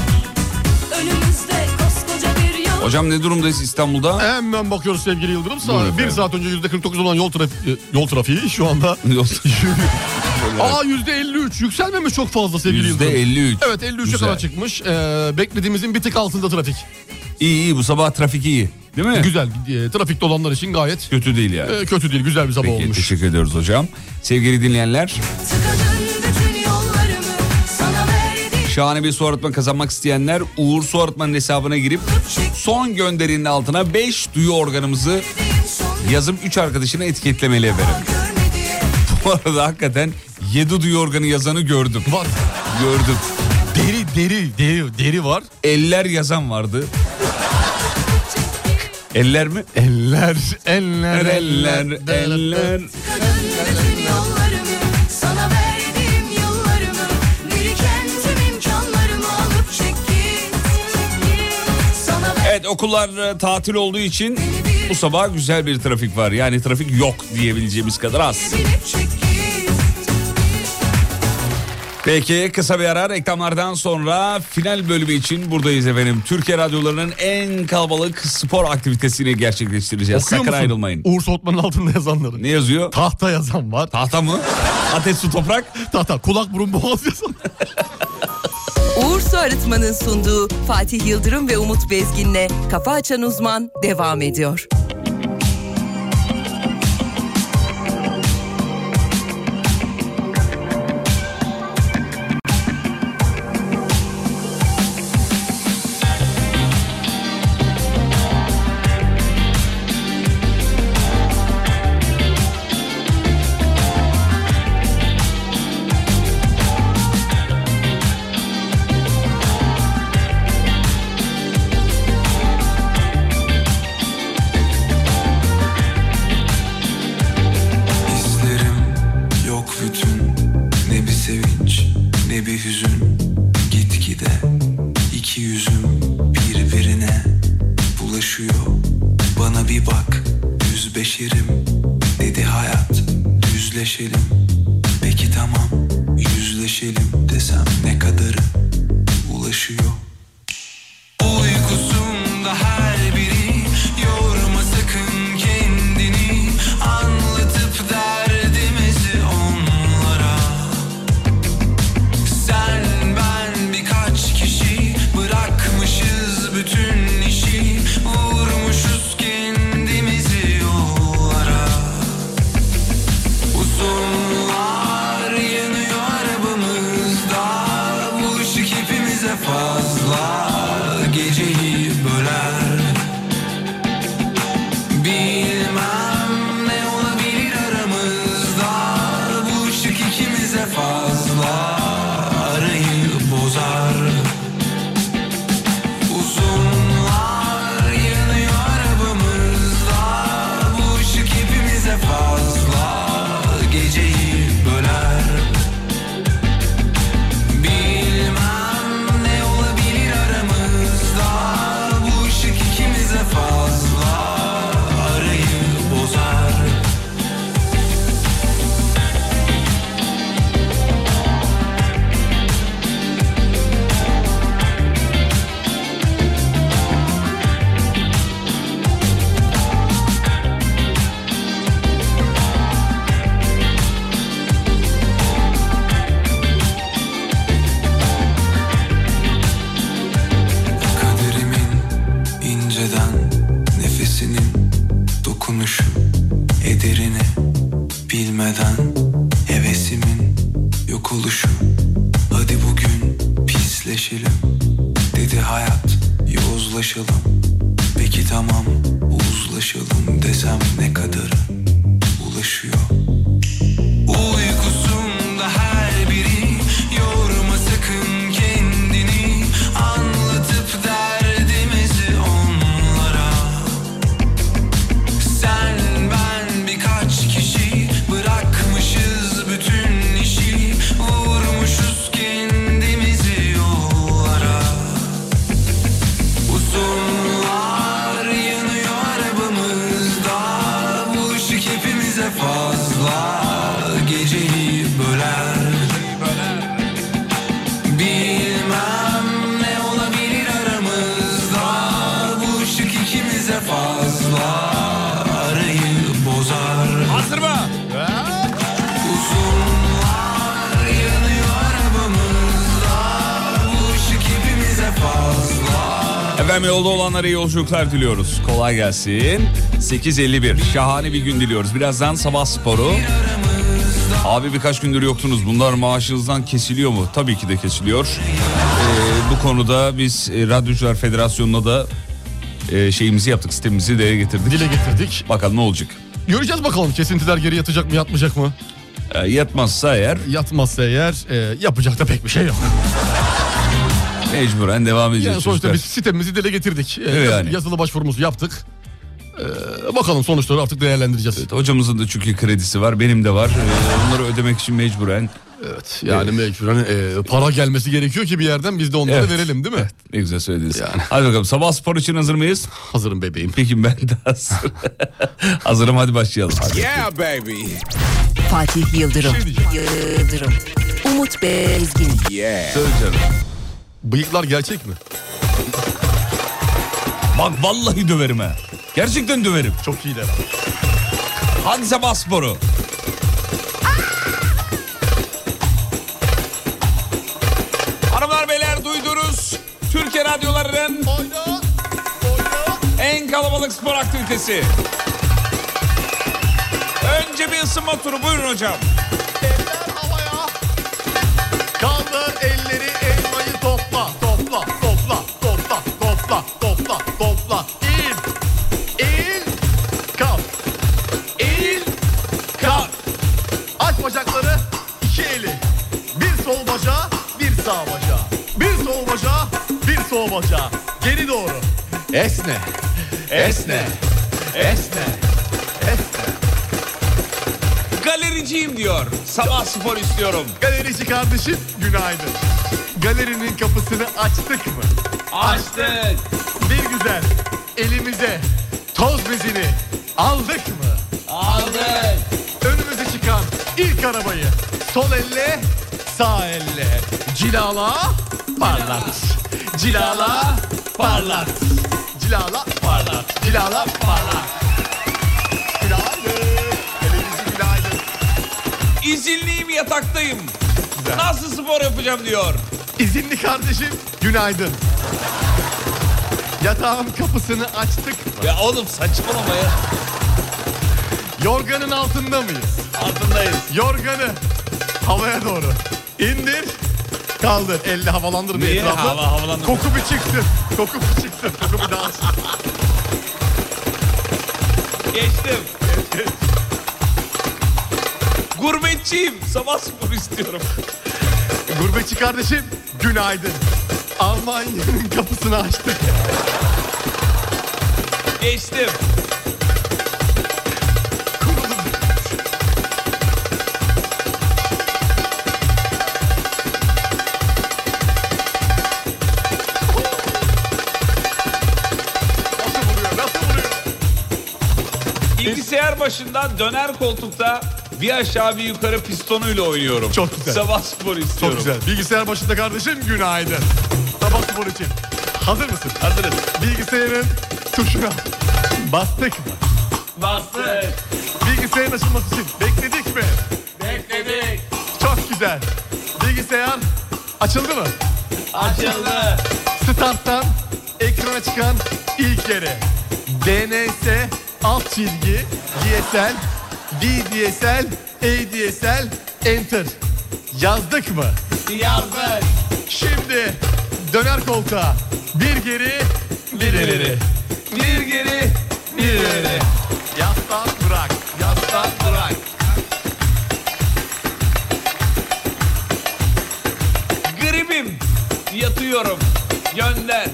Speaker 11: Önümüzde koskoca bir yol
Speaker 3: Hocam ne durumdayız İstanbul'da?
Speaker 4: Hemen bakıyoruz sevgili Yıldırım. Sağ-
Speaker 3: efendim.
Speaker 4: bir saat önce %49 olan yol, traf- yol trafiği şu
Speaker 3: <laughs>
Speaker 4: anda... <laughs> Aa %53 yükselmemiş çok fazla sevgili Yıldırım.
Speaker 3: %53.
Speaker 4: Evet 53'e kadar
Speaker 3: Güzel.
Speaker 4: çıkmış. Ee, beklediğimizin bir tık altında trafik.
Speaker 3: İyi iyi bu sabah trafik iyi. Değil mi?
Speaker 4: Güzel. E, trafikte olanlar için gayet...
Speaker 3: Kötü değil yani.
Speaker 4: e, kötü değil güzel bir sabah
Speaker 3: Peki,
Speaker 4: olmuş.
Speaker 3: teşekkür ediyoruz hocam. Sevgili dinleyenler
Speaker 11: bütün yollarımı sana verdim
Speaker 3: şahane bir su arıtma kazanmak isteyenler Uğur Su Arıtma'nın hesabına girip son gönderinin altına 5 duyu organımızı yazım 3 arkadaşını etiketlemeli efendim. Bu arada hakikaten 7 duyu organı yazanı gördüm.
Speaker 4: Var.
Speaker 3: Gördüm.
Speaker 4: Deri, deri, deri, deri var.
Speaker 3: Eller yazan vardı. Eller mi?
Speaker 4: Eller, eller,
Speaker 3: eller, eller.
Speaker 11: bütün yollarımı sana verdim yıllarımı biriken tüm imkanlarımı alıp çek git sana
Speaker 3: Evet okullar e, tatil olduğu için bu sabah güzel bir trafik var. Yani trafik yok diyebileceğimiz kadar az. Peki kısa bir ara reklamlardan sonra final bölümü için buradayız efendim. Türkiye radyolarının en kalabalık spor aktivitesini gerçekleştireceğiz.
Speaker 4: Okuyor
Speaker 3: Sakın
Speaker 4: musun?
Speaker 3: ayrılmayın.
Speaker 4: Uğur Soğutman'ın altında yazanları.
Speaker 3: Ne yazıyor?
Speaker 4: Tahta yazan var.
Speaker 3: Tahta mı? Ateş su toprak.
Speaker 4: Tahta kulak burun boğaz yazan.
Speaker 1: Uğur Su Arıtma'nın sunduğu Fatih Yıldırım ve Umut Bezgin'le Kafa Açan Uzman devam ediyor.
Speaker 13: Hislerim yok bütün Ne bir sevinç ne bir hüzün Gitgide iki yüzüm birbirine bulaşıyor Bana bir bak yüz beşerim Dedi hayat düzleşelim Peki tamam yüzleşelim desem ne kadarı ulaşıyor Uykusunda her biri yorma sakın kendini anlatıp derdimizi onlara Sen ben birkaç kişi bırakmışız bütün işi vurmuşuz kendimizi yollara Uzunlar yanıyor arabamızda Bu ışık hepimize fazla Geceyi böler Bilmem ne olabilir aramızda Bu ışık ikimize fazla Arayı bozar Uzunlar yanıyor arabamızda Bu ışık hepimize fazla Geceyi böler Bilmem ne olabilir aramızda Bu ışık ikimize fazla Arayı bozar Kaderimin inceden nefesinin dokunuşu ederini bilmeden hevesimin yok oluşu hadi bugün pisleşelim dedi hayat yozlaşalım peki tamam uzlaşalım desem ne kadarı ulaşıyor Uykusunda her biri yorma sakın kendini anlatıp derdimizi onlara Sen ben birkaç kişi bırakmışız bütün işi vurmuşuz kendimizi yollara Uzunlar yanıyor arabamızda bu ışık
Speaker 3: Efendim yolda olanlara iyi yolculuklar diliyoruz. Kolay gelsin. 8.51 şahane bir gün diliyoruz. Birazdan sabah sporu. Abi birkaç gündür yoktunuz. Bunlar maaşınızdan kesiliyor mu? Tabii ki de kesiliyor. Ee, bu konuda biz e, Radyocular Federasyonu'na da e, şeyimizi yaptık. Sistemimizi dile getirdik. Dile
Speaker 4: getirdik.
Speaker 3: Bakalım ne olacak?
Speaker 4: Göreceğiz bakalım kesintiler geri yatacak mı yatmayacak mı?
Speaker 3: Ee, yatmazsa eğer.
Speaker 4: Yatmazsa eğer e, yapacak da pek bir şey yok.
Speaker 3: Mecburen devam edeceğiz.
Speaker 4: Yani sonuçta
Speaker 3: çocuklar.
Speaker 4: biz sitemizi dile getirdik. E,
Speaker 3: Evet
Speaker 4: yazı-
Speaker 3: yani.
Speaker 4: Yazılı başvurumuzu yaptık. E, bakalım sonuçları artık değerlendireceğiz.
Speaker 3: Evet, hocamızın da çünkü kredisi var, benim de var. Ee, Onları ödemek için mecburen.
Speaker 4: Evet, yani mecburen e, para gelmesi gerekiyor ki bir yerden biz de onları verelim değil mi?
Speaker 3: Ne güzel söylediniz. Hadi bakalım sabah spor için hazır mıyız?
Speaker 4: Hazırım bebeğim.
Speaker 3: Peki ben de
Speaker 4: <laughs>
Speaker 3: hazırım. hazırım hadi başlayalım.
Speaker 1: Yeah, baby. Fatih Yıldırım. Yıldırım. Umut Bezgin.
Speaker 3: Söyle canım.
Speaker 4: Bıyıklar gerçek mi?
Speaker 3: Bak vallahi döverim ha. Gerçekten döverim.
Speaker 4: Çok iyi de.
Speaker 3: Hadi sabah sporu. Hanımlar beyler duydunuz. Türkiye radyolarının en kalabalık spor aktivitesi. Önce bir ısınma turu buyurun hocam.
Speaker 4: Kaldır elleri elmayı topla topla topla topla topla topla topla İn İn Kalk İn Kalk Aç bacakları iki eli Bir sol bacağı bir sağ bacağı Bir sol bacağı bir sol bacağı Geri doğru Esne Esne Esne
Speaker 3: Galericiyim diyor. Sabah spor istiyorum.
Speaker 4: Galerici kardeşim günaydın. Galerinin kapısını açtık mı? Açtık. Bir güzel elimize toz bezini aldık mı? Aldık. Önümüze çıkan ilk arabayı sol elle sağ elle cilala parlat. Cilala parlat. Cilala parlat. Cilala parlat.
Speaker 3: İzinliyim yataktayım. Nasıl spor yapacağım diyor.
Speaker 4: İzinli kardeşim günaydın. Yatağın kapısını açtık.
Speaker 3: Ya oğlum saçmalama ya.
Speaker 4: Yorganın altında mıyız? Altındayız. Yorganı havaya doğru indir. Kaldır. Elle havalandır bir
Speaker 3: Niye?
Speaker 4: etrafı.
Speaker 3: Hava- havalandır.
Speaker 4: Koku bir çıksın. Koku bir çıksın. Koku bir dağılsın.
Speaker 3: Geçtim. Gurbetçiyim. Sabah sporu istiyorum.
Speaker 4: Gurbetçi kardeşim günaydın. Almanya'nın kapısını açtık.
Speaker 3: Geçtim. Bilgisayar başında döner koltukta bir aşağı bir yukarı pistonuyla oynuyorum. Çok güzel. Sabah sporu istiyorum.
Speaker 4: Çok güzel. Bilgisayar başında kardeşim günaydın. Sabah spor için. Hazır mısın? Hazırız. Bilgisayarın tuşuna bastık mı? Bastık. Bilgisayarın açılması için bekledik mi? Bekledik. Çok güzel. Bilgisayar açıldı mı? Açıldı. Starttan ekrana çıkan ilk yere. DNS alt çizgi DSL DDSL ADSL Enter. Yazdık mı? Yazdık. Şimdi döner koltuğa. Bir geri, bir ileri. Bir geri, bir ileri. Yastan durak, yastan durak.
Speaker 3: Gripim. Yatıyorum. Yönler.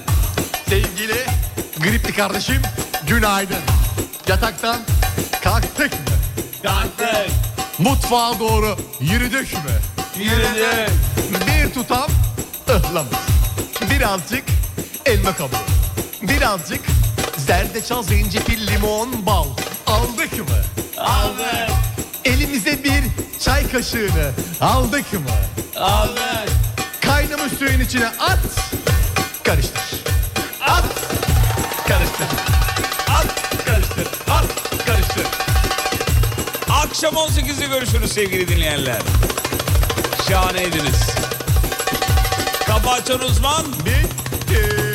Speaker 4: Sevgili gripli kardeşim günaydın. Yataktan kalktık mı? Kalktık. Mutfağa doğru yürüdük mü? Yürüdük. Bir tutam ıhlamur. Birazcık elma kabuğu. Birazcık zerdeçal, zencefil, limon, bal. Aldık mı? Aldık. Elimize bir çay kaşığını aldık mı? Aldık. Kaynamış suyun içine at, karıştır. At karıştır.
Speaker 3: At karıştır. At karıştır. Akşam 18'de görüşürüz sevgili dinleyenler. Şahaneydiniz. Kapı açan uzman.
Speaker 4: Bitti.